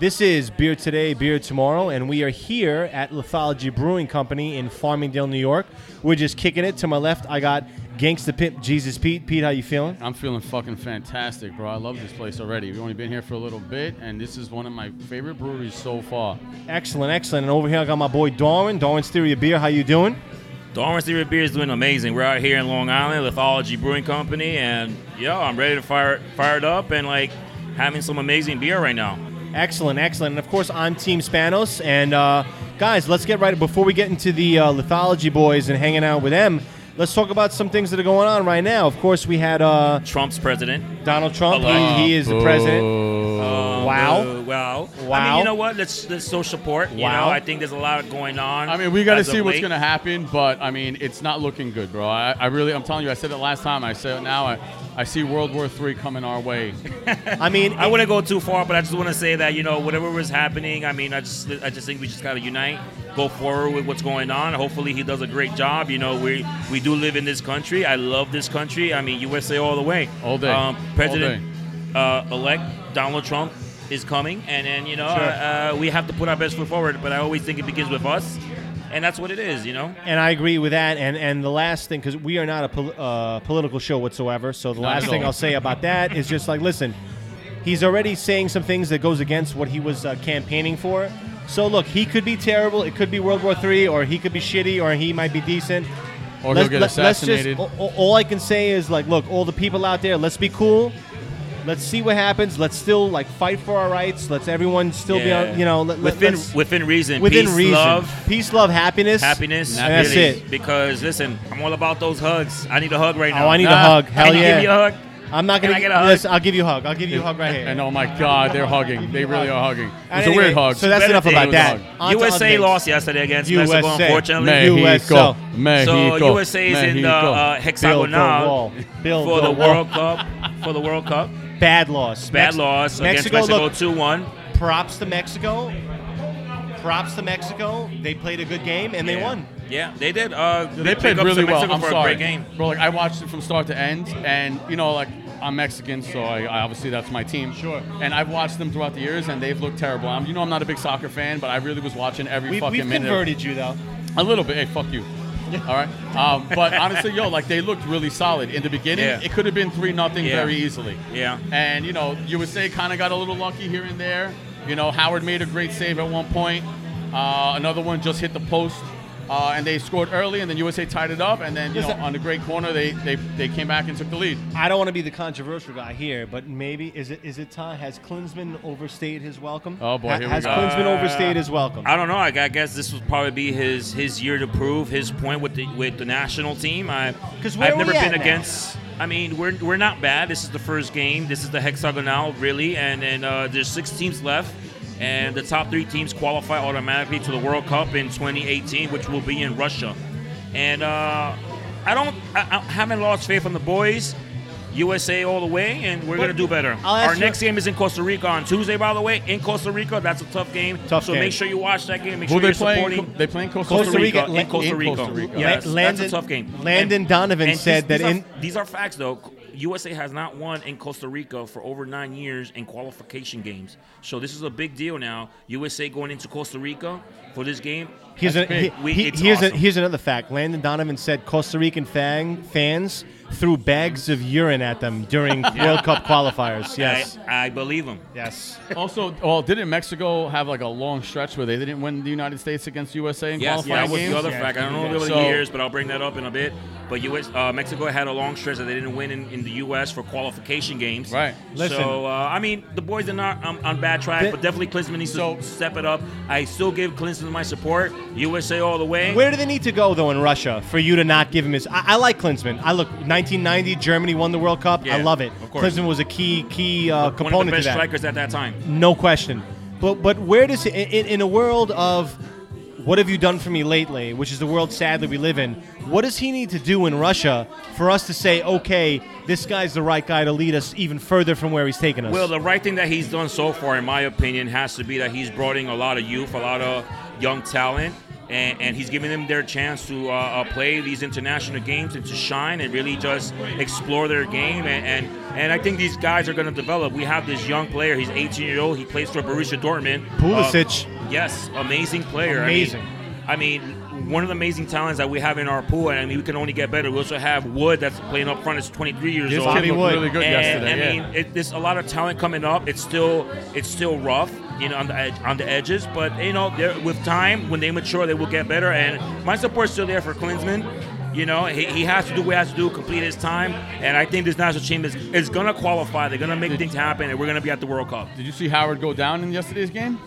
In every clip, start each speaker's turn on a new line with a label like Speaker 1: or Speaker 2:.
Speaker 1: This is Beer Today, Beer Tomorrow, and we are here at Lithology Brewing Company in Farmingdale, New York. We're just kicking it. To my left, I got Gangsta Pimp Jesus Pete. Pete, how you feeling?
Speaker 2: I'm feeling fucking fantastic, bro. I love this place already. We've only been here for a little bit, and this is one of my favorite breweries so far.
Speaker 1: Excellent, excellent. And over here, I got my boy Darwin. Darwin's Theory of Beer. How you doing?
Speaker 3: Dorman's Theory Beer is doing amazing. We're out here in Long Island, Lithology Brewing Company, and yo, I'm ready to fire fire it up and like having some amazing beer right now.
Speaker 1: Excellent, excellent. And of course, I'm Team Spanos. And uh, guys, let's get right before we get into the uh, Lithology boys and hanging out with them. Let's talk about some things that are going on right now. Of course, we had uh,
Speaker 3: Trump's president.
Speaker 1: Donald Trump.
Speaker 3: Hello.
Speaker 1: He, he is the president.
Speaker 3: Um,
Speaker 1: Wow.
Speaker 3: uh, wow. I mean,
Speaker 1: Wow.
Speaker 3: you know what? Let's let's show support. You
Speaker 1: Wow.
Speaker 3: know, I think there's a lot going on.
Speaker 2: I mean, we got to
Speaker 3: as of
Speaker 2: see what's
Speaker 3: late.
Speaker 2: gonna happen, but I mean, it's not looking good, bro. I, I really, I'm telling you, I said it last time. I said it now. I, I see World War III coming our way.
Speaker 1: I mean,
Speaker 3: I wouldn't go too far, but I just want to say that you know whatever was happening. I mean, I just I just think we just gotta unite, go forward with what's going on. Hopefully, he does a great job. You know, we we do live in this country. I love this country. I mean, USA all the way,
Speaker 2: All day.
Speaker 3: Um,
Speaker 2: All
Speaker 3: President Uh, elect Donald Trump is coming, and then you know uh, we have to put our best foot forward. But I always think it begins with us, and that's what it is. You know,
Speaker 1: and I agree with that. And and the last thing, because we are not a pol- uh, political show whatsoever, so the
Speaker 2: Not
Speaker 1: last
Speaker 2: at
Speaker 1: thing
Speaker 2: all.
Speaker 1: I'll say about that is just like, listen, he's already saying some things that goes against what he was uh, campaigning for. So look, he could be terrible. It could be World War III, or he could be shitty, or he might be decent.
Speaker 2: Or he'll get assassinated.
Speaker 1: Let's just, Oh, all, all I can say is like, look, all the people out there, let's be cool. Let's see what happens. Let's still like fight for our rights. Let's everyone still be,
Speaker 3: Yeah.
Speaker 1: on, you know, let, let-
Speaker 3: within
Speaker 1: let's-
Speaker 3: within reason,
Speaker 1: within
Speaker 3: peace,
Speaker 1: reason,
Speaker 3: love,
Speaker 1: peace, love, happiness,
Speaker 3: happiness.
Speaker 1: And that's
Speaker 3: really,
Speaker 1: it.
Speaker 3: Because listen, I'm all about those hugs. I need a hug right now.
Speaker 1: Oh, I need a
Speaker 2: Nah.
Speaker 1: hug. Hell
Speaker 3: Can you
Speaker 1: yeah.
Speaker 3: give me a hug?
Speaker 1: I'm not
Speaker 3: Can
Speaker 1: gonna
Speaker 3: I get a hug?
Speaker 1: Yes, I'll give you a hug. I'll give you a hug right here.
Speaker 2: And oh my God, they're hugging. They really are hugging. It was
Speaker 1: Anyway,
Speaker 2: a weird hug.
Speaker 1: So that's
Speaker 3: Better
Speaker 1: enough
Speaker 3: thing
Speaker 1: about
Speaker 3: with
Speaker 1: that.
Speaker 2: the
Speaker 1: On to other
Speaker 3: USA
Speaker 1: things.
Speaker 3: lost yesterday against
Speaker 1: USA.
Speaker 3: Mexico, unfortunately.
Speaker 1: Man,
Speaker 2: Mexico,
Speaker 1: USA.
Speaker 2: Mexico,
Speaker 3: so USA is in the
Speaker 2: Mexico.
Speaker 3: uh,
Speaker 1: Build the
Speaker 3: hexagonal
Speaker 1: wall. Build
Speaker 3: for the
Speaker 1: wall.
Speaker 3: World Cup. For the World Cup,
Speaker 1: Bad loss.
Speaker 3: bad
Speaker 1: Mex-
Speaker 3: loss
Speaker 1: Mexico,
Speaker 3: against Mexico,
Speaker 1: look,
Speaker 3: two one.
Speaker 1: props to Mexico. Props to Mexico. They played a good game and they won.
Speaker 3: Yeah, they did. Uh,
Speaker 2: they
Speaker 3: big
Speaker 2: played
Speaker 3: ups to
Speaker 2: really well.
Speaker 3: Mexico
Speaker 2: I'm
Speaker 3: for
Speaker 2: sorry,
Speaker 3: a great game.
Speaker 2: bro. Like I watched it from start to end, and you know, like I'm Mexican, so I, I obviously that's my team. Sure. And I've watched them throughout the years, and they've looked terrible. I'm, you know, I'm not a big soccer fan, but I really was watching every
Speaker 1: We,
Speaker 2: fucking
Speaker 1: we've
Speaker 2: minute.
Speaker 1: converted you though.
Speaker 2: A little bit. Hey, fuck you. All right. Um, but honestly, yo, like they looked really solid in the beginning.
Speaker 3: Yeah.
Speaker 2: It could have been three nothing
Speaker 3: Yeah.
Speaker 2: very easily.
Speaker 3: Yeah.
Speaker 2: And you know, USA kind of got a little lucky here and there. You know, Howard made a great save at one point. Uh, another one just hit the post, uh, and they scored early, and then USA tied it up, and then you know,
Speaker 1: Listen-
Speaker 2: on the great corner, they, they they came back and took the lead.
Speaker 1: I don't want to be the controversial guy here, but maybe is it is it time? Has Klinsman overstayed his welcome?
Speaker 2: Oh, boy,
Speaker 1: Ha-
Speaker 2: here we
Speaker 1: has
Speaker 2: go.
Speaker 1: Klinsman
Speaker 3: Uh,
Speaker 1: overstayed his welcome?
Speaker 3: I don't know. I gu- I guess this would probably be his his year to prove his point with the with the national team. I
Speaker 1: 'Cause where
Speaker 3: I've
Speaker 1: are
Speaker 3: never
Speaker 1: we at
Speaker 3: been
Speaker 1: now?
Speaker 3: against. I mean, we're we're not bad. This is the first game. This is the hexagonal, really, and and uh, there's six teams left, and the top three teams qualify automatically to the World Cup in 2018, which will be in Russia. And uh, I don't, I, I haven't lost faith in the boys. USA all the way, and we're gonna do better.
Speaker 1: I'll ask
Speaker 3: Our
Speaker 1: you-
Speaker 3: next game is in Costa Rica on Tuesday, by the way. In Costa Rica, that's a tough game.
Speaker 1: Tough
Speaker 3: so
Speaker 1: game.
Speaker 3: make sure you watch that game. Make
Speaker 2: Who
Speaker 3: sure
Speaker 2: they
Speaker 3: you're
Speaker 2: playing?
Speaker 3: supporting
Speaker 2: They playing Costa,
Speaker 1: Costa Rica,
Speaker 2: in
Speaker 1: in
Speaker 2: Costa Rica.
Speaker 3: Yes,
Speaker 1: La-
Speaker 3: that's a tough game.
Speaker 1: Landon
Speaker 3: And-
Speaker 1: Donovan
Speaker 3: and
Speaker 1: said that
Speaker 3: these, these
Speaker 1: in
Speaker 3: are, these are facts though. USA has not won in Costa Rica for over nine years in qualification games. So this is a big deal now. USA going into Costa Rica for this game.
Speaker 1: Here's, a, he,
Speaker 2: big.
Speaker 3: We-
Speaker 1: he-
Speaker 3: it's
Speaker 1: here's, a,
Speaker 3: awesome.
Speaker 1: here's another fact. Landon Donovan said Costa Rican fan, fans threw bags of urine at them during World Cup qualifiers. Yes.
Speaker 3: I, I believe him.
Speaker 1: Yes.
Speaker 2: Also, well, didn't Mexico have like a long stretch where they didn't win the United States against USA in
Speaker 3: Yes,
Speaker 2: qualifying
Speaker 3: that was
Speaker 2: games?
Speaker 3: the other
Speaker 1: Yeah,
Speaker 3: fact. I don't
Speaker 1: yeah.
Speaker 3: know the
Speaker 2: So-
Speaker 3: years, but I'll bring that up in a bit. But US, uh, Mexico had a long stretch that they didn't win in, in the U.S. for qualification games.
Speaker 2: Right.
Speaker 1: Listen.
Speaker 3: So uh, I mean, the boys are not um, on bad track,
Speaker 1: The-
Speaker 3: but definitely Klinsman needs
Speaker 2: So-
Speaker 3: to step it up. I still give Klinsman my support. USA all the way.
Speaker 1: Where do they need to go, though, in Russia for you to not give him his. I, I like Klinsman. I look, 1990, Germany won the World Cup. I
Speaker 3: Yeah,
Speaker 1: love it.
Speaker 3: of course.
Speaker 1: Klinsman was a key key uh,
Speaker 3: One of the
Speaker 1: component to
Speaker 3: best
Speaker 1: that.
Speaker 3: strikers at that time.
Speaker 1: No question. But but where does in, in in a world of what have you done for me lately, which is the world sadly we live in, what does he need to do in Russia for us to say, okay, this guy's the right guy to lead us even further from where he's taken us?
Speaker 3: Well, the right thing that he's done so far, in my opinion, has to be that he's brought in a lot of youth, a lot of young talent, and, and he's giving them their chance to uh, uh, play these international games and to shine and really just explore their game. And, and, and I think these guys are going to develop. We have this young player. He's 18 years old. He plays for Borussia Dortmund.
Speaker 1: Pulisic.
Speaker 3: Uh, yes, amazing player. I mean-
Speaker 1: Amazing.
Speaker 3: I mean, one of the amazing talents that we have in our pool, and I mean, we can only get better. We also have Wood that's playing up front. Is 23 years
Speaker 1: Here's
Speaker 3: old.
Speaker 1: Bobby Wood.
Speaker 2: really good
Speaker 3: And,
Speaker 2: yesterday.
Speaker 3: I
Speaker 2: yeah.
Speaker 3: mean, it, there's a lot of talent coming up. It's still it's still rough, you know, on the edge, on the edges. But you know, they're- with time, when they mature, they will get better. And my support's still there for Klinsman. You know, he, he has to do what he has to do, complete his time. And I think this national team is, is going to qualify. They're going to make things happen, and we're going to be at the World Cup.
Speaker 2: Did you see Howard go down in yesterday's game?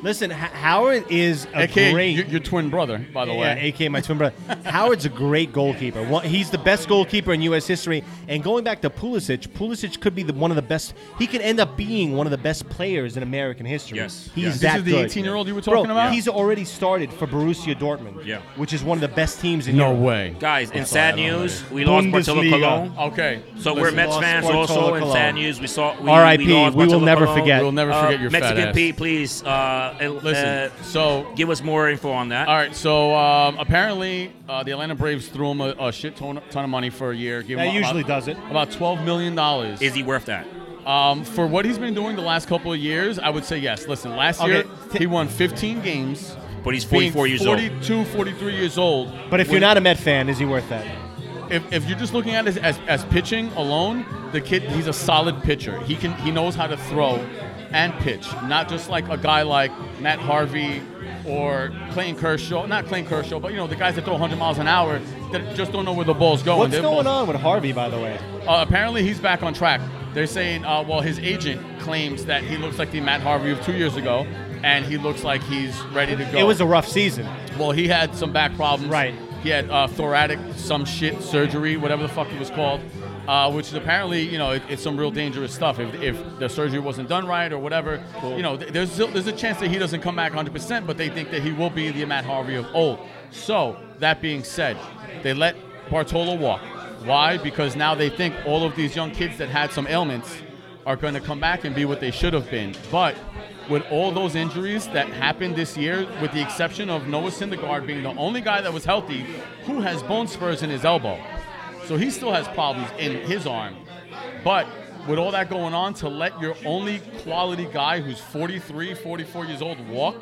Speaker 1: Listen, H- Howard is a
Speaker 2: AKA
Speaker 1: great.
Speaker 2: your, your twin brother, by the
Speaker 1: yeah,
Speaker 2: way.
Speaker 1: AK, my twin brother. Howard's a great goalkeeper. One- He's the best goalkeeper in U.S. history. And going back to Pulisic, Pulisic could be the, one of the best. He could end up being one of the best players in American history.
Speaker 3: Yes,
Speaker 1: he's
Speaker 3: yes. This
Speaker 1: that
Speaker 2: is the
Speaker 1: good.
Speaker 2: 18-year-old you were
Speaker 1: Bro,
Speaker 2: talking about?
Speaker 1: He's already started for Borussia Dortmund,
Speaker 3: Yeah.
Speaker 1: which is one of the best teams in
Speaker 2: No
Speaker 1: Europe.
Speaker 2: way.
Speaker 3: Guys, in
Speaker 2: I'm
Speaker 3: sad
Speaker 2: sorry, I don't
Speaker 3: news, we lost Bartolo
Speaker 1: Bundesliga.
Speaker 3: Colon.
Speaker 2: Okay.
Speaker 3: So
Speaker 1: Listen,
Speaker 3: we're Mets
Speaker 1: lost
Speaker 3: fans
Speaker 1: Bartolo
Speaker 3: also in
Speaker 1: Colon.
Speaker 3: sad news. We saw. We,
Speaker 1: R.I.P.,
Speaker 3: We, lost
Speaker 1: we will
Speaker 3: Bartolo
Speaker 1: never
Speaker 3: Colon.
Speaker 1: forget.
Speaker 2: We'll never forget
Speaker 3: Uh,
Speaker 2: your fat
Speaker 3: Mexican
Speaker 2: ass.
Speaker 3: Pete, please. Uh, el-
Speaker 2: Listen,
Speaker 3: uh,
Speaker 2: so
Speaker 3: give us more info on that.
Speaker 2: All right, so um, apparently uh, the Atlanta Braves threw him a, a shit ton, ton of money for a year. Gave
Speaker 1: That
Speaker 2: him
Speaker 1: usually
Speaker 2: about,
Speaker 1: does it.
Speaker 2: About twelve million dollars.
Speaker 3: Is he worth that?
Speaker 2: Um, for what he's been doing the last couple of years, I would say yes. Listen, last
Speaker 1: Okay,
Speaker 2: year
Speaker 1: t-
Speaker 2: he won 15 games.
Speaker 3: But he's
Speaker 2: being
Speaker 3: 44 years old.
Speaker 2: 42, 43 years old.
Speaker 1: But if
Speaker 2: When-
Speaker 1: you're not a Met fan, is he worth that?
Speaker 2: if, if you're just looking at it as, as, as pitching alone, the kid he's a solid pitcher. He can he knows how to throw and pitch, not just like a guy like Matt Harvey or Clayton Kershaw. Not Clayton Kershaw, but you know the guys that throw 100 miles an hour that just don't know where the ball's going.
Speaker 1: What's
Speaker 2: Their
Speaker 1: going on
Speaker 2: ball's-
Speaker 1: with Harvey, by the way?
Speaker 2: Uh, apparently, he's back on track. They're saying, uh, well, his agent claims that he looks like the Matt Harvey of two years ago, and he looks like he's ready to go.
Speaker 1: It was a rough season.
Speaker 2: Well, he had some back problems.
Speaker 1: Right.
Speaker 2: He had uh, thoracic some shit surgery, whatever the fuck it was called, uh, which is apparently you know it, it's some real dangerous stuff. If, if the surgery wasn't done right or whatever, you know th- there's still- there's a chance that he doesn't come back 100, percent but they think that he will be the Matt Harvey of old. So that being said, they let Bartolo walk. Why? Because now they think all of these young kids that had some ailments are going to come back and be what they should have been. But with all those injuries that happened this year, with the exception of Noah Syndergaard being the only guy that was healthy who has bone spurs in his elbow, so he still has problems in his arm. But with all that going on, to let your only quality guy who's 43, 44 years old walk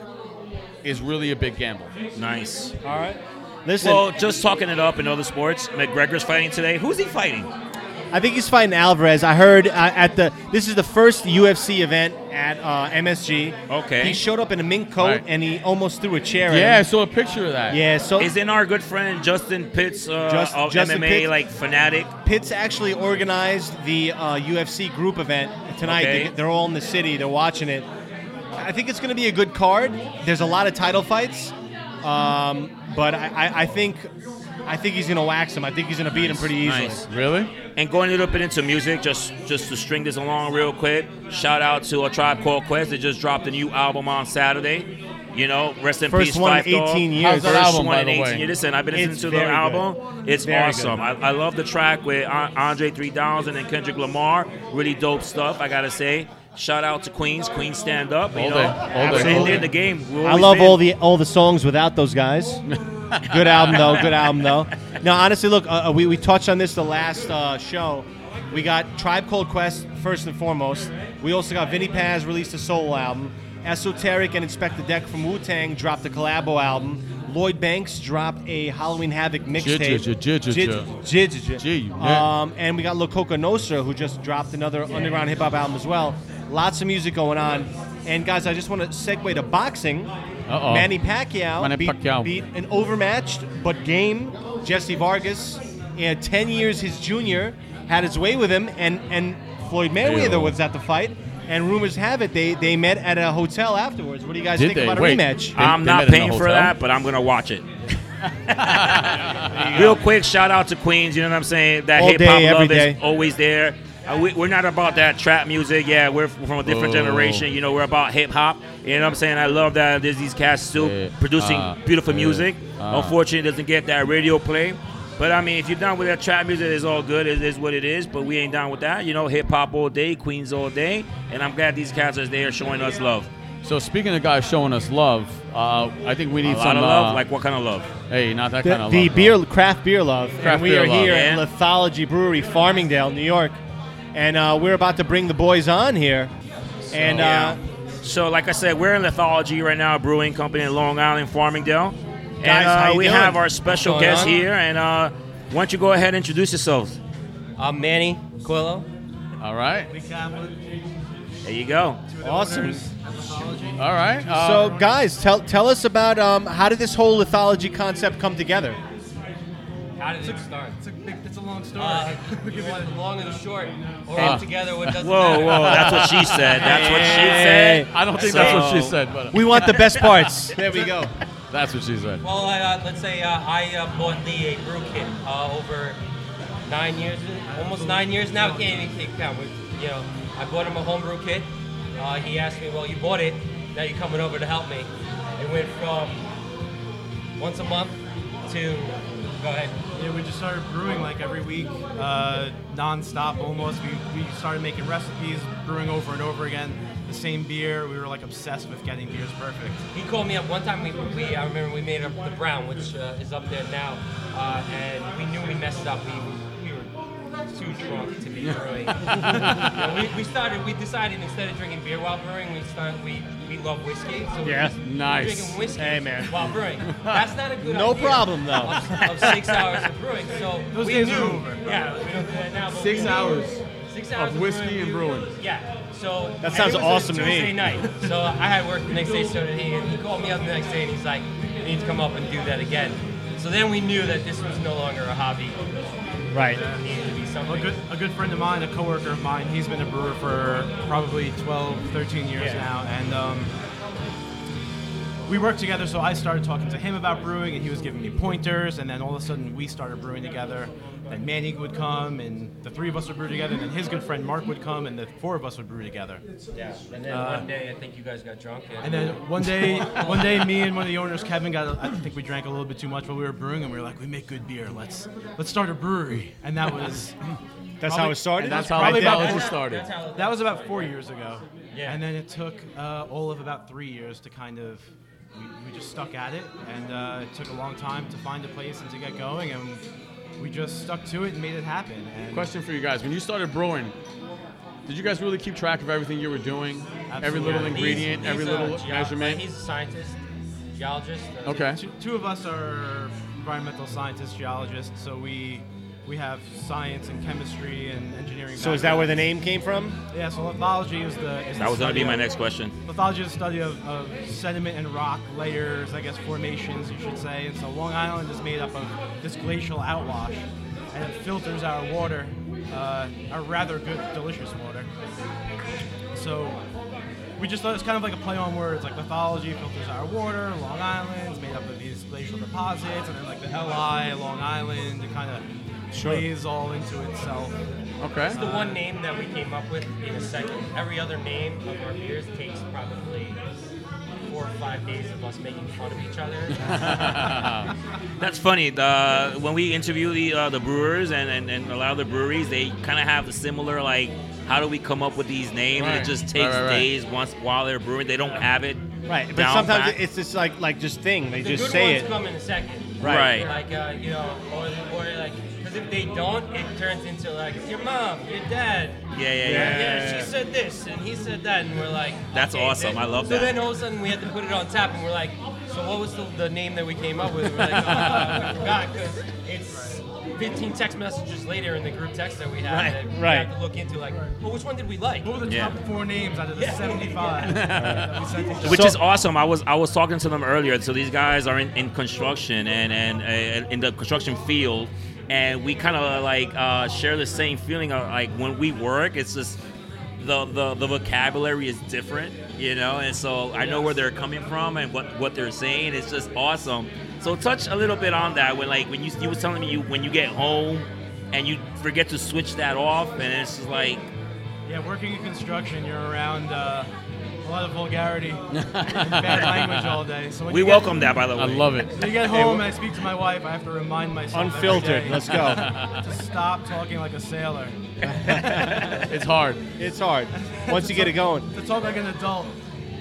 Speaker 2: is really a big gamble.
Speaker 3: Nice.
Speaker 1: All right. Listen,
Speaker 3: Well, just talking it up in other sports. McGregor's fighting today. Who's he fighting?
Speaker 1: I think he's fighting Alvarez. I heard uh, at the this is the first UFC event at uh, MSG.
Speaker 3: Okay.
Speaker 1: He showed up in a mink coat
Speaker 2: Right.
Speaker 1: and he almost threw a chair.
Speaker 2: Yeah, I
Speaker 1: At him.
Speaker 2: saw a picture of that.
Speaker 1: Yeah. So
Speaker 3: Isn't our good friend Justin Pitts uh,
Speaker 1: Just-
Speaker 3: of
Speaker 1: Justin
Speaker 3: MMA
Speaker 1: Pitts?
Speaker 3: like fanatic?
Speaker 1: Pitts actually organized the uh, UFC group event tonight.
Speaker 3: Okay.
Speaker 1: They, they're all in the city. They're watching it. I think it's going to be a good card. There's a lot of title fights, um, but I, I, I think I think he's going to wax him. I think he's going to beat him pretty easily.
Speaker 3: Nice.
Speaker 2: Really?
Speaker 3: And going a little bit into music, just just to string this along real quick. Shout out to a Tribe Called Quest. They just dropped a new album on Saturday. You know, rest in
Speaker 1: First
Speaker 3: peace,
Speaker 1: one in
Speaker 3: Five Dog.
Speaker 1: 18 years.
Speaker 2: How's that
Speaker 3: First
Speaker 2: album,
Speaker 3: one
Speaker 2: by
Speaker 3: in
Speaker 2: the
Speaker 3: 18
Speaker 2: way?
Speaker 3: years. Listen, I've been
Speaker 1: It's
Speaker 3: listening to their
Speaker 1: very good.
Speaker 3: album. It's
Speaker 1: Very good.
Speaker 3: awesome. I, I love the track with An- Andre 3000 and Kendrick Lamar. Really dope stuff, I gotta say. Shout out to Queens, Queens Stand Up. You
Speaker 2: All
Speaker 3: know,
Speaker 2: day. All day.
Speaker 3: Been
Speaker 1: All
Speaker 3: there
Speaker 1: day.
Speaker 3: in the game. We've
Speaker 1: I
Speaker 3: always
Speaker 1: love
Speaker 3: been.
Speaker 1: all the all the songs without those guys. good album though. Good album though. No, honestly, look, uh, uh, we we touched on this the last uh, show. We got Tribe Called Quest first and foremost. We also got Vinnie Paz released a solo album. Esoteric and Inspector Deck from Wu Tang dropped a collabo album. Lloyd Banks dropped a Halloween Havoc mixtape.
Speaker 2: Jid, jid, jid, jid, jid.
Speaker 1: Jid, jid, jid,
Speaker 2: Gee, you
Speaker 1: jid.
Speaker 2: nut.
Speaker 1: Um, and we got La Coca Nostra, who just dropped another underground hip hop album as well. Lots of music going on. And guys, I just want to segue to boxing.
Speaker 2: Uh-oh.
Speaker 1: Manny Pacquiao,
Speaker 2: Manny
Speaker 1: beat,
Speaker 2: Pacquiao.
Speaker 1: beat an overmatched but game Jesse Vargas. And 10 years his junior had his way with him, and, and Floyd Mayweather
Speaker 2: Ew.
Speaker 1: was at the fight. And rumors have it they, they met at a hotel afterwards. What do you guys
Speaker 2: Did
Speaker 1: think
Speaker 2: they?
Speaker 1: about a
Speaker 2: Wait.
Speaker 1: rematch?
Speaker 2: They-
Speaker 3: I'm
Speaker 2: they
Speaker 3: not
Speaker 2: met in a
Speaker 3: paying for
Speaker 2: hotel?
Speaker 3: that, but I'm gonna watch it. Real quick, shout out to Queens. You know what I'm saying? That
Speaker 1: All
Speaker 3: hip hop
Speaker 1: day, every
Speaker 3: love
Speaker 1: day.
Speaker 3: is always there. Uh, we, we're not about that trap music. Yeah, we're f- from a different
Speaker 2: Oh.
Speaker 3: generation. You know, we're about hip hop. You know what I'm saying? I love that there's these cats still
Speaker 2: Yeah,
Speaker 3: producing
Speaker 2: uh,
Speaker 3: beautiful
Speaker 2: yeah,
Speaker 3: music.
Speaker 2: uh.
Speaker 3: Unfortunately, it doesn't get that radio play. But I mean, if you're down with that trap music, it's all good. It is what it is. But we ain't down with that. You know, hip hop all day, Queens all day. And I'm glad these cats are there showing us love.
Speaker 2: So speaking of guys showing us love, uh, Uh, I think we
Speaker 3: A
Speaker 2: need
Speaker 3: lot
Speaker 2: some
Speaker 3: of love.
Speaker 2: uh,
Speaker 3: like what kind of love?
Speaker 2: hey, not that kind
Speaker 1: The,
Speaker 2: of
Speaker 1: the
Speaker 2: love, bro.
Speaker 1: beer, craft beer love. and
Speaker 2: Craft
Speaker 1: we
Speaker 2: beer
Speaker 1: are
Speaker 2: love,
Speaker 1: here
Speaker 3: yeah.
Speaker 1: at Lithology Brewery, Farmingdale, New York. And uh, we're about to bring the boys on here. and uh,
Speaker 3: So, like I said, we're in Lithology right now, a brewing company in Long Island, Farmingdale. And
Speaker 1: Guys, how
Speaker 3: uh,
Speaker 1: you
Speaker 3: we
Speaker 1: doing?
Speaker 3: have our special
Speaker 4: What's going
Speaker 3: guest
Speaker 4: on?
Speaker 3: here. And uh, why don't you go ahead and introduce yourselves?
Speaker 4: I'm Manny Quillo.
Speaker 2: All right,
Speaker 3: There you go.
Speaker 1: awesome.
Speaker 2: all right. Uh,
Speaker 1: So, guys, tell tell us about um, how did this whole lithology concept come together?
Speaker 4: How did it start?
Speaker 5: It's a, big, it's a long story.
Speaker 4: Uh, you want long and short, or
Speaker 2: Hey.
Speaker 1: Uh,
Speaker 4: all together, what doesn't
Speaker 3: Whoa,
Speaker 4: matter.
Speaker 3: whoa. That's what she said. That's what she
Speaker 1: Hey.
Speaker 3: said.
Speaker 2: um, I don't think that's what she
Speaker 3: So-
Speaker 2: said, but
Speaker 1: We want the best parts. there we go.
Speaker 2: that's what she said.
Speaker 4: Well, I, uh, let's say uh, I uh, bought Lee a brew kit uh, over nine years, almost nine years now. I Can't even think count. We, you know, I bought him a home brew kit. Uh, he asked me, "Well, you bought it. Now you're coming over to help me." It went from once a month to go ahead.
Speaker 5: Yeah, we just started brewing like every week, uh, nonstop almost. We, we started making recipes, brewing over and over again, the same beer. We were like obsessed with getting beers perfect.
Speaker 4: He called me up one time. We, we I remember we made up the brown, which uh, is up there now, uh, and we knew we messed up. We, we were too drunk to be brewing. Yeah, we, we started. We decided instead of drinking beer while brewing, we started. We we love whiskey. So we
Speaker 1: Yeah,
Speaker 4: just-
Speaker 2: nice.
Speaker 4: We're drinking whiskey
Speaker 1: Hey, man.
Speaker 4: while brewing. That's not a good
Speaker 1: No
Speaker 4: idea
Speaker 1: problem, though.
Speaker 4: Of, of six hours of brewing. So
Speaker 5: Those
Speaker 4: we
Speaker 5: days
Speaker 4: knew.
Speaker 5: are over.
Speaker 4: Yeah, we don't do that now. but
Speaker 6: Six
Speaker 4: we knew-
Speaker 6: hours
Speaker 4: Six hours
Speaker 6: of whiskey and brewing.
Speaker 4: Yeah. So
Speaker 1: That
Speaker 4: and
Speaker 1: sounds
Speaker 4: it was on
Speaker 1: awesome to me.
Speaker 4: Tuesday night. So I had work the next day, so did he. And he called me up the next day and he's like, "You need to come up and do that again." So then we knew that this was no longer a hobby.
Speaker 1: Right.
Speaker 4: It needed to be
Speaker 5: A
Speaker 4: something.
Speaker 5: good, a good friend of mine, a coworker of mine, he's been a brewer for probably 12, 13 years
Speaker 4: Yeah.
Speaker 5: now. And um, we worked together, so I started talking to him about brewing, and he was giving me pointers. And then all of a sudden, we started brewing together. And Manny would come, and the three of us would brew together. And then his good friend Mark would come, and the four of us would brew together.
Speaker 4: Yeah. And then one day, I think you guys got drunk.
Speaker 5: And then one day, one day, me and one of the owners, Kevin, got. A, I think we drank a little bit too much while we were brewing, and we were like, "We make good beer. Let's let's start a brewery." And that was
Speaker 1: That's
Speaker 5: Probably-
Speaker 1: how it started.
Speaker 5: and
Speaker 2: That's how
Speaker 5: that's probably about-
Speaker 2: Lithology started.
Speaker 5: that was about four years ago.
Speaker 4: Yeah.
Speaker 5: And then it took uh, all of about three years to kind of. We, we just stuck at it, and uh, it took a long time to find a place and to get going, and we just stuck to it and made it happen. And
Speaker 2: Question for you guys: When you started brewing, did you guys really keep track of everything you were doing? Every
Speaker 5: Absolutely.
Speaker 2: little
Speaker 5: He's-
Speaker 2: ingredient, every little measurement.
Speaker 4: uh, He's a scientist, geologist. uh,
Speaker 2: okay.
Speaker 5: Two, two of us are environmental scientists, geologists, so we we have science and chemistry and engineering.
Speaker 1: So is that where the name
Speaker 5: backgrounds.
Speaker 1: came from?
Speaker 5: Yeah, so lithology is the. Is
Speaker 3: That
Speaker 5: the
Speaker 3: was going to
Speaker 5: study
Speaker 3: be my
Speaker 5: of-
Speaker 3: next question.
Speaker 5: Lithology is the study of, of sediment and rock layers, I guess formations, you should say. And so Long Island is made up of this glacial outwash, and it filters our water, uh, our rather good, delicious water. So we just thought it's kind of like a play on words, like lithology filters our water, Long Island's made up of these glacial deposits, and then like the LI, Long Island, it kind of plays all into itself.
Speaker 2: Okay.
Speaker 4: That's the one name that we came up with in a second. Every other name of our beers takes probably four or five days of us making fun of each other.
Speaker 3: That's funny. The, when we interview the uh, the brewers and, and, and a lot of the breweries, they kind of have the similar like, how do we come up with these names? And
Speaker 2: Right.
Speaker 3: it just
Speaker 2: Right,
Speaker 3: takes
Speaker 2: right, right.
Speaker 3: days once while they're brewing. They don't have it.
Speaker 1: Right. But
Speaker 3: down
Speaker 1: sometimes
Speaker 3: pat.
Speaker 1: it's just like like just thing. They
Speaker 4: the
Speaker 1: just
Speaker 4: good
Speaker 1: say
Speaker 4: ones
Speaker 1: it.
Speaker 4: come in a second.
Speaker 3: Right.
Speaker 4: Like, uh, you know, or, or like, because if they don't, it turns into like, your mom, your dad.
Speaker 3: yeah, yeah,
Speaker 4: Yeah,
Speaker 3: yeah.
Speaker 4: she said this and he said that, and we're like,
Speaker 3: That's
Speaker 4: okay,
Speaker 3: awesome.
Speaker 4: then-
Speaker 3: I love
Speaker 4: so
Speaker 3: that.
Speaker 4: So then all of a sudden we had to put it on tap, and we're like, so what was the, the name that we came up with? We're like, oh, we forgot because it's 15 text messages later in the group text that we had
Speaker 1: Right,
Speaker 4: that we
Speaker 1: right.
Speaker 4: have to look into. Like, well, which one did we like?
Speaker 5: What were the
Speaker 3: Yeah.
Speaker 5: top four names out of the
Speaker 4: Yeah.
Speaker 5: 75 that we sent each other?
Speaker 3: Which
Speaker 1: So-
Speaker 3: is awesome. I was I was talking to them earlier. So these guys are in, in construction and and uh, in the construction field, and we kind of like uh, share the same feeling of like when we work. It's just the, the the vocabulary is different, you know. And so I know where they're coming from and what what they're saying. It's just awesome. So touch a little bit on that when like when you you was telling me you when you get home and you forget to switch that off, and it's just like
Speaker 5: Yeah, working in construction, you're around uh, a lot of vulgarity, and bad language all day. So when
Speaker 3: we
Speaker 5: you get-
Speaker 3: welcome that. By the way,
Speaker 2: I love it.
Speaker 5: When you get home and I speak to my wife, I have to remind myself every
Speaker 1: Unfiltered.
Speaker 5: day
Speaker 1: Let's go.
Speaker 5: to stop talking like a sailor,
Speaker 2: It's hard.
Speaker 1: It's hard once you get it going.
Speaker 5: to talk like an adult.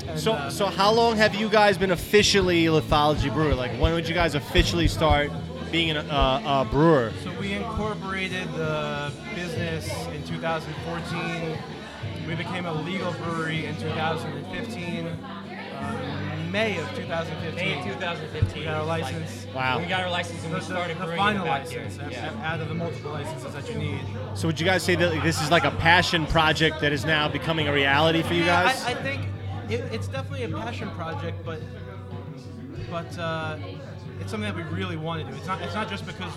Speaker 5: And And,
Speaker 1: So,
Speaker 5: uh,
Speaker 1: so how long have you guys been officially Lithology Brewer? Like, when would you guys officially start being an, uh, a brewer?
Speaker 5: So we incorporated the business in 2014. We became a legal brewery in 2015. Uh, May of 2015.
Speaker 4: May of 2015.
Speaker 5: We got our
Speaker 4: was like-
Speaker 5: license.
Speaker 1: Wow.
Speaker 4: We got our license and
Speaker 5: The,
Speaker 4: we
Speaker 5: the-
Speaker 4: started
Speaker 5: the
Speaker 4: brewing in
Speaker 5: final
Speaker 4: the back
Speaker 5: license
Speaker 4: here.
Speaker 5: out-
Speaker 4: Yeah.
Speaker 5: out of the multiple licenses that you need.
Speaker 1: So, would you guys say that like, this is like a passion project that is now becoming a reality for you guys?
Speaker 5: I, I think it, it's definitely a passion project, but but uh, it's something that we really want to do. It's not it's not just because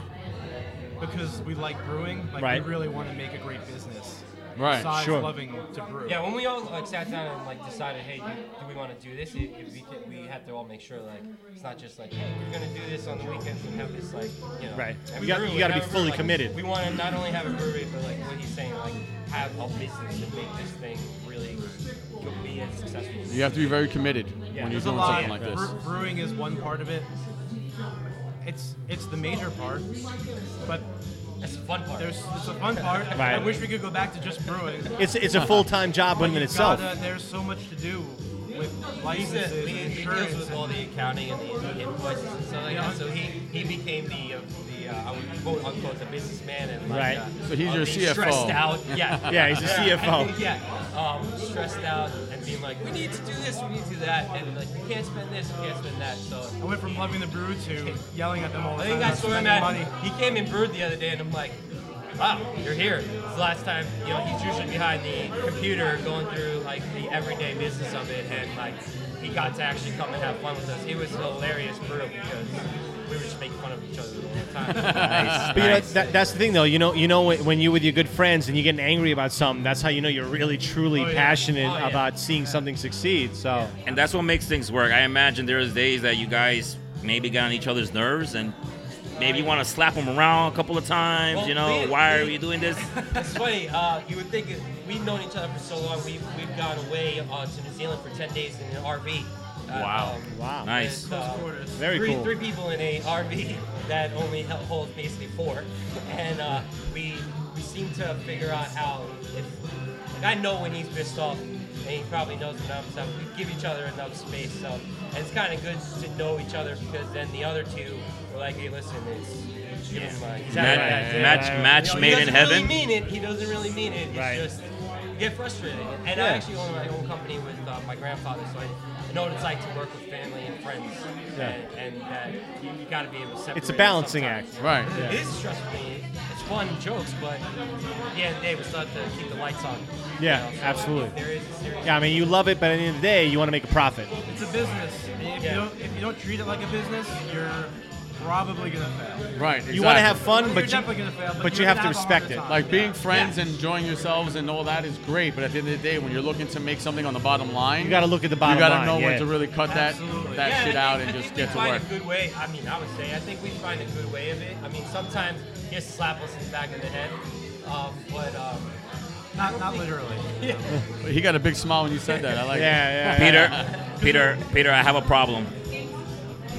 Speaker 5: because we like brewing. Like
Speaker 1: Right.
Speaker 5: we really want to make a great business.
Speaker 2: Right,
Speaker 5: Besides
Speaker 1: sure.
Speaker 5: Loving to brew.
Speaker 4: Yeah, when we all like sat down and like decided, hey, do, do we want to do this? It, it, we, could- we had to all make sure like it's not just like, hey, we're gonna do this on the weekends and have this like, you know.
Speaker 1: Right.
Speaker 4: and
Speaker 1: We got-
Speaker 4: brew
Speaker 1: you
Speaker 4: it,
Speaker 1: gotta be
Speaker 4: have a brew,
Speaker 1: fully
Speaker 4: like,
Speaker 1: committed.
Speaker 4: We want to not only have a brewery, but like what he's saying, like have a business and make this thing really go- be as successful. as
Speaker 2: You have to be very committed when you're
Speaker 5: There's a
Speaker 2: doing
Speaker 5: lot.
Speaker 2: something like this.
Speaker 5: Bre- brewing is one part of it. It's it's the major part, but
Speaker 4: That's the fun part.
Speaker 5: there's it's a fun part.
Speaker 1: Right.
Speaker 5: I wish we could go back to just brewing.
Speaker 1: it's it's a full time job
Speaker 5: But
Speaker 1: in
Speaker 5: you've
Speaker 1: itself.
Speaker 5: gotta- uh, there's so much to do with
Speaker 4: He's a,
Speaker 5: licenses,
Speaker 4: he,
Speaker 5: and
Speaker 4: he deals
Speaker 5: insurance,
Speaker 4: with
Speaker 5: and-
Speaker 4: all the accounting and the invoices and stuff like that. So he, he became the uh, the uh, I would quote unquote the businessman and like,
Speaker 1: Right.
Speaker 4: Uh,
Speaker 2: So he's
Speaker 4: uh,
Speaker 2: your
Speaker 4: being
Speaker 2: CFO.
Speaker 4: Stressed out. Yeah.
Speaker 1: Yeah, he's a CFO.
Speaker 4: yeah. Um, stressed out and being like, we need to do this, we need to do that, and like we can't spend this, we can't spend that. So
Speaker 5: I went from loving the brew to yelling at them all the
Speaker 4: I
Speaker 5: time.
Speaker 4: think I
Speaker 5: about
Speaker 4: saw him
Speaker 5: spending
Speaker 4: at
Speaker 5: money.
Speaker 4: he came and brewed the other day, and I'm like. Wow, you're here. It's the last time, you know, he's usually behind the computer going through like the everyday business of it, and like he got to actually come and have fun with us. It was a hilarious brew because we were just making fun of each other the whole time.
Speaker 1: But you know, that, that's the thing, though. You know, you know when, when you're with your good friends and you're getting angry about something, that's how you know you're really truly
Speaker 5: Oh, yeah.
Speaker 1: passionate
Speaker 4: Oh, yeah.
Speaker 1: about seeing something succeed. So,
Speaker 3: And that's what makes things work. I imagine there's days that you guys maybe got on each other's nerves and maybe you want to slap them around a couple of times,
Speaker 4: Well,
Speaker 3: you know,
Speaker 4: we-
Speaker 3: why are
Speaker 4: we-
Speaker 3: you doing this?
Speaker 4: It's funny. Uh, you would think it- we've known each other for so long. We've we've gone away uh, to New Zealand for ten days in an RV. Uh,
Speaker 3: Wow.
Speaker 4: um,
Speaker 1: wow,
Speaker 3: Nice.
Speaker 4: with, uh,
Speaker 5: Quarters.
Speaker 1: very
Speaker 4: three,
Speaker 1: cool.
Speaker 4: three people in a RV that only hel- holds basically four, and uh, we we seem to figure out how. If, like I know when he's pissed off, and he probably knows when I'm. So we give each other enough space. So and it's kind of good to know each other because then the other two are like, hey, listen, it's. Give him, uh, he's having a bad
Speaker 3: Match, match,
Speaker 4: day."
Speaker 3: match
Speaker 4: You know,
Speaker 3: made
Speaker 4: he
Speaker 3: in
Speaker 4: doesn't
Speaker 3: heaven.
Speaker 4: Really mean it. He doesn't really mean it. It's
Speaker 1: Right.
Speaker 4: just you get frustrated. And I
Speaker 1: Yeah.
Speaker 4: actually own my own company with uh, my grandfather, so I know what it's like to work with family and friends.
Speaker 1: Yeah.
Speaker 4: And, and that you, you got to be able to separate.
Speaker 1: It's a
Speaker 4: it
Speaker 1: balancing
Speaker 4: sometimes.
Speaker 1: act.
Speaker 2: Right.
Speaker 4: It is stressful. It- It's fun jokes, but at the end of the day, we still have to keep the lights on.
Speaker 1: Yeah,
Speaker 4: so
Speaker 1: absolutely.
Speaker 4: There is a serious.
Speaker 1: Yeah, I mean, you love it, but at the end of the day, you want to make a profit.
Speaker 5: It's a business. And if,
Speaker 4: Yeah.
Speaker 5: you don't, if you don't treat it like a business, you're probably going to fail.
Speaker 2: Right. Exactly.
Speaker 1: You want to have fun,
Speaker 5: You're
Speaker 1: but you,
Speaker 5: definitely going to fail, but,
Speaker 1: but you
Speaker 5: you're
Speaker 1: have
Speaker 5: gonna
Speaker 1: to
Speaker 5: a harder
Speaker 1: respect it.
Speaker 5: time.
Speaker 2: like being
Speaker 5: Yeah.
Speaker 2: friends and enjoying yourselves and all that is great, but at the end of the day, when you're looking to make something on the bottom line,
Speaker 1: You gotta look at the bottom
Speaker 2: You gotta
Speaker 1: line,
Speaker 2: know
Speaker 1: yeah.
Speaker 2: when to really cut that
Speaker 5: Absolutely.
Speaker 2: that
Speaker 4: Yeah,
Speaker 2: shit
Speaker 4: I
Speaker 2: out
Speaker 4: think-
Speaker 2: and
Speaker 4: I
Speaker 2: just
Speaker 4: think
Speaker 2: get to
Speaker 4: we
Speaker 2: work.
Speaker 4: find a good way. I mean, I would say I think we find a good way of it. I mean, sometimes you slap us in the back of the head, um, but um,
Speaker 5: Not, not literally.
Speaker 2: But he got a big smile when you said that. I like.
Speaker 1: yeah, yeah.
Speaker 3: Peter, Peter, Peter, I have a problem.
Speaker 2: It.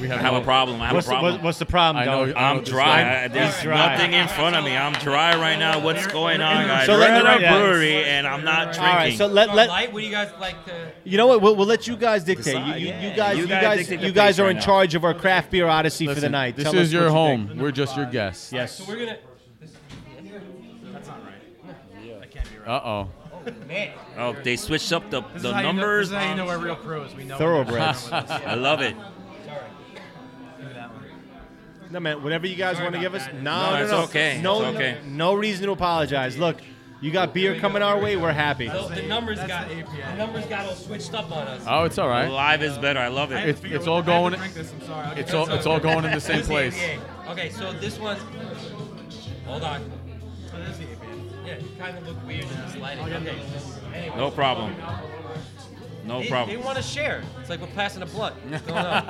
Speaker 2: We have,
Speaker 3: I have
Speaker 2: no-
Speaker 3: a problem. I have
Speaker 1: What's
Speaker 3: a
Speaker 1: the,
Speaker 3: problem.
Speaker 1: what- what's the problem,
Speaker 2: I know-
Speaker 1: Doug?
Speaker 2: I know
Speaker 3: I'm
Speaker 2: what this
Speaker 3: dry.
Speaker 2: is.
Speaker 3: I- There's
Speaker 1: You're dry.
Speaker 3: nothing in front of me. I'm dry right now. What's going on, guys?
Speaker 1: So
Speaker 3: We're
Speaker 1: let-
Speaker 3: in
Speaker 1: let-
Speaker 3: a
Speaker 1: yeah.
Speaker 3: brewery and I'm not
Speaker 1: All right, so
Speaker 3: drinking.
Speaker 1: let,
Speaker 4: Or
Speaker 1: let
Speaker 4: light. What do you guys like to?
Speaker 1: You know what? We'll, we'll let you guys dictate. You,
Speaker 3: Decide,
Speaker 1: you,
Speaker 3: yeah.
Speaker 1: you guys,
Speaker 3: You
Speaker 1: you
Speaker 3: guys
Speaker 1: guys,
Speaker 3: dictate the
Speaker 1: you guys
Speaker 3: pace
Speaker 1: are
Speaker 3: right
Speaker 1: in
Speaker 3: now.
Speaker 1: charge of our craft beer odyssey for the
Speaker 2: Listen,
Speaker 1: night.
Speaker 2: This
Speaker 1: Tell
Speaker 2: is
Speaker 1: us
Speaker 2: your
Speaker 1: what you
Speaker 2: home.
Speaker 1: think.
Speaker 2: We're just your guests.
Speaker 1: Yes.
Speaker 4: So we're gonna.
Speaker 5: That's not right. That can't be right.
Speaker 2: Uh oh.
Speaker 4: Oh man.
Speaker 3: Oh, they switched up the,
Speaker 5: This
Speaker 3: the
Speaker 5: is how you know-
Speaker 3: numbers.
Speaker 5: this is how you know we're real pros. We know when we're
Speaker 1: Thoroughbreds.
Speaker 5: down with
Speaker 3: I love it.
Speaker 5: this. Do that one.
Speaker 1: No man, whatever you guys
Speaker 4: Sorry
Speaker 1: want to
Speaker 4: about
Speaker 1: give us.
Speaker 4: that.
Speaker 1: No,
Speaker 3: No,
Speaker 1: no,
Speaker 3: it's
Speaker 1: no.
Speaker 3: okay.
Speaker 1: No,
Speaker 3: It's okay.
Speaker 1: no, no reason to apologize. Look, you got beer coming our way. We're happy.
Speaker 4: So the
Speaker 5: the-
Speaker 4: numbers
Speaker 5: that's
Speaker 4: got
Speaker 5: the API.
Speaker 4: the numbers got all switched up on us.
Speaker 2: Oh, it's all right.
Speaker 3: Live is better. I love
Speaker 5: I
Speaker 3: it.
Speaker 5: have to
Speaker 2: It's-
Speaker 5: figure
Speaker 2: it's
Speaker 5: out
Speaker 2: all
Speaker 5: what- I have
Speaker 2: going-
Speaker 5: to drink this, I'm sorry. I'll get
Speaker 2: It's all
Speaker 5: back
Speaker 2: it's
Speaker 5: to
Speaker 2: all
Speaker 5: it.
Speaker 2: going in the same
Speaker 4: This is
Speaker 2: place.
Speaker 4: APA. Okay, so this one's. Hold on.
Speaker 5: Oh, this is the API.
Speaker 4: Yeah, it kind of looked weird in this lighting. Okay. Anyway.
Speaker 3: No problem. No
Speaker 4: They,
Speaker 3: problem.
Speaker 4: want to share. It's like we're passing a blunt. What's going on?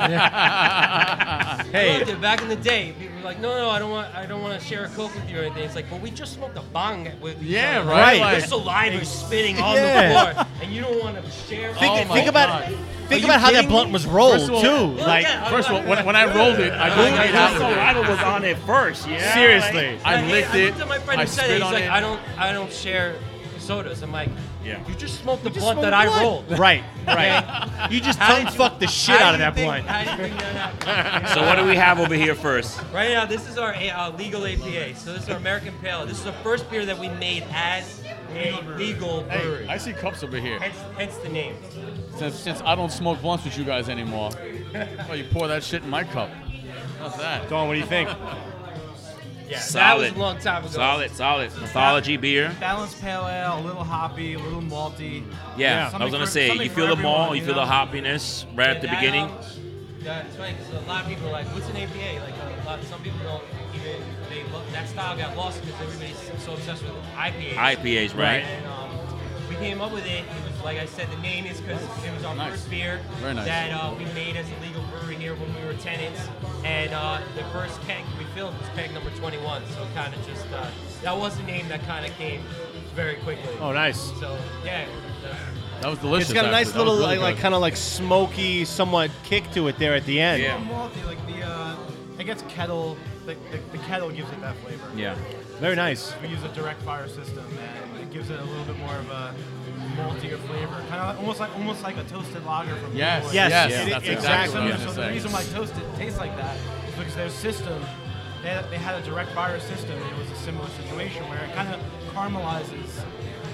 Speaker 1: Hey,
Speaker 4: Look, back in the day, people were like, "No, no, I don't want, I don't want to share a coke with you or anything." It's like, well, we just smoked a bong with each
Speaker 2: Yeah,
Speaker 4: other.
Speaker 2: right.
Speaker 1: Right.
Speaker 4: Your saliva is spitting on
Speaker 1: Yeah.
Speaker 4: the floor, and you don't want to share.
Speaker 1: think,
Speaker 2: Oh my
Speaker 1: think about
Speaker 2: God.
Speaker 1: think
Speaker 2: Are
Speaker 1: about
Speaker 2: you
Speaker 1: how that
Speaker 2: kidding
Speaker 1: blunt
Speaker 2: me?
Speaker 1: was rolled
Speaker 2: First of all-
Speaker 1: too.
Speaker 2: Look
Speaker 1: like
Speaker 4: at-
Speaker 2: First of all, when, when I rolled it, I didn't get out of it.
Speaker 3: was on it first. Yeah.
Speaker 1: seriously,
Speaker 2: I
Speaker 4: hate-
Speaker 2: licked
Speaker 4: I
Speaker 2: it.
Speaker 4: looked at my friend
Speaker 2: I
Speaker 4: and said it.
Speaker 2: spit
Speaker 4: He's
Speaker 2: on
Speaker 4: like,
Speaker 2: it.
Speaker 4: I don't, I don't share sodas. I'm like,
Speaker 3: Yeah.
Speaker 4: You just smoked the
Speaker 1: just
Speaker 4: blunt that
Speaker 1: smoked
Speaker 4: I
Speaker 1: blunt.
Speaker 4: rolled.
Speaker 1: Right,
Speaker 4: Okay.
Speaker 1: right. you just
Speaker 4: How
Speaker 1: tongue
Speaker 4: did you-
Speaker 1: fucked the shit
Speaker 4: How
Speaker 1: out of
Speaker 4: do you
Speaker 1: that
Speaker 4: think-
Speaker 1: blunt.
Speaker 4: how do you think that
Speaker 3: So what do we have over here first?
Speaker 4: Right now, this is our uh, legal APA. So this is our American Pale. Ale. This is the first beer that we made as a legal brewery.
Speaker 2: Hey, I see cups over here.
Speaker 4: Hence, hence the name.
Speaker 2: Since, since I don't smoke blunts with you guys anymore, oh, you pour that shit in my cup. How's that?
Speaker 1: Don, what do you think?
Speaker 4: Yeah, that
Speaker 3: Solid.
Speaker 4: was a long time ago.
Speaker 3: Solid, solid. Mythology beer.
Speaker 5: Balanced pale ale, a little hoppy, a little malty.
Speaker 3: Yeah, I
Speaker 5: Something
Speaker 3: was gonna
Speaker 5: for-
Speaker 3: say
Speaker 5: something
Speaker 3: you
Speaker 5: for
Speaker 3: feel the malt,
Speaker 5: everyone,
Speaker 3: you
Speaker 5: you
Speaker 3: feel the
Speaker 5: know?
Speaker 3: hoppiness right at the
Speaker 4: That, um,
Speaker 3: beginning.
Speaker 4: That's right. 'cause a lot of people are like, "What's an APA?" Like a lot, some people don't even. They look, that style got lost because everybody's so obsessed with IPAs.
Speaker 3: IPAs, right?
Speaker 4: And um, we came up with it. It was like I said, the name is because it was our
Speaker 2: Nice.
Speaker 4: first beer
Speaker 2: Very nice.
Speaker 4: that uh, we made as a legal brewery here when we were tenants, and uh, the first keg we filled was keg number 21. So kind of just uh, that was the name that kind of came very quickly.
Speaker 1: Oh, nice.
Speaker 4: So yeah, uh, that's-
Speaker 2: That was delicious.
Speaker 1: It's got a
Speaker 2: actually.
Speaker 1: nice
Speaker 2: That
Speaker 1: little
Speaker 2: was really
Speaker 1: like, like
Speaker 2: good.
Speaker 1: kind of like smoky, somewhat kick to it there at the end.
Speaker 3: Yeah.
Speaker 5: Little malty, like the uh, I guess kettle. The, the, the kettle gives it that flavor.
Speaker 3: Yeah.
Speaker 1: Very nice.
Speaker 5: We use a direct fire system, and it gives it a little bit more of a maltier flavor, kind of almost like almost like a toasted lager from
Speaker 2: Yes,
Speaker 5: Illinois.
Speaker 1: Yes,
Speaker 2: yes,
Speaker 1: yeah.
Speaker 2: that's
Speaker 1: it-
Speaker 2: exactly
Speaker 5: So,
Speaker 2: what
Speaker 1: exactly.
Speaker 2: I was
Speaker 5: so
Speaker 2: gonna
Speaker 5: the
Speaker 2: say.
Speaker 5: reason why toasted tastes like that is because their system, they had, they had a direct fire system, and it was a similar situation where it kind of caramelizes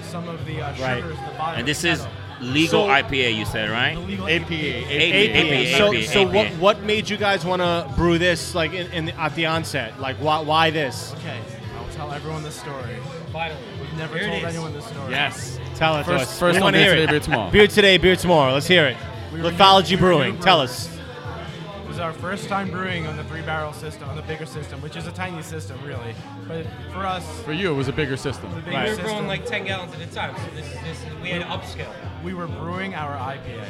Speaker 5: some of the uh,
Speaker 1: Right.
Speaker 5: sugars in the body.
Speaker 3: And
Speaker 5: of
Speaker 3: this
Speaker 5: the
Speaker 3: is
Speaker 5: kettle.
Speaker 3: legal
Speaker 1: So-
Speaker 3: IPA, you said, right?
Speaker 5: The legal
Speaker 2: E.
Speaker 3: APA, APA,
Speaker 1: So,
Speaker 3: APA.
Speaker 1: so what what made you guys want to brew this like in, in the, at the onset? Like why why this?
Speaker 5: Okay, I'll tell everyone this story.
Speaker 4: finally
Speaker 5: We've never
Speaker 4: Here it
Speaker 5: told
Speaker 4: is.
Speaker 5: anyone this
Speaker 1: E.
Speaker 5: story.
Speaker 2: Yes.
Speaker 1: Tell it to
Speaker 2: First-
Speaker 1: us.
Speaker 2: first
Speaker 1: We
Speaker 2: on
Speaker 1: wanna hear
Speaker 2: Beer Today,
Speaker 1: it.
Speaker 2: Beer Tomorrow.
Speaker 1: Beer today, beer tomorrow. Let's hear it.
Speaker 5: We were
Speaker 1: Lithology
Speaker 5: new- we were new
Speaker 1: Brewing. Tell
Speaker 5: brewers.
Speaker 1: us.
Speaker 5: It was our first time brewing on the three barrel system, on the bigger system, which is a tiny system, really. But for us,
Speaker 2: For you, it was a bigger
Speaker 5: the
Speaker 2: system.
Speaker 5: bigger
Speaker 1: Right.
Speaker 4: we were
Speaker 5: system,
Speaker 4: growing like 10 gallons at a time. So this is this is, we had to upscale.
Speaker 5: we were brewing our IPA,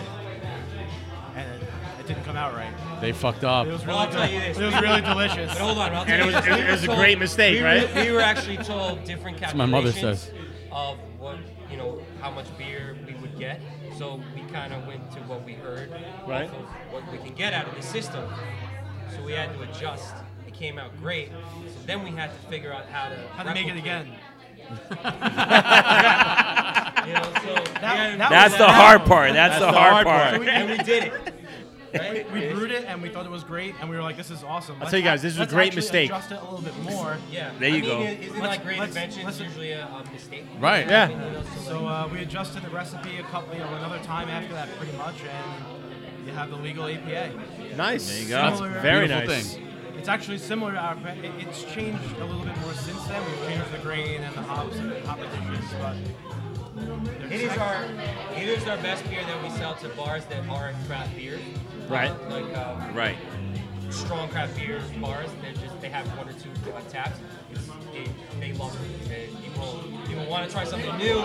Speaker 5: and it, it didn't come out right.
Speaker 2: They fucked
Speaker 5: It
Speaker 2: up.
Speaker 5: was
Speaker 4: Well,
Speaker 5: really,
Speaker 4: I'll tell
Speaker 5: deli-
Speaker 4: you this.
Speaker 5: It was really delicious.
Speaker 4: But hold on, I'll
Speaker 1: And it
Speaker 4: tell you
Speaker 1: was-
Speaker 4: this.
Speaker 1: it was a
Speaker 4: We were
Speaker 1: great
Speaker 4: told-
Speaker 1: mistake,
Speaker 4: we were-
Speaker 1: right?
Speaker 4: we were actually told different
Speaker 2: what my mother
Speaker 4: calculations
Speaker 2: says.
Speaker 4: of what you know how much beer we would get. So we kind of went to what we heard,
Speaker 1: Right.
Speaker 4: off of What we can get out of the system. So we had to adjust. It came out great. So then we had to figure out how to
Speaker 5: How to make it
Speaker 4: replicate,
Speaker 5: again?
Speaker 4: You know, so we had to-
Speaker 5: that
Speaker 3: That's
Speaker 5: was
Speaker 3: the
Speaker 5: a-
Speaker 3: hard part. That's the hard
Speaker 5: So
Speaker 3: part.
Speaker 5: we-
Speaker 4: and we did it. Right?
Speaker 5: We brewed it and we thought it was great, and we were like, "This is awesome." Let's
Speaker 1: tell you guys,
Speaker 5: act-
Speaker 1: this is a
Speaker 5: let's
Speaker 1: great
Speaker 5: actually
Speaker 1: mistake.
Speaker 5: Adjust it a little bit more.
Speaker 4: Yeah.
Speaker 3: There you
Speaker 4: I mean,
Speaker 3: go.
Speaker 4: Isn't
Speaker 5: Let's-
Speaker 4: like great
Speaker 5: let's-
Speaker 4: inventions
Speaker 5: let's-
Speaker 4: usually uh, a, a mistake?
Speaker 2: Right.
Speaker 1: Yeah.
Speaker 4: I mean, you know, so,
Speaker 5: So
Speaker 4: like,
Speaker 5: uh, we adjusted the recipe a couple, you know, another time after that, pretty much, and you have the legal APA.
Speaker 1: Nice.
Speaker 3: There you go.
Speaker 2: That's
Speaker 5: Similar-
Speaker 2: a
Speaker 1: Very
Speaker 2: beautiful
Speaker 1: nice.
Speaker 2: thing.
Speaker 5: It's actually similar to our. but it- It's changed a little bit more since then. We've changed the grain and the hops and the hop additions, but
Speaker 4: It is our it is our best beer that we sell to bars that aren't craft beer.
Speaker 1: Right.
Speaker 4: Uh, Like uh,
Speaker 3: Right.
Speaker 4: strong craft beers bars. They just they have one or two uh, taps. It's, it, they love it. They- people people want to try something new.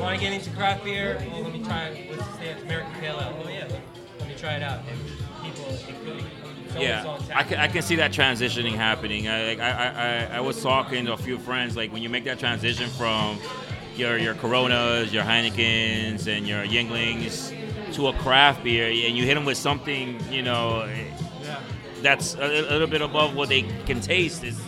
Speaker 4: Want to get into craft beer? Well, let me try. What's this? It's American Pale Ale. Oh yeah. Let, let me try it out. And people, it could, it's always
Speaker 3: Yeah,
Speaker 4: on tap.
Speaker 3: I can, I can see that transitioning happening. I, like, I, I, I was talking to a few friends, like when you make that transition from your your Coronas, your Heinekens, and your Yinglings to a craft beer, and you hit them with something, you know,
Speaker 5: yeah.
Speaker 3: that's a, a little bit above what they can taste is.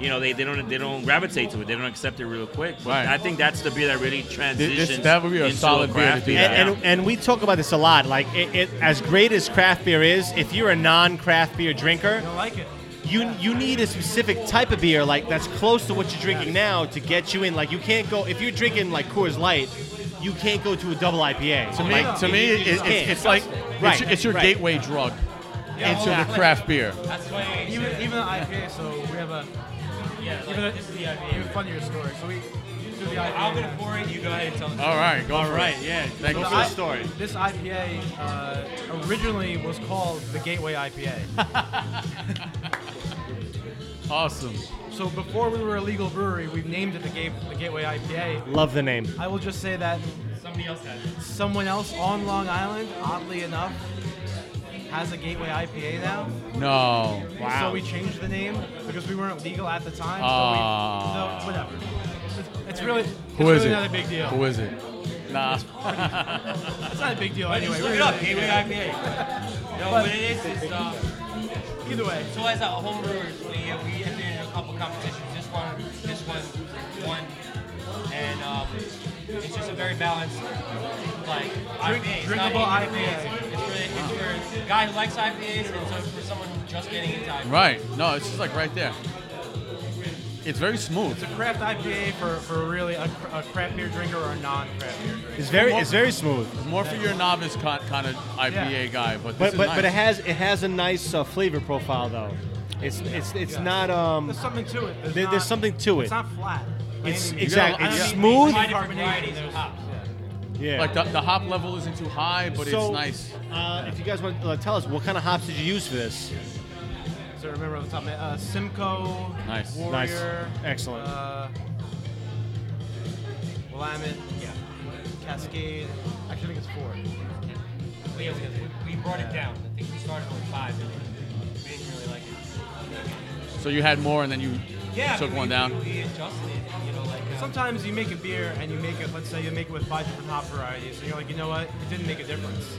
Speaker 3: You know they, they don't they don't gravitate to it. They don't accept it real quick. But
Speaker 2: Right.
Speaker 3: I think that's the beer that really transitions.
Speaker 2: that would be a
Speaker 3: into
Speaker 2: solid beer to
Speaker 3: craft
Speaker 2: do
Speaker 3: beer.
Speaker 2: that.
Speaker 3: Yeah.
Speaker 1: And, and, and we talk about this a lot. Like, it, it, as great as craft beer is, if you're a non-craft beer drinker,
Speaker 5: you don't like it.
Speaker 1: you you need a specific type of beer like that's close to what you're drinking now to get you in. Like you can't go if you're drinking like Coors Light, you can't go to a double IPA.
Speaker 5: Oh
Speaker 2: To me,
Speaker 1: Like,
Speaker 2: to me,
Speaker 1: you- you
Speaker 2: it,
Speaker 1: just
Speaker 2: it's,
Speaker 1: can't.
Speaker 2: it's like
Speaker 1: Right,
Speaker 2: it's, your- it's your
Speaker 1: right.
Speaker 2: gateway drug into the
Speaker 1: exactly.
Speaker 2: craft beer.
Speaker 4: That's why.
Speaker 5: Even even the IPA. So we have a
Speaker 4: yeah, like,
Speaker 5: even a,
Speaker 4: this is the
Speaker 5: even
Speaker 4: idea.
Speaker 5: funnier story. So we do the IPA.
Speaker 4: I'm gonna pour it. You go ahead and tell us.
Speaker 2: All right, go
Speaker 1: All
Speaker 2: for it.
Speaker 1: right, yeah.
Speaker 2: Thank
Speaker 1: Go
Speaker 2: you
Speaker 1: for it.
Speaker 2: for the
Speaker 5: I-
Speaker 2: story.
Speaker 5: This IPA uh, originally was called the Gateway IPA.
Speaker 2: Awesome.
Speaker 5: so before we were a legal brewery, we named it the, Ga- the Gateway IPA.
Speaker 1: Love the name.
Speaker 5: I will just say that
Speaker 4: Somebody else has it.
Speaker 5: someone else on Long Island, oddly enough, has a Gateway IPA now.
Speaker 2: No.
Speaker 1: Wow.
Speaker 5: So we changed the name because we weren't legal at the time.
Speaker 2: Uh,
Speaker 4: Uh,
Speaker 2: Ah.
Speaker 5: So we, no, whatever. It's, it's really, it's
Speaker 2: Who
Speaker 5: really
Speaker 2: is it?
Speaker 5: not a big deal.
Speaker 2: Who is it? Nah.
Speaker 5: It's not a big deal
Speaker 4: Anyway,
Speaker 5: anyway.
Speaker 4: look
Speaker 5: really.
Speaker 4: it up. Gateway IPA. No,
Speaker 5: But-
Speaker 4: what it is is uh,
Speaker 5: Either way,
Speaker 4: so as a home brewers, we uh, we entered a couple competitions. This one, this one, one, and um, It's just a very balanced, like
Speaker 5: Drink-
Speaker 4: IPA. It's not
Speaker 5: drinkable
Speaker 4: anything
Speaker 5: IPA.
Speaker 4: fancy. It's really it's for a guy who likes IPAs, and so it's for someone who's just getting into IPAs.
Speaker 2: Right. No, it's just like right there. It's very smooth.
Speaker 5: It's a craft IPA for, for really a, cr- a craft beer drinker or a non-craft beer drinker.
Speaker 1: It's very it's very smooth.
Speaker 2: More for your novice kind of IPA
Speaker 5: Yeah.
Speaker 2: guy, but this
Speaker 1: But
Speaker 2: is
Speaker 1: but,
Speaker 2: nice.
Speaker 1: but it has it has a nice uh, flavor profile though. It's it's it's
Speaker 5: Yeah.
Speaker 1: not um
Speaker 5: There's something to it. There's,
Speaker 1: There- there's
Speaker 5: not-
Speaker 1: something to it.
Speaker 5: It's not flat. by
Speaker 1: It's-
Speaker 5: any means.
Speaker 1: exactly.
Speaker 5: I don't
Speaker 2: It's
Speaker 5: mean
Speaker 1: smooth.
Speaker 5: by
Speaker 4: Five different
Speaker 5: carbonation.
Speaker 4: varieties of
Speaker 5: There's-
Speaker 4: hops.
Speaker 1: yeah.
Speaker 2: like the, the hop level isn't too high, but
Speaker 1: So,
Speaker 2: it's nice.
Speaker 1: Uh, if you guys want to uh, tell us what kind of hops did you use for this?
Speaker 5: So remember off the top of my uh, Simcoe,
Speaker 2: Nice.
Speaker 5: Warrior,
Speaker 1: Nice. Excellent.
Speaker 5: Uh, Willamette, yeah, Cascade. Actually, I think it's four.
Speaker 4: We, we brought it down. I think we started with five, and we didn't really like it.
Speaker 2: So you had more, and then you
Speaker 4: Yeah,
Speaker 2: took
Speaker 4: we,
Speaker 2: one down.
Speaker 4: We, we adjusted it, you know, like uh,
Speaker 5: Sometimes you make a beer and you make it. Let's say you make it with five different hop varieties, and you're like, you know what? It didn't make a difference.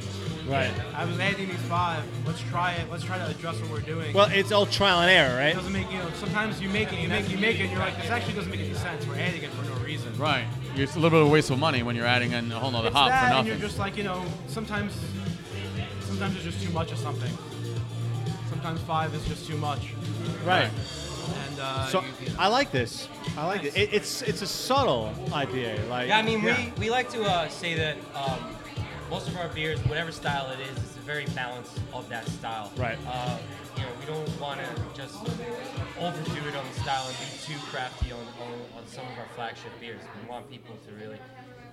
Speaker 1: Right.
Speaker 5: I was adding these five. Let's try it. Let's try to adjust what we're doing.
Speaker 1: Well, it's all trial and error,
Speaker 5: it
Speaker 1: right?
Speaker 5: doesn't make you know. Sometimes you make it, you make, you make it, and you're like, this actually doesn't make any sense. We're adding it for no reason.
Speaker 2: Right. It's a little bit of waste of money when you're adding in a whole nother
Speaker 5: It's
Speaker 2: hop
Speaker 5: that,
Speaker 2: for
Speaker 5: and
Speaker 2: nothing.
Speaker 5: you're just like, you know, sometimes, sometimes there's just too much of something. Sometimes five is just too much,
Speaker 1: Right.
Speaker 5: and uh,
Speaker 1: So
Speaker 5: you- you know.
Speaker 1: I like this. I like it. it. It's it's a subtle IPA. Like
Speaker 4: Yeah, I mean,
Speaker 5: Yeah.
Speaker 4: we, we like to uh, say that um, most of our beers, whatever style it is, it's very balanced of that style.
Speaker 1: Right.
Speaker 4: Uh, you know, we don't want to just overdo it on the style and be too crafty on, on, on some of our flagship beers. We want people to really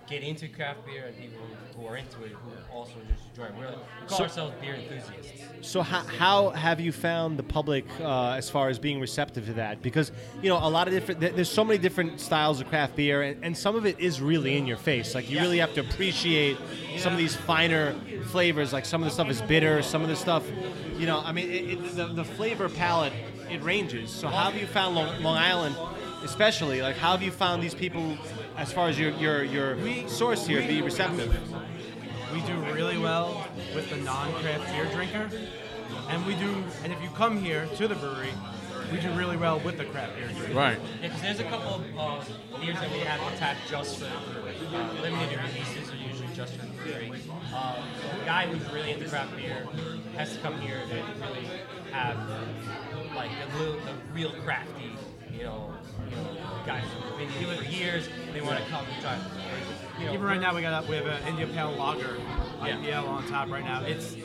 Speaker 4: get into craft beer and people who are into it who also just enjoy it. We're, we call
Speaker 1: So-
Speaker 4: ourselves beer enthusiasts.
Speaker 1: So how, how have you found the public uh, as far as being receptive to that? Because you know a lot of different. there- There's so many different styles of craft beer, and, and some of it is really in your face. Like you really have to appreciate some of these finer flavors. Like some of the stuff is bitter. Some of the stuff, you know, I mean, it, it, the, the flavor palette it ranges. So how have you found Long, Long Island, especially? Like how have you found these people as far as your your your source here be receptive?
Speaker 5: we do really well with the non-craft beer drinker, and we do. And if you come here to the brewery, we do really well with the craft beer drinker.
Speaker 2: right.
Speaker 4: Yeah, 'cause there's a couple of uh, beers that we have on tap just for the brewery. Uh, limited releases are usually just for the brewery. Um, so a guy who's really into craft beer has to come here and really have like the, little, the real crafty, you know, you know, guys who've been doing it for years. They want to come and try. it. You know,
Speaker 5: Even right now, we got we have an India Pale Lager
Speaker 4: Yeah.
Speaker 5: IPL on top right now. It's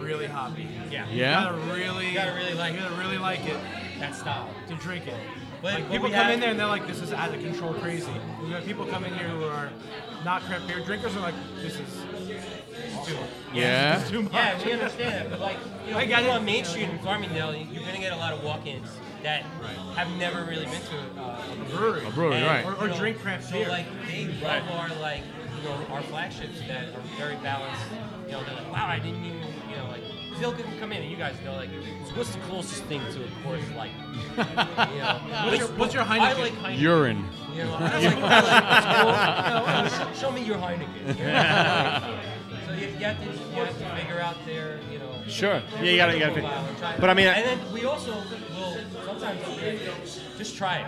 Speaker 5: really hoppy.
Speaker 4: yeah,
Speaker 5: You
Speaker 2: Yeah?
Speaker 5: gotta really,
Speaker 4: You gotta really like
Speaker 5: you
Speaker 4: it.
Speaker 5: gotta really like it
Speaker 4: that style.
Speaker 5: to drink it.
Speaker 4: But-
Speaker 5: like
Speaker 4: but
Speaker 5: people
Speaker 4: we
Speaker 5: come
Speaker 4: have-
Speaker 5: in there and they're like, "This is out of control, crazy." We have people come in here who are not craft beer drinkers and are like, "This is
Speaker 2: Yeah.
Speaker 5: it's too much."
Speaker 4: Yeah, we understand that, but like, you know,
Speaker 5: I
Speaker 4: I
Speaker 5: got it.
Speaker 4: on Main Street in Farmingdale, you're gonna get a lot of walk-ins that have never really been to uh,
Speaker 5: A brewery.
Speaker 2: A brewery, right.
Speaker 5: Or-
Speaker 4: you
Speaker 5: drink craft
Speaker 4: so
Speaker 5: beer.
Speaker 4: like they love our like you know our flagships that are very balanced. You know they're like wow I didn't even you know like Phil could come in and you guys know like so what's the closest thing to a course like you know
Speaker 5: What's your- what's your
Speaker 4: I
Speaker 5: Heineken?
Speaker 4: like Heineken.
Speaker 2: Urine.
Speaker 4: you know, I like, I like, you know, show me your Heineken. You know? so you, you have to you have to figure out their you know
Speaker 1: Sure.
Speaker 4: their
Speaker 1: Yeah, you gotta- you gotta
Speaker 4: flavor
Speaker 1: fi-
Speaker 4: profile and try it.
Speaker 1: but I mean, I-
Speaker 4: and then we also will sometimes we'll be like, just try it.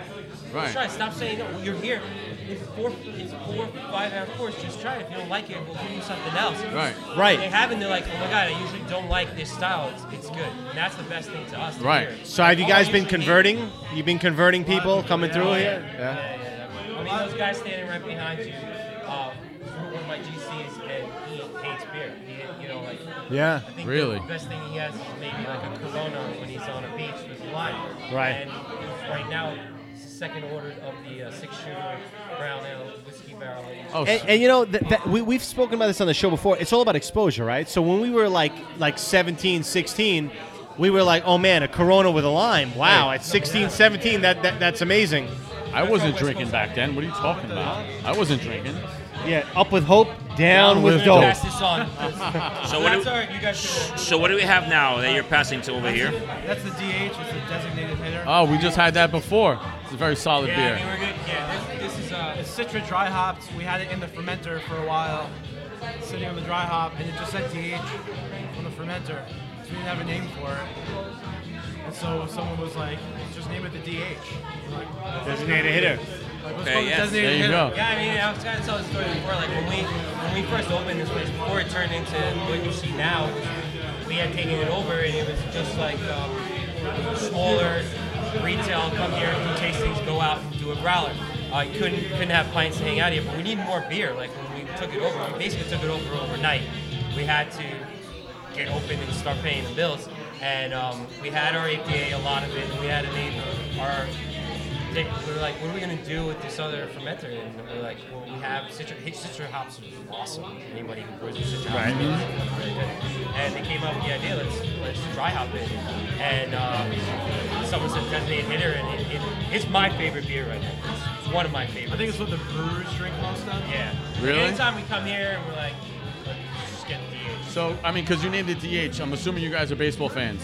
Speaker 2: Right.
Speaker 4: Just try it. Stop saying no. You're here. It's four. It's four five hour course. Just try it. If you don't like it, we'll give you something else.
Speaker 2: Right.
Speaker 1: Right.
Speaker 4: They have and they're like, oh my god, I usually don't like this style. It's, it's good. And that's the best thing to us. to
Speaker 2: Right.
Speaker 4: hear.
Speaker 1: So have you
Speaker 4: All I
Speaker 1: guys been
Speaker 4: usually hate-
Speaker 1: converting? You've been converting people coming through here? Yeah.
Speaker 4: yeah, yeah. I mean, those guys standing right behind you. Uh, one of my GCs, and he hates beer. He, you know, like.
Speaker 1: Yeah.
Speaker 4: I think
Speaker 2: Really?
Speaker 4: The best thing he has is maybe like a Corona when he's on a beach with wine.
Speaker 1: Right.
Speaker 4: And right now, it's the second order of the uh, six shooter brown ale whiskey barrel. aged.
Speaker 2: Oh,
Speaker 1: And, and you know that, that we, we've spoken about this on the show before it's all about exposure right so when we were like like 17 16 we were like oh man a corona with a lime wow at 16 17 that, that that's amazing
Speaker 2: I wasn't drinking back then. What are you talking about? I wasn't drinking.
Speaker 1: yeah up with hope down,
Speaker 2: Down
Speaker 1: with,
Speaker 2: with
Speaker 4: I'm gonna
Speaker 1: dope
Speaker 4: Pass this on. so
Speaker 3: So what
Speaker 4: that's
Speaker 3: do-
Speaker 4: all right. You guys should.
Speaker 3: So what do we have now that you're passing to over here?
Speaker 5: That's the DH. It's the designated hitter.
Speaker 2: Oh, we just had that before. It's a very solid
Speaker 4: Yeah, I mean,
Speaker 2: beer.
Speaker 4: we're good. Yeah, this, this is uh,
Speaker 5: It's Citra dry hopped. We had it in the fermenter for a while, sitting on the dry hop, and it just said DH on the fermenter. So we didn't have a name for it. And so someone was like, just name it the DH. We're like,
Speaker 1: designated hitter
Speaker 5: Like, what's
Speaker 3: Okay,
Speaker 5: called a
Speaker 3: yes.
Speaker 5: designated
Speaker 2: There you
Speaker 5: hitter.
Speaker 2: go.
Speaker 4: Yeah, I mean, I was trying to tell the story before. Like when we when we first opened this place, before it turned into what you see now, we had taken it over, and it was just like um, smaller retail. Come here, do tastings, go out, and do a growler. I couldn't couldn't have pints to hang out here, but we needed more beer. Like when we took it over, we basically took it over overnight. We had to get open and start paying the bills. And um, we had our APA, a lot of it, and we had to name our. They, we were like, what are we gonna do with this other fermenter? And we are like, well, we have citra, hit citra hops, which is awesome. Anybody who grows citra hops, knows really good. And they came up with the idea, let's let's dry hop it. And uh, someone said designated hitter, and it, it, it's my favorite beer right now. It's- It's one of my favorites.
Speaker 5: I think it's what the brewers drink most of.
Speaker 4: yeah.
Speaker 2: Really?
Speaker 4: Anytime we come here, we're like, let's just get the
Speaker 2: So, I mean, because you named it DH, I'm assuming you guys are baseball fans.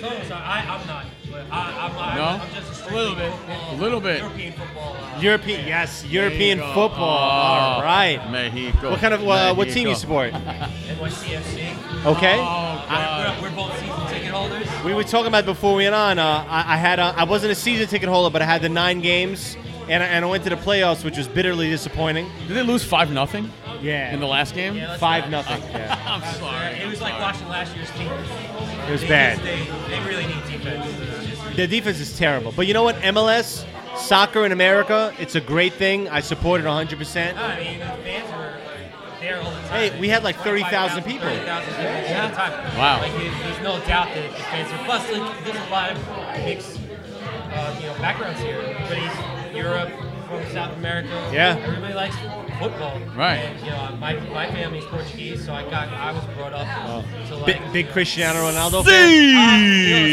Speaker 4: No, so I, I'm not. But I, I'm, I'm,
Speaker 2: No?
Speaker 4: I'm just
Speaker 5: A little bit.
Speaker 4: Football,
Speaker 2: A little bit.
Speaker 4: European football. Uh,
Speaker 1: European, yes, European
Speaker 2: There you go.
Speaker 1: football.
Speaker 2: Oh,
Speaker 1: All right.
Speaker 2: Mexico.
Speaker 1: What kind of uh, what team you
Speaker 2: Mexico.
Speaker 1: support?
Speaker 4: NYCFC.
Speaker 1: Okay.
Speaker 2: Oh, God.
Speaker 4: we're, we're both season ticket holders.
Speaker 1: We were talking about before we went on. Uh, I, I had uh, I wasn't a season ticket holder, but I had the nine games, and I, and I went to the playoffs, which was bitterly disappointing.
Speaker 2: Did they lose 5 nothing
Speaker 1: Yeah,
Speaker 2: in the last game?
Speaker 4: Yeah, let's
Speaker 1: five
Speaker 4: not-
Speaker 1: nothing. yeah.
Speaker 2: I'm sorry.
Speaker 4: Uh, It was like watching last year's team. It
Speaker 1: was
Speaker 4: they
Speaker 1: bad.
Speaker 4: Just, they, they really need defense. It's just-
Speaker 1: Their defense is terrible, but you know what? MLS soccer in America, it's a great thing. I support it 100. percent
Speaker 4: I mean, the fans were like, there all the time.
Speaker 1: Hey, we had like 30,000 people.
Speaker 4: 30,000 people all the time.
Speaker 2: Wow.
Speaker 4: Like, there's there's no doubt that the fans are. Plus, like, there's a lot of mixed, uh, you know, backgrounds here. Everybody's Europe, from South America.
Speaker 1: Yeah.
Speaker 4: Everybody likes football.
Speaker 2: Right.
Speaker 4: And, you know, my, my family's Portuguese, so I got I was brought up to like
Speaker 1: Oh. Big, big Cristiano Ronaldo. fan.
Speaker 4: you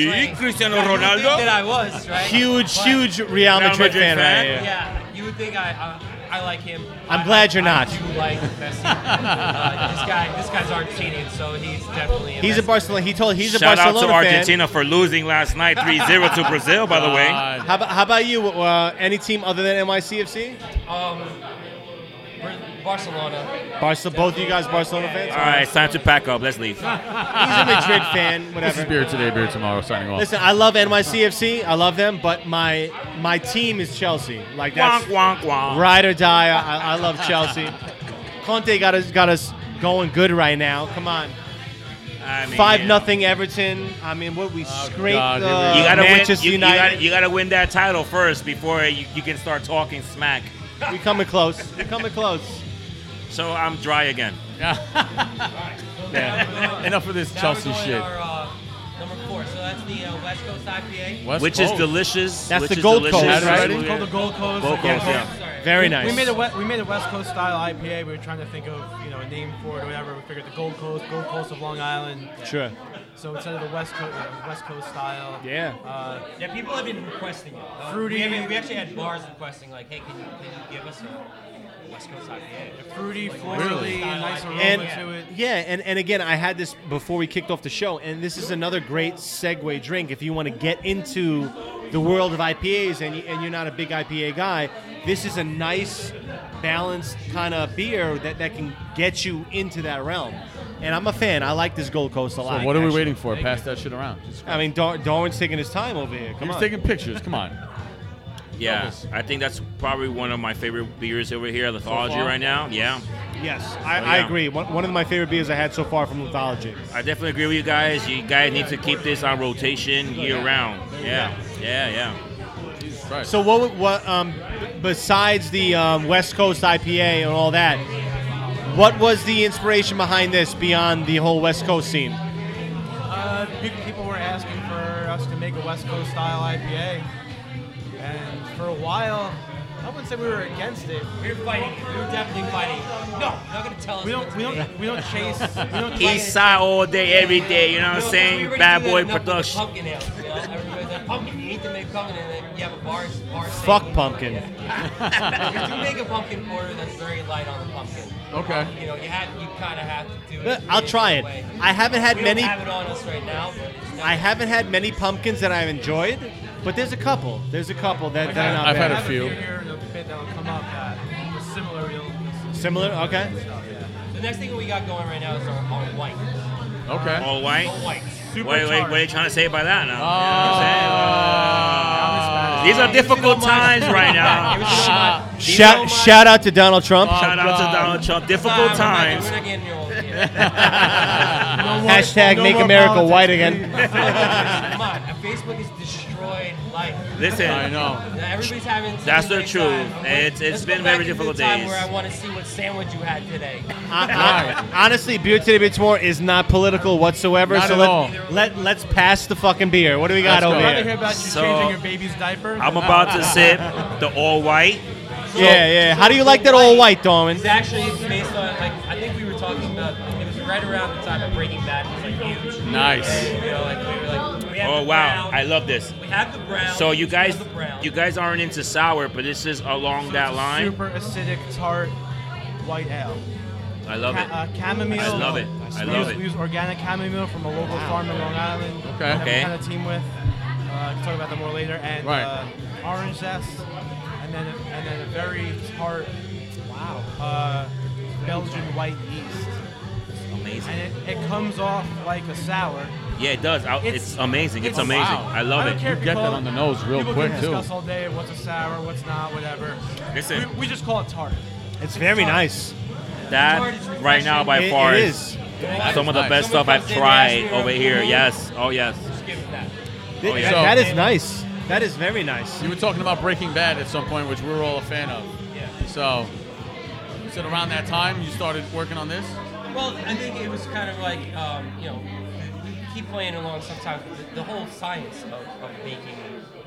Speaker 4: know, it's like-
Speaker 3: Cristiano
Speaker 4: Yeah, you would think
Speaker 3: Ronaldo.
Speaker 4: That I was right.
Speaker 1: Huge,
Speaker 4: But-
Speaker 1: huge Real Madrid, fan, right? here.
Speaker 4: yeah, you would think I, I, I like him.
Speaker 1: I'm
Speaker 4: I-
Speaker 1: glad you're
Speaker 4: I
Speaker 1: not.
Speaker 4: do like Messi. uh, this guy, this guy's Argentinian, so he's definitely. A
Speaker 1: He's a
Speaker 4: Messi.
Speaker 1: Barcelona. He told he's a
Speaker 3: Shout out
Speaker 1: Barcelona
Speaker 3: to
Speaker 1: fan.
Speaker 3: Argentina for losing last night 3-0 to Brazil,
Speaker 2: Uh,
Speaker 3: by the way.
Speaker 2: God.
Speaker 1: How about, how about you? Uh, any team other than NYCFC?
Speaker 4: Um, we're Barcelona.
Speaker 1: Barcelona. Both of you guys Barcelona fans.
Speaker 3: All right, it's time to pack up. Let's leave.
Speaker 1: He's a Madrid fan.
Speaker 2: This is
Speaker 1: Whatever.
Speaker 2: beer today, beer tomorrow. Signing off.
Speaker 1: Listen, I love NYCFC. I love them, but my my team is Chelsea. Like
Speaker 3: Wonk,
Speaker 1: that's
Speaker 3: wonk, wonk.
Speaker 1: ride or die. I, I love Chelsea. Conte got us got us going good right now. Come on,
Speaker 3: I mean,
Speaker 1: five
Speaker 3: yeah.
Speaker 1: nothing Everton. I mean, what we scraped
Speaker 2: God, here we
Speaker 1: uh,
Speaker 2: go.
Speaker 3: You gotta win.
Speaker 1: Manchester
Speaker 3: You, you
Speaker 1: United.
Speaker 3: gotta, you gotta win that title first before you, you can start talking smack.
Speaker 1: we coming close. We coming close.
Speaker 3: So I'm dry again.
Speaker 2: Enough of this
Speaker 4: Now
Speaker 2: Chelsea
Speaker 4: we're going
Speaker 2: shit.
Speaker 4: Our, uh, number four. So that's the uh, West Coast IPA.
Speaker 2: West
Speaker 3: which is
Speaker 2: Coast.
Speaker 3: delicious.
Speaker 1: That's
Speaker 3: which
Speaker 1: the
Speaker 3: is
Speaker 1: Gold
Speaker 3: delicious.
Speaker 1: Coast, right?
Speaker 5: It's called the Gold Coast.
Speaker 3: Gold
Speaker 5: Yeah.
Speaker 3: Coast, yeah.
Speaker 4: Sorry.
Speaker 1: Very
Speaker 5: We-
Speaker 1: nice.
Speaker 5: We made a we, we made a West Coast style IPA. We were trying to think of you know a name for it or whatever. We figured the Gold Coast, Gold Coast of Long Island.
Speaker 1: sure.
Speaker 5: So instead of the West Coast, West Coast style.
Speaker 1: Yeah.
Speaker 5: Uh,
Speaker 4: Yeah, people have been requesting it. Uh,
Speaker 5: Fruity.
Speaker 4: We, haven't- we actually had bars requesting, like, hey, can you, can you give us a West Coast IPA?
Speaker 5: fruity, florally,
Speaker 2: Really?
Speaker 5: and nice aroma
Speaker 1: and
Speaker 5: to it.
Speaker 1: yeah, and, and again, I had this before we kicked off the show, and this is another great segue drink if you want to get into the world of IPAs and, you, and you're not a big IPA guy. This is a nice, balanced kind of beer that, that can get you into that realm. And I'm a fan. I like this Gold Coast a lot.
Speaker 2: So what are we
Speaker 1: actually.
Speaker 2: waiting for? Pass that shit around. Jesus Christ.
Speaker 1: I mean, Dar- Darwin's taking his time over here. Come
Speaker 2: He was
Speaker 1: on.
Speaker 2: taking pictures. Come on.
Speaker 3: Yeah,
Speaker 2: Focus.
Speaker 3: I think that's probably one of my favorite beers over here, Lithology
Speaker 2: far?
Speaker 3: right now. Yeah,
Speaker 1: yes, I,
Speaker 3: Oh,
Speaker 1: I
Speaker 3: yeah.
Speaker 1: agree. One, one of my favorite beers I had so far from Lithology.
Speaker 3: I definitely agree with you guys. You guys need to keep this on rotation year round. Yeah, yeah, yeah.
Speaker 2: Jesus Christ.
Speaker 1: So what? would- What? Um, besides the um, West Coast IPA and all that, what was the inspiration behind this beyond the whole West Coast scene?
Speaker 5: Uh, pe- people were asking for us to make a West Coast style IPA, and for a while, I wouldn't say we were against it.
Speaker 4: We were fighting. We were definitely fighting. No, you're not going to tell us.
Speaker 5: We
Speaker 4: what
Speaker 5: don't
Speaker 4: to
Speaker 5: we
Speaker 4: make.
Speaker 5: don't we don't chase we don't
Speaker 3: East
Speaker 5: chase.
Speaker 3: side all day, every day. You know what I'm
Speaker 4: No, 'cause we
Speaker 3: saying?
Speaker 4: already
Speaker 3: Bad
Speaker 4: do that
Speaker 3: boy
Speaker 4: enough with the
Speaker 3: production.
Speaker 4: Pumpkin ale, you know? Everybody's like, pumpkin, you need to make pumpkin, and then you have a bar. bar
Speaker 1: Fuck
Speaker 4: saying-
Speaker 1: pumpkin.
Speaker 4: If you make a pumpkin porter that's very light on the pumpkin,
Speaker 2: Okay.
Speaker 4: you know, you have, you kind of have to do it.
Speaker 1: But I'll try it.
Speaker 4: Way.
Speaker 1: I haven't had
Speaker 4: we
Speaker 1: many.
Speaker 4: Don't have it on us right now, but it's
Speaker 1: I haven't had many pumpkins that I've enjoyed, but there's a couple. There's a couple that, that are not
Speaker 2: I've
Speaker 1: bad.
Speaker 2: had
Speaker 5: I
Speaker 2: a
Speaker 5: have
Speaker 2: few.
Speaker 5: beer here in a bit that'll come up that is similar. You'll,
Speaker 1: Similar, okay.
Speaker 5: stuff, yeah.
Speaker 4: The next thing we got going right now is our, our white.
Speaker 2: Okay.
Speaker 3: All white.
Speaker 4: Our white.
Speaker 3: Wait, wait, what are you trying to say by that now?
Speaker 2: Oh.
Speaker 3: You know what I'm saying? These
Speaker 5: I'm Spanish.
Speaker 3: are difficult times right now.
Speaker 4: Shout,
Speaker 1: Shout, shout out to Donald Trump.
Speaker 3: Shout out to
Speaker 2: God.
Speaker 3: Donald Trump. Difficult times.
Speaker 4: We're not getting you old here.
Speaker 5: No more-
Speaker 1: Hashtag
Speaker 5: no
Speaker 1: Make
Speaker 5: more
Speaker 1: America
Speaker 5: politics,
Speaker 1: White Again.
Speaker 4: Come on, Facebook has destroyed life.
Speaker 2: I
Speaker 3: Listen,
Speaker 2: know.
Speaker 4: Now, Everybody's having. such
Speaker 3: That's
Speaker 4: a
Speaker 3: the
Speaker 4: great
Speaker 3: truth.
Speaker 4: time. I'm like,
Speaker 3: It's- it's
Speaker 4: let's go
Speaker 3: been
Speaker 4: back
Speaker 3: very
Speaker 4: into the
Speaker 3: difficult
Speaker 4: time
Speaker 3: days.
Speaker 4: Where I want to see what sandwich you had today.
Speaker 1: Hon- hon- Honestly, beer today bits more is not political whatsoever.
Speaker 2: Not
Speaker 1: so
Speaker 2: at
Speaker 1: let,
Speaker 2: all.
Speaker 1: let let's pass the fucking beer. What do we got
Speaker 2: Let's go.
Speaker 1: over
Speaker 5: I'd rather hear
Speaker 1: here?
Speaker 5: about you
Speaker 3: So-
Speaker 5: changing your baby's diaper.
Speaker 3: I'm about to sip the all white.
Speaker 1: Yeah, yeah. How do you like that all white, Darwin?
Speaker 4: It's actually based on like I think we were talking about. It was right around the time of Breaking Bad was like huge.
Speaker 2: Nice.
Speaker 4: And, you know, like we were like. We have
Speaker 3: Oh
Speaker 4: the
Speaker 3: wow,
Speaker 4: brown,
Speaker 3: I love this.
Speaker 4: We have the brown.
Speaker 3: So you
Speaker 4: we
Speaker 3: guys,
Speaker 4: have The brown.
Speaker 3: you guys aren't into sour, but this is along that line.
Speaker 5: Super acidic, tart, white ale.
Speaker 3: I love it.
Speaker 5: Ca- uh, chamomile.
Speaker 3: I love it. I
Speaker 5: we
Speaker 3: love
Speaker 5: use,
Speaker 3: it.
Speaker 5: We use organic chamomile from a local farm in Long Island.
Speaker 2: Okay.
Speaker 5: That
Speaker 3: Okay.
Speaker 5: We kind of team with. Uh, I can talk about that more later. And
Speaker 2: Right.
Speaker 5: uh, orange zest, and then a, and then a very tart. Wow. Uh, Belgian white yeast,
Speaker 3: Amazing.
Speaker 5: and it, it comes off like a sour.
Speaker 3: Yeah, it does. I- It's,
Speaker 5: It's-
Speaker 3: amazing. It's
Speaker 5: it's-
Speaker 3: amazing.
Speaker 2: wow.
Speaker 3: I
Speaker 5: Oh, I
Speaker 3: love
Speaker 5: don't
Speaker 3: it.
Speaker 5: care if
Speaker 2: You get
Speaker 5: call
Speaker 2: that
Speaker 5: it-
Speaker 2: on the nose real
Speaker 5: people
Speaker 2: quick,
Speaker 5: can
Speaker 2: too.
Speaker 5: discuss all day what's a sour, what's not, whatever.
Speaker 3: Listen.
Speaker 5: we, we just call it tart.
Speaker 1: It's very nice.
Speaker 3: That right now by
Speaker 1: It-
Speaker 3: far
Speaker 1: it
Speaker 3: is
Speaker 1: is.
Speaker 3: some of the
Speaker 2: Nice.
Speaker 3: best stuff
Speaker 4: Someone
Speaker 3: I've
Speaker 4: comes in and
Speaker 3: tried
Speaker 4: asks me
Speaker 3: over
Speaker 4: about
Speaker 3: here.
Speaker 4: Google.
Speaker 3: Yes. Oh yes.
Speaker 4: Just give it that.
Speaker 1: Th-
Speaker 3: Oh, yeah.
Speaker 1: that- that is nice. That is very nice.
Speaker 2: You were talking about Breaking Bad at some point, which we were all a fan of.
Speaker 4: Yeah.
Speaker 2: So, so around that time, you started working on this.
Speaker 4: Well, I think it was kind of like, um, you know, we keep playing along sometimes with the, the whole science of, of making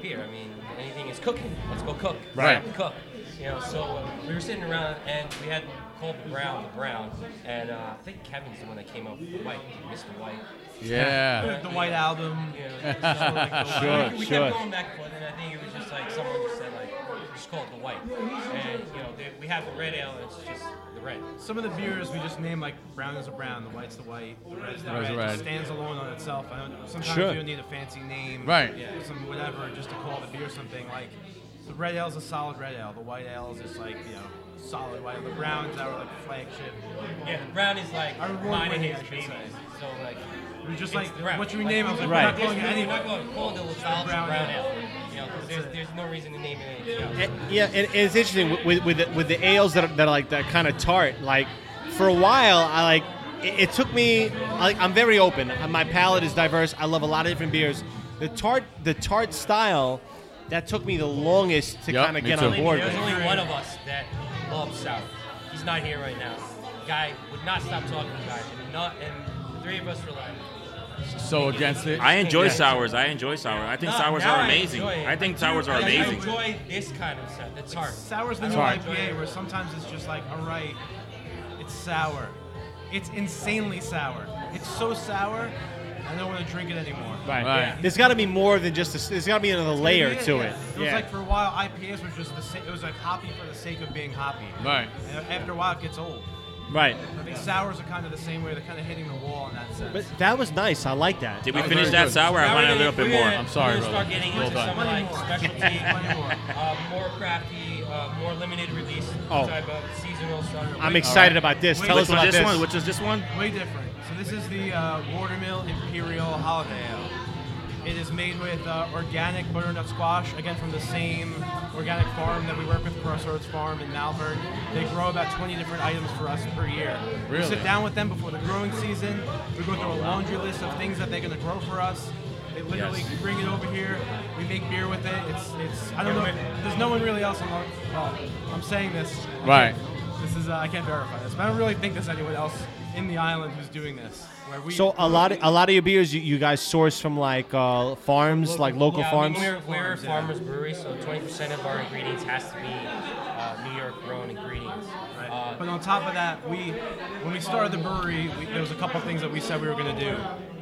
Speaker 4: beer. I mean, anything is cooking. Let's go cook.
Speaker 2: Right.
Speaker 4: Let's cook. You know, so uh, we were sitting around and we had called the brown the brown, and uh, I think Kevin's the one that came up with the white, Mr. White.
Speaker 2: Yeah.
Speaker 5: The white album.
Speaker 4: You know,
Speaker 2: Sure,
Speaker 4: we, we
Speaker 1: sure.
Speaker 4: kept going back and forth, and I think it was just like someone just said like, just call it the white, and you know, they, we have the red ale, and it's just the red.
Speaker 5: Some of the beers we just name like brown is a brown, the white's the white, the red's the
Speaker 2: Red's
Speaker 5: red.
Speaker 2: the
Speaker 5: It
Speaker 2: red.
Speaker 5: just stands alone on itself. I don't, sometimes
Speaker 1: Sure.
Speaker 5: you don't need a fancy name,
Speaker 2: Right.
Speaker 5: Yeah, some whatever, just to call the beer something. Like the red ale is a solid red ale. The white ale is just like you know solid white. ale. The brown's our like flagship.
Speaker 4: Yeah, the brown is like
Speaker 5: Our reward
Speaker 4: mine and
Speaker 5: winning,
Speaker 4: his
Speaker 5: I should
Speaker 4: babies.
Speaker 5: say.
Speaker 4: So like,
Speaker 5: We're just
Speaker 4: it's
Speaker 5: like,
Speaker 4: the brown.
Speaker 5: what should we name? it? I was like,
Speaker 1: Right.
Speaker 5: we're not
Speaker 4: There's
Speaker 5: calling it
Speaker 4: no, we're not
Speaker 5: anyway.
Speaker 4: going to call it the LaSalle brown,
Speaker 5: brown
Speaker 4: brown
Speaker 5: ale.
Speaker 4: ale. You know, 'cause there's, there's no reason to name it anything else.
Speaker 1: It- yeah, and and it's interesting with with, with, the, with the ales that are, that are like that kind of tart. Like for a while, I like it, it took me. Like I'm very open. Uh, My palate is diverse. I love a lot of different beers. The tart, the tart style, that took me the longest to
Speaker 2: Yep,
Speaker 1: kind of
Speaker 2: me
Speaker 1: get
Speaker 2: too.
Speaker 1: on board
Speaker 4: There's
Speaker 1: with.
Speaker 4: only one of us that loves sour. He's not here right now. Guy would not stop talking about it. Not, and the three of us were like,
Speaker 2: So against it.
Speaker 3: I enjoy
Speaker 4: Yeah.
Speaker 3: sours. I enjoy sour. I think
Speaker 4: "Nah,
Speaker 3: sours
Speaker 4: now
Speaker 3: are
Speaker 4: I
Speaker 3: amazing.
Speaker 4: enjoy it."
Speaker 3: I think sours
Speaker 4: I
Speaker 3: are
Speaker 4: do
Speaker 3: amazing.
Speaker 4: enjoy this kind of stuff. It's hard.
Speaker 5: Sour's
Speaker 4: I
Speaker 5: the
Speaker 4: don't
Speaker 5: new
Speaker 4: enjoy it.
Speaker 5: IPA, where sometimes it's just like, all right, it's sour. It's insanely sour. It's so sour, I don't want to drink it anymore.
Speaker 1: Right.
Speaker 2: Right.
Speaker 1: There's got to be more than just. A, there's got to be another layer
Speaker 5: Yeah,
Speaker 1: to
Speaker 5: yeah.
Speaker 1: it.
Speaker 5: It was like for a while, IPAs was just the same. It was like hoppy for the sake of being hoppy.
Speaker 2: Right.
Speaker 5: And after a while, it gets old.
Speaker 1: right.
Speaker 5: I think sours are kind of the same way. They're kind of hitting the wall in that sense.
Speaker 1: But that was nice. I like that.
Speaker 3: Did we
Speaker 2: That was
Speaker 3: finish
Speaker 2: very
Speaker 3: that
Speaker 2: good.
Speaker 3: sour? I
Speaker 4: Now
Speaker 3: want
Speaker 4: we're
Speaker 3: a
Speaker 4: gonna-
Speaker 3: little bit
Speaker 4: we're
Speaker 3: more.
Speaker 4: gonna-
Speaker 2: I'm sorry,
Speaker 4: we're gonna
Speaker 2: brother.
Speaker 4: start getting
Speaker 2: Well
Speaker 4: into
Speaker 2: done.
Speaker 4: some like
Speaker 5: Plenty more.
Speaker 4: specialty,
Speaker 5: Plenty more.
Speaker 4: uh, more crafty, uh, more limited release
Speaker 1: Oh.
Speaker 4: type of seasonal stuff.
Speaker 1: I'm
Speaker 4: Like,
Speaker 1: excited about this.
Speaker 5: Wait,
Speaker 1: Tell
Speaker 5: which
Speaker 1: us
Speaker 3: Which was
Speaker 1: about
Speaker 3: this
Speaker 1: this.
Speaker 3: one? Which was this one?
Speaker 5: Way different. So this is the uh, Watermill Imperial Holiday Ale. It is made with uh, organic butternut squash, again from the same organic farm that we work with, Crossroads Farm in Malvern. They grow about 20 different items for us per year. We
Speaker 2: Really?
Speaker 5: sit down with them before the growing season. We go through a laundry list of things that they're going to grow for us. They literally
Speaker 3: Yes.
Speaker 5: bring it over here. We make beer with it. It's it's. I don't know. There's no one really else. Along, well, I'm saying this.
Speaker 2: Right.
Speaker 5: This is uh, I can't verify this, but I don't really think there's anyone else in the island who's doing this. Where we
Speaker 1: So a lot, of, a lot of your beers you, you guys source from like uh, farms, like local
Speaker 4: yeah,
Speaker 1: farms.
Speaker 4: I mean, we're, we're a
Speaker 5: Farms, yeah.
Speaker 4: farmers brewery, so 20% of our ingredients has to be uh, New York grown ingredients. Uh,
Speaker 5: But on top of that, we when we started the brewery, we, there was a couple things that we said we were going to do.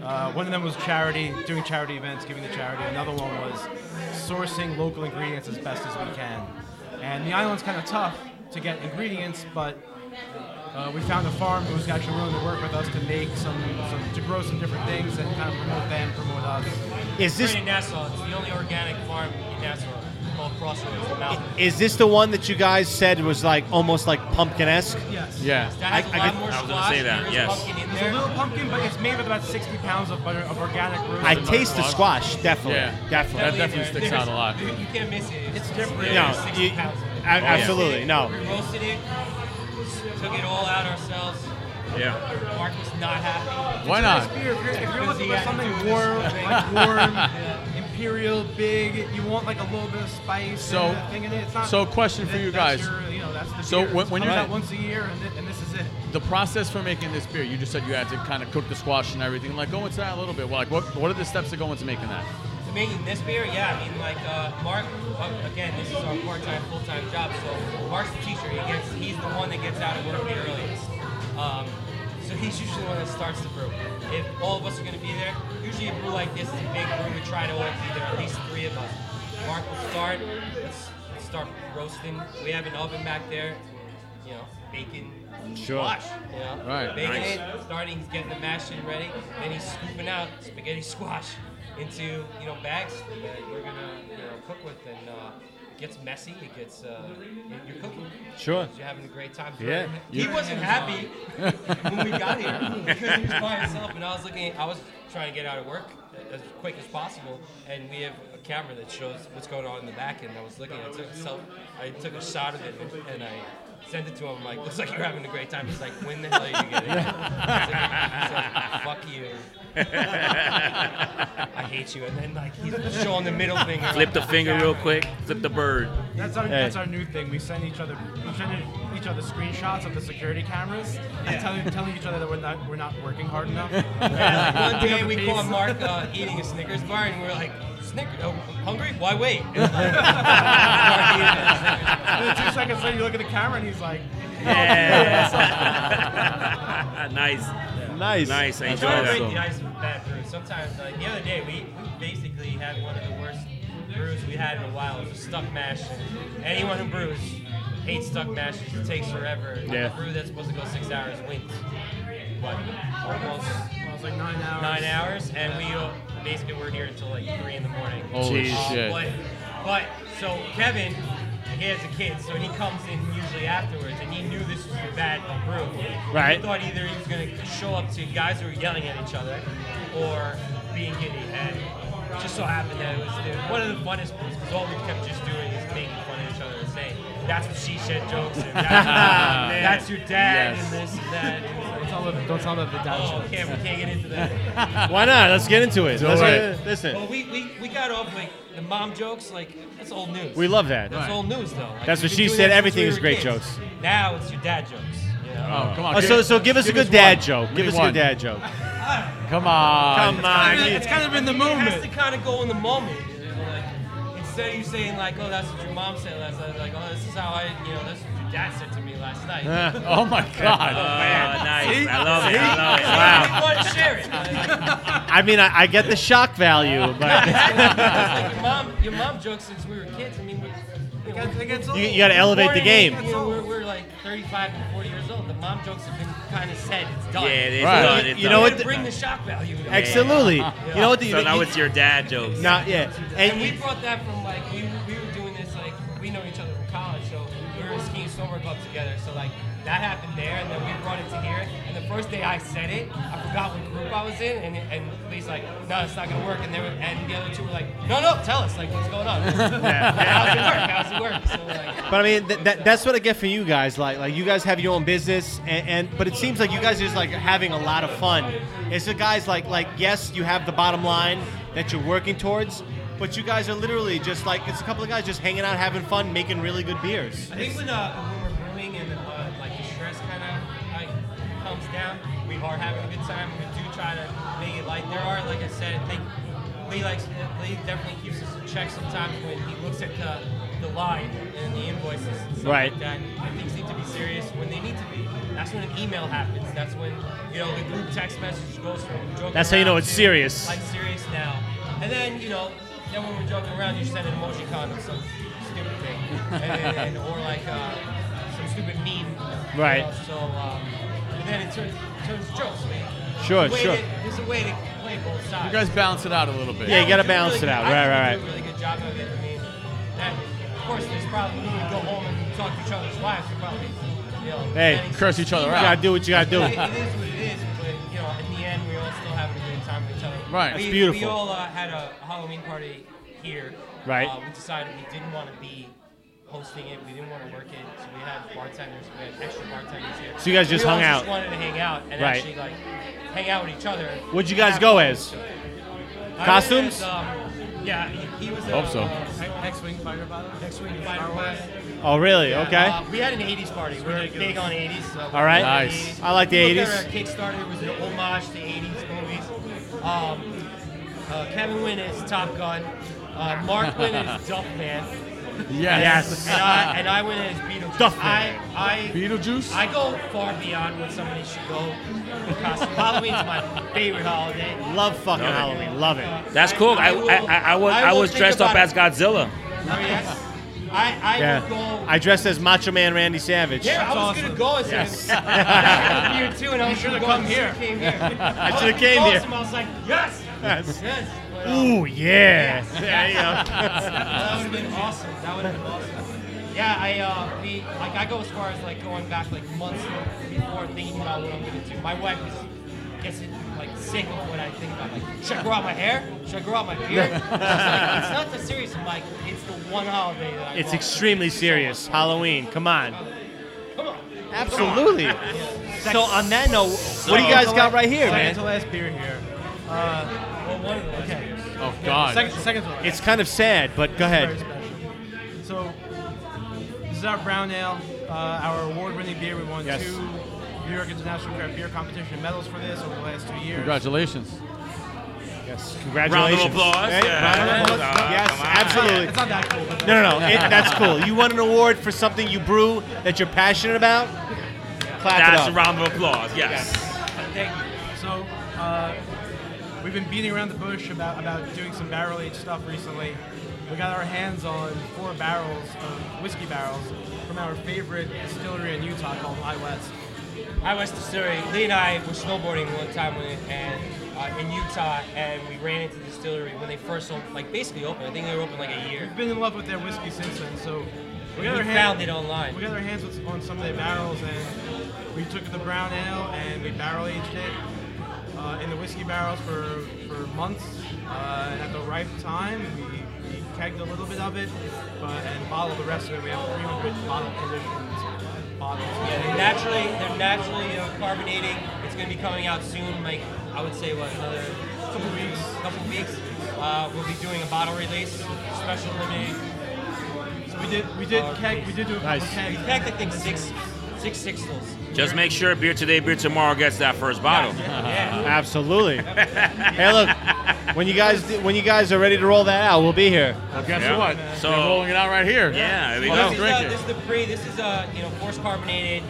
Speaker 5: Uh, one of them was charity, doing charity events, giving to charity. Another one was sourcing local ingredients as best as we can. And the island's kind of tough to get ingredients, but uh, we found a farm who was actually willing to work with us to make some, some to grow some different things and kind of promote them, promote us.
Speaker 1: Is
Speaker 4: this
Speaker 1: this
Speaker 4: in Nassau. It's the only organic farm in Nassau. called Crossroads in Malibu.
Speaker 1: Is this the one that you guys said was like almost like pumpkin esque?
Speaker 5: Yes.
Speaker 2: Yeah.
Speaker 4: That has a
Speaker 1: I- I
Speaker 4: lot
Speaker 1: could-
Speaker 4: more
Speaker 3: I was gonna
Speaker 4: squash.
Speaker 3: say that,
Speaker 4: There is
Speaker 3: yes.
Speaker 4: pumpkin in
Speaker 5: It's a
Speaker 4: there.
Speaker 5: little pumpkin, but it's made with about 60 pounds of butter of organic root.
Speaker 1: I taste the squash, definitely.
Speaker 2: Yeah.
Speaker 1: Definitely.
Speaker 2: That definitely sticks out a lot.
Speaker 4: You, you can't miss it. It's,
Speaker 5: different.
Speaker 4: yeah,
Speaker 1: No,
Speaker 4: it's 60
Speaker 1: you-
Speaker 4: pounds.
Speaker 1: a- absolutely, no.
Speaker 4: We roasted it, took it all out ourselves.
Speaker 3: Yeah.
Speaker 4: Mark was not happy.
Speaker 2: Why not?
Speaker 5: If you're, if you're- if you're looking for
Speaker 4: Yeah.
Speaker 5: something warm, like warm, imperial, big, you want like a little bit of spice.
Speaker 2: So-
Speaker 5: and that thing in it. It's not,
Speaker 2: so question for you
Speaker 5: that's
Speaker 2: guys.
Speaker 5: your- you know, that's the
Speaker 2: So
Speaker 5: beer.
Speaker 2: when-
Speaker 5: It's
Speaker 2: when you're
Speaker 5: comes out
Speaker 2: not-
Speaker 5: once a year, and, thi- and this is it.
Speaker 2: The process for making this beer, you just said you had to kind of cook the squash and everything. Like, go into that a little bit. Well, like, what, what are the steps that go into making that?
Speaker 4: So making this beer, yeah, I mean, like, uh, Mark, uh, again, this is our part time, full time job. So Mark's the teacher. He gets, he's the one that gets out of work the earliest. Um, so he's usually the one that starts the brew. If all of us are going to be there, usually a brew like this is a big brew. We try to always be there, at least three of us. Mark will start. Let's, let's start roasting. We have an oven back there. You know, bacon,
Speaker 1: Sure.
Speaker 4: yeah.
Speaker 2: Right.
Speaker 4: Baking
Speaker 3: Nice.
Speaker 4: it, starting, he's getting the mash in ready, then he's scooping out spaghetti squash into you know bags that we're gonna you know cook with, and uh, it gets messy. It gets uh, you're cooking.
Speaker 1: Sure.
Speaker 4: You're having a great time.
Speaker 1: Yeah.
Speaker 4: He wasn't happy when we got here because he was by himself, and I was looking. I was trying to get out of work as quick as possible, and we have a camera that shows what's going on in the back, and I was looking. I took a self, I took a shot of it, and I sent it to him. Like, looks like you're having a great time. He's like, when the hell are you getting? It? I was like, fuck you. I hate you. And then like he's showing the middle finger.
Speaker 3: Flip the finger real quick. Flip the bird.
Speaker 5: That's our that's our new thing. We send each other we send each other screenshots of the security cameras and telling telling each other that we're not we're not working hard enough.
Speaker 4: One day we caught Mark uh, eating a Snickers bar, and we are like, Snickers, oh, hungry? Why wait? And, like, Mark eating a Snickers bar.
Speaker 5: And then two seconds later, you look at the camera and he's like,
Speaker 3: Yeah. nice.
Speaker 1: Nice.
Speaker 3: Nice, I
Speaker 2: That's
Speaker 3: enjoy that.
Speaker 4: Trying to
Speaker 2: awesome.
Speaker 4: break the ice with bad brews. Sometimes, like the other day, we, we basically had one of the worst brews we had in a while. It was a stuck mash. And anyone who brews hates stuck mashes. It takes forever.
Speaker 1: Yeah.
Speaker 4: A brew that's supposed to go six hours wins. But almost
Speaker 5: well, it's like nine hours.
Speaker 4: nine hours, and we uh, basically were here until like three in the morning. Uh,
Speaker 2: Holy
Speaker 3: Jeez.
Speaker 2: shit.
Speaker 4: But, but so Kevin, he has a kid, so he comes in usually afterwards, and he knew this was a bad brew.
Speaker 1: Right.
Speaker 4: He thought either he was gonna show up to guys who were yelling at each other, or being giddy. And it just so happened that it was it was one of the funnest brews because all we kept just doing is making fun of each other and saying, "That's what she said," jokes, and
Speaker 2: Ah, man.
Speaker 4: that's, that's your dad,
Speaker 2: Yes.
Speaker 4: and this and that. And it was
Speaker 5: Don't
Speaker 4: like,
Speaker 5: tell them, don't tell them the dad
Speaker 4: oh,
Speaker 5: jokes.
Speaker 4: okay, we can't get into that.
Speaker 1: Why not? Let's get into it. Let's
Speaker 2: it.
Speaker 1: get- listen,
Speaker 4: Well, we, we, we got off like the mom jokes, like that's old news.
Speaker 1: we love that.
Speaker 4: that's old news though. Like,
Speaker 1: That's
Speaker 4: we've
Speaker 1: what
Speaker 4: been
Speaker 1: she
Speaker 4: doing
Speaker 1: said,
Speaker 4: that since
Speaker 1: everything
Speaker 4: we
Speaker 1: is
Speaker 4: were
Speaker 1: great
Speaker 4: kids.
Speaker 1: jokes.
Speaker 4: Now it's your dad jokes. You know?
Speaker 2: oh, come on.
Speaker 1: Oh, so, so give us a good dad
Speaker 2: one.
Speaker 1: joke.
Speaker 2: We
Speaker 1: Give
Speaker 2: need
Speaker 1: us a
Speaker 2: one.
Speaker 1: good dad joke.
Speaker 2: Come on. Oh
Speaker 1: Come on. you-
Speaker 5: It's kind of in the
Speaker 4: It has to
Speaker 5: moment.
Speaker 4: kind of go in the moment. you know, like, instead of you saying like, oh, that's what your mom said last night, like, oh, this is how I, you know, that's what your dad said to me last night.
Speaker 1: Uh,
Speaker 2: Oh, my God.
Speaker 3: Oh, nice. I love it. I love it. Wow.
Speaker 4: You want to share it. Like,
Speaker 1: I mean, I, I get the shock value, but
Speaker 4: it's like your mom, your mom jokes since we were kids. I mean, we're, you know,
Speaker 5: It gets
Speaker 1: you,
Speaker 5: old.
Speaker 1: you got to elevate the
Speaker 4: Warren,
Speaker 1: game.
Speaker 4: You know, we're, we're like 35 and 40 years old. The mom jokes have been kind of said. It's done.
Speaker 3: Yeah, it is
Speaker 2: Right.
Speaker 3: done. It's
Speaker 1: You know
Speaker 3: done.
Speaker 1: what
Speaker 4: Gotta bring the shock value. down.
Speaker 1: Absolutely. You know what? The,
Speaker 3: So now
Speaker 1: you-
Speaker 3: it's your dad jokes.
Speaker 1: not yeah.
Speaker 4: And
Speaker 1: And
Speaker 4: we brought that from like we, we were doing this like we know each other from college, so we were in skiing snowboard club together. So like that happened there, and then we brought it to here. And the first day I said it, I forgot what group I was in, and and Lee's like, no, it's not gonna work. And they were, and the other two were like, no, no, tell us like what's going on. How's it work? How's it work? So like.
Speaker 1: But I mean, th- that, that's what I get from you guys. Like, like you guys have your own business, and, and but it seems like you guys are just like having a lot of fun. It's the guys like like yes, you have the bottom line that you're working towards, but you guys are literally just like it's a couple of guys just hanging out, having fun, making really good beers.
Speaker 4: I think when, uh, when we're brewing and uh, like the stress kind of like comes down, we are having a good time. We do try to make it light. There are, like I said, I think Lee likes Lee definitely keeps us in check sometimes when he looks at the, the line and the invoices and stuff
Speaker 1: Right.
Speaker 4: like that. And things need to be serious when they need to be. That's when an email happens. That's when you know the group text message goes from joking.
Speaker 1: That's how you know
Speaker 4: around
Speaker 1: it's
Speaker 4: to,
Speaker 1: serious.
Speaker 4: Like serious now. And then you know, then when we're joking around, you send an emoji condom, some stupid thing, and, and, or like uh, some stupid meme. you
Speaker 1: Right.
Speaker 4: know, so um, and then it turns turns jokes, man.
Speaker 1: Sure,
Speaker 4: The way
Speaker 1: sure.
Speaker 4: to- there's a way to play both sides.
Speaker 2: You guys balance it out a little bit.
Speaker 1: Yeah, you gotta
Speaker 4: we do
Speaker 1: balance it
Speaker 4: really
Speaker 1: out.
Speaker 4: good- I
Speaker 1: Right, right,
Speaker 4: think we do a really good job of it. I mean, that course, there's probably when we go home and talk to each other's wives, we probably you know.
Speaker 1: Hey,
Speaker 4: getting-
Speaker 2: Curse each other
Speaker 1: You gotta
Speaker 2: out.
Speaker 1: do what you gotta do.
Speaker 4: It, it is what it is, but you know, in the end, we all still having a good time with each other.
Speaker 2: Right.
Speaker 4: we,
Speaker 1: That's beautiful.
Speaker 4: We all uh, had a Halloween party here.
Speaker 1: Right.
Speaker 4: Uh, we decided we didn't want to be hosting it. We didn't want to work it, so we had bartenders. We had extra bartenders here.
Speaker 1: So you guys just
Speaker 4: we all
Speaker 1: hung out.
Speaker 4: Just wanted to hang out and
Speaker 1: Right.
Speaker 4: actually like hang out with each other.
Speaker 1: What'd you
Speaker 4: and
Speaker 1: guys
Speaker 4: have
Speaker 1: go
Speaker 4: fun with
Speaker 1: as?
Speaker 4: each other. I went
Speaker 1: Costumes?
Speaker 4: as, um, yeah, he, he was. a-
Speaker 2: Hope so.
Speaker 4: uh,
Speaker 5: X-wing fighter pilot. X-wing
Speaker 4: Spider
Speaker 5: Star Wars.
Speaker 4: Wars.
Speaker 1: Oh, really?
Speaker 4: Uh,
Speaker 1: Okay.
Speaker 4: we had an 80s party. We're big on 80s. So
Speaker 1: All right.
Speaker 2: Nice.
Speaker 1: I like the
Speaker 4: Looked
Speaker 1: 80s.
Speaker 4: at Our Kickstarter was an homage to 80s movies. Um, uh, Kevin Wynn is Top Gun. Uh, Mark Wynn is Duffman.
Speaker 2: Yes.
Speaker 4: And I, and I went as Beetlejuice.
Speaker 1: Duffman.
Speaker 4: I, I,
Speaker 2: Beetlejuice?
Speaker 4: I go far beyond what somebody should go. Because Halloween's my favorite holiday. Uh,
Speaker 1: Love fucking Halloween. Love it.
Speaker 3: That's cool. I,
Speaker 4: will-
Speaker 3: I, I, I was, I
Speaker 4: will
Speaker 3: was
Speaker 4: think
Speaker 3: dressed up
Speaker 4: about
Speaker 3: as
Speaker 4: it.
Speaker 3: Godzilla.
Speaker 4: Oh, yes. I, I will
Speaker 1: Yeah.
Speaker 4: go.
Speaker 1: I dressed as Macho Man Randy Savage.
Speaker 4: Yeah, I was
Speaker 5: That's
Speaker 4: gonna go as
Speaker 1: Yes.
Speaker 4: yes. him. I had a beer too, and I was gonna
Speaker 5: should've
Speaker 4: go
Speaker 5: come
Speaker 4: and should've
Speaker 5: here.
Speaker 4: Came here. I
Speaker 1: should've
Speaker 4: was
Speaker 1: came
Speaker 4: close,
Speaker 1: here.
Speaker 4: and I was like, yes,
Speaker 1: Yes.
Speaker 4: yes. But, um,
Speaker 1: Ooh, yeah. There you go.
Speaker 4: that would have been awesome. That would have been awesome. Yeah, I uh, we like I go as far as like going back like months before thinking about what I'm gonna do. My wife is gets it like sick of what I think about. Like, should I grow out my hair? Should I grow out my beard? She's like, it's not that serious. I'm like, it's the one holiday that I.
Speaker 1: It's
Speaker 4: love.
Speaker 1: extremely serious. Halloween. Come on.
Speaker 4: Come on.
Speaker 1: Absolutely. So on that note, what do you guys got right here,
Speaker 5: Second to
Speaker 1: man?
Speaker 5: last beer here. Uh,
Speaker 4: Well, one of the last
Speaker 5: okay.
Speaker 4: beers.
Speaker 2: Oh God.
Speaker 5: Second, second to last.
Speaker 1: It's kind of sad, but go
Speaker 5: Very
Speaker 1: ahead.
Speaker 5: special. So this is our brown ale, uh, our award-winning beer. We won
Speaker 1: Yes.
Speaker 5: two New York International Craft Beer Competition medals for this over the last two years.
Speaker 2: Congratulations.
Speaker 1: Yes. Congratulations.
Speaker 3: Round of applause.
Speaker 1: Right?
Speaker 3: Yeah.
Speaker 1: Round of applause.
Speaker 3: Yeah.
Speaker 1: Yes,
Speaker 3: Come on.
Speaker 1: absolutely.
Speaker 5: It's not that cool. But
Speaker 1: No, no, no. It, that's cool. You won an award for something you brew that you're passionate about. Clap
Speaker 3: That's
Speaker 1: it
Speaker 3: a
Speaker 1: up.
Speaker 3: round of applause. Yes.
Speaker 4: Thank you.
Speaker 5: So uh, we've been beating around the bush about about doing some barrel aged stuff recently. We got our hands on four barrels of whiskey barrels from our favorite distillery in Utah called High West.
Speaker 4: I was to Surrey. Lee and I were snowboarding one time when, and uh, in Utah, and we ran into the distillery when they first opened, like basically opened. I think they were open like a year.
Speaker 5: We've been in love with their whiskey since then. So we
Speaker 4: We
Speaker 5: got our
Speaker 4: found it
Speaker 5: hands
Speaker 4: online.
Speaker 5: we got our hands with- on some of their barrels and we took the brown ale and we barrel aged it uh, in the whiskey barrels for for months. Uh, and at the ripe time, we, we kegged a little bit of it, but and bottled the rest of it. We have 300 bottle conditions bottles.
Speaker 4: Yeah, they're naturally, they're naturally you know, carbonating. It's going to be coming out soon. Like I would say, what another couple weeks? Couple weeks. Uh, we'll be doing a bottle release, special limited.
Speaker 5: So we did we did keg we did do a couple
Speaker 1: Nice.
Speaker 4: We
Speaker 5: kegs.
Speaker 4: packed, I think six, six sixtals.
Speaker 3: Just make sure beer today, beer tomorrow gets that first bottle.
Speaker 4: Yeah.
Speaker 1: Absolutely. hey, look. When you guys do- when you guys are ready to roll that out, we'll be here.
Speaker 2: Well, guess
Speaker 3: Yeah.
Speaker 2: what?
Speaker 3: So-
Speaker 2: They're rolling it out right here.
Speaker 3: Yeah, there we
Speaker 2: Well,
Speaker 3: go.
Speaker 2: let's
Speaker 4: This is,
Speaker 2: drink
Speaker 4: uh,
Speaker 2: it.
Speaker 4: this is the pre. This is uh, you know force carbonated,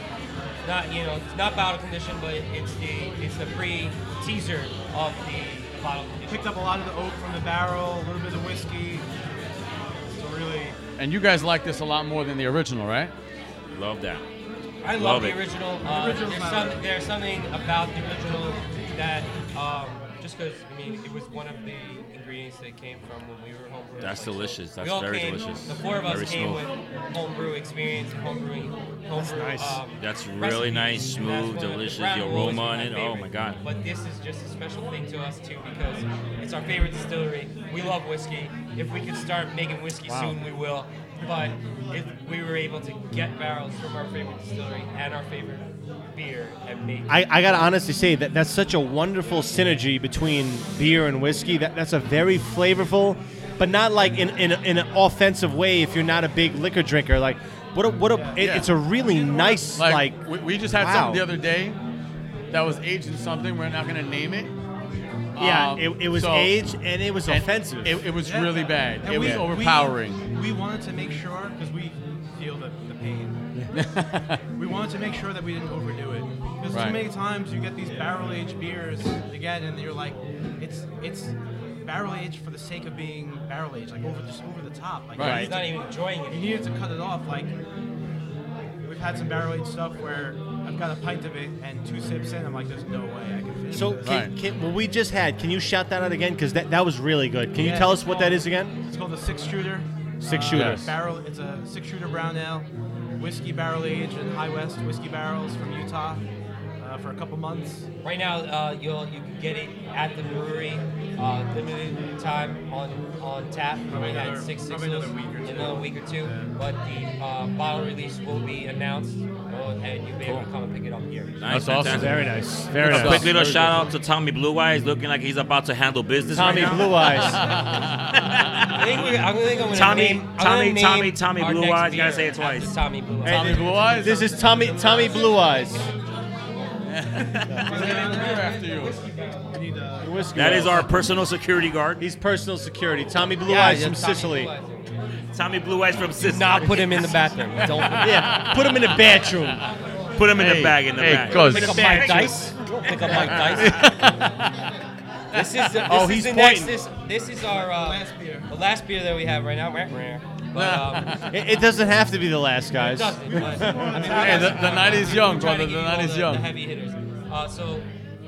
Speaker 4: not you know it's not bottle condition, but it's the it's the pre teaser of the bottle condition.
Speaker 5: Picked up a lot of the oak from the barrel, a little bit of whiskey. So really.
Speaker 2: And you guys like this a lot more than the original, right?
Speaker 3: Love that.
Speaker 4: I love,
Speaker 3: Love
Speaker 4: the
Speaker 3: it.
Speaker 4: original. Uh,
Speaker 5: original's
Speaker 4: there's,
Speaker 5: my
Speaker 4: some,
Speaker 5: favorite.
Speaker 4: there's something about the original that um, just because I mean it was one of the ingredients that came from when we were homebrewing.
Speaker 3: That's
Speaker 4: Like,
Speaker 3: delicious. That's
Speaker 4: we all
Speaker 3: very
Speaker 4: came,
Speaker 3: delicious.
Speaker 4: The four of us
Speaker 3: Very
Speaker 4: came
Speaker 3: smooth.
Speaker 4: with homebrew experience, homebrewing, homebrew.
Speaker 1: nice.
Speaker 4: Um,
Speaker 3: That's really
Speaker 4: recipes,
Speaker 3: nice,
Speaker 4: and that's
Speaker 3: smooth,
Speaker 4: one of
Speaker 3: delicious,
Speaker 4: brown
Speaker 3: the
Speaker 4: roll is
Speaker 3: aroma
Speaker 4: my
Speaker 3: in it. Oh,
Speaker 4: favorite.
Speaker 3: my God.
Speaker 4: But this is just a special thing to us too because it's our favorite distillery. We love whiskey. If we could start making whiskey soon, we will. But if we were able to get barrels from our favorite distillery and our favorite beer and make
Speaker 1: I, I gotta honestly say that that's such a wonderful synergy between beer and whiskey. That that's a very flavorful, but not like in in, in an offensive way. If you're not a big liquor drinker, like what a what a it- it's a really nice like,
Speaker 2: we, we just had
Speaker 1: wow.
Speaker 2: something the other day that was aged in something. We're not gonna name it.
Speaker 1: yeah.
Speaker 2: Um,
Speaker 1: It, it was
Speaker 2: so-
Speaker 1: aged and it was
Speaker 2: and
Speaker 1: offensive.
Speaker 2: It, it was
Speaker 5: Yeah.
Speaker 2: really bad.
Speaker 5: And
Speaker 2: it
Speaker 5: we-
Speaker 2: was overpowering.
Speaker 5: We, we wanted to make sure because we feel the, the pain. we wanted to make sure that we didn't overdo it because
Speaker 2: Right.
Speaker 5: too many times you get these barrel aged beers again, and you're like, it's it's barrel aged for the sake of being barrel aged, like over just over the top. Like,
Speaker 2: Right.
Speaker 4: he's not even enjoying it.
Speaker 5: You needed to cut it off. Like we've had some barrel aged stuff where I've got a pint of it and two sips in, I'm like, there's no way I can finish.
Speaker 1: so
Speaker 5: this.
Speaker 1: can,
Speaker 2: Right.
Speaker 1: can, what we just had, can you shout that out again? Because that that was really good. Can you
Speaker 5: Yeah,
Speaker 1: tell
Speaker 5: it's
Speaker 1: us what
Speaker 5: called-
Speaker 1: that is again?
Speaker 5: It's called the six shooter.
Speaker 1: Six
Speaker 5: Uh,
Speaker 1: shooter.
Speaker 2: Yes.
Speaker 5: Barrel. It's a six shooter brown ale, whiskey barrel aged in High West whiskey barrels from Utah uh, for a couple months.
Speaker 4: Right now, uh, you'll you can get it at the brewery, uh, limited time on on tap.
Speaker 5: Probably
Speaker 4: at
Speaker 5: another-
Speaker 4: six
Speaker 5: probably
Speaker 4: sixes
Speaker 5: another week or
Speaker 4: in
Speaker 5: two.
Speaker 4: another week or two. But the uh, bottle release will be announced, uh, and you'll be able to come and pick it up here.
Speaker 2: That's awesome.
Speaker 3: fantastic.
Speaker 1: Very nice. Very
Speaker 2: Good
Speaker 3: A
Speaker 1: nice.
Speaker 3: quick
Speaker 2: stuff.
Speaker 3: little
Speaker 2: Very
Speaker 3: shout out to Tommy Blue Eyes, looking like he's about to handle business.
Speaker 1: Tommy
Speaker 3: right now.
Speaker 1: Blue Eyes.
Speaker 4: I think we're, I think I'm gonna
Speaker 3: Tommy-
Speaker 4: name, I'm
Speaker 3: Tommy-
Speaker 4: gonna name
Speaker 3: Tommy- Tommy
Speaker 4: our
Speaker 3: Blue
Speaker 4: next
Speaker 3: Eyes, you gotta
Speaker 4: beer
Speaker 3: say it twice.
Speaker 4: after Tommy Blue Eyes.
Speaker 2: Tommy Blue Eyes.
Speaker 1: This is Tommy Tommy Blue Eyes.
Speaker 2: after you.
Speaker 1: Whiskey
Speaker 3: That
Speaker 1: Eyes.
Speaker 3: is our personal security guard,
Speaker 1: He's personal security. Tommy Blue
Speaker 4: Yeah,
Speaker 1: Eyes
Speaker 4: yeah,
Speaker 1: from
Speaker 4: Tommy
Speaker 1: Sicily.
Speaker 4: Blue Eyes.
Speaker 3: Tommy Blue Eyes from Sicily.
Speaker 4: Nah, put him in the bathroom. Don't
Speaker 1: Yeah, put him in the bathroom.
Speaker 3: Put him in
Speaker 2: Hey,
Speaker 3: the bag. In the
Speaker 2: hey,
Speaker 3: bag.
Speaker 2: cuz.
Speaker 4: pick up
Speaker 1: the
Speaker 4: Mike
Speaker 1: bathroom.
Speaker 4: Dice. Pick up Mike Dice. This is the, this
Speaker 1: Oh,
Speaker 4: is
Speaker 1: he's
Speaker 4: the next,
Speaker 1: pointing.
Speaker 4: this, this is our uh,
Speaker 5: Last beer.
Speaker 4: the last beer that we have right now. Rah, rah. But, um,
Speaker 1: It, it doesn't have to be the last,
Speaker 4: it
Speaker 1: guys.
Speaker 4: doesn't. But, I mean,
Speaker 2: Hey, the, the night is young,
Speaker 4: I'm trying to
Speaker 2: brother.
Speaker 4: give
Speaker 2: The
Speaker 4: you
Speaker 2: night
Speaker 4: all
Speaker 2: is
Speaker 4: the- The
Speaker 2: young.
Speaker 4: heavy hitters. Uh, so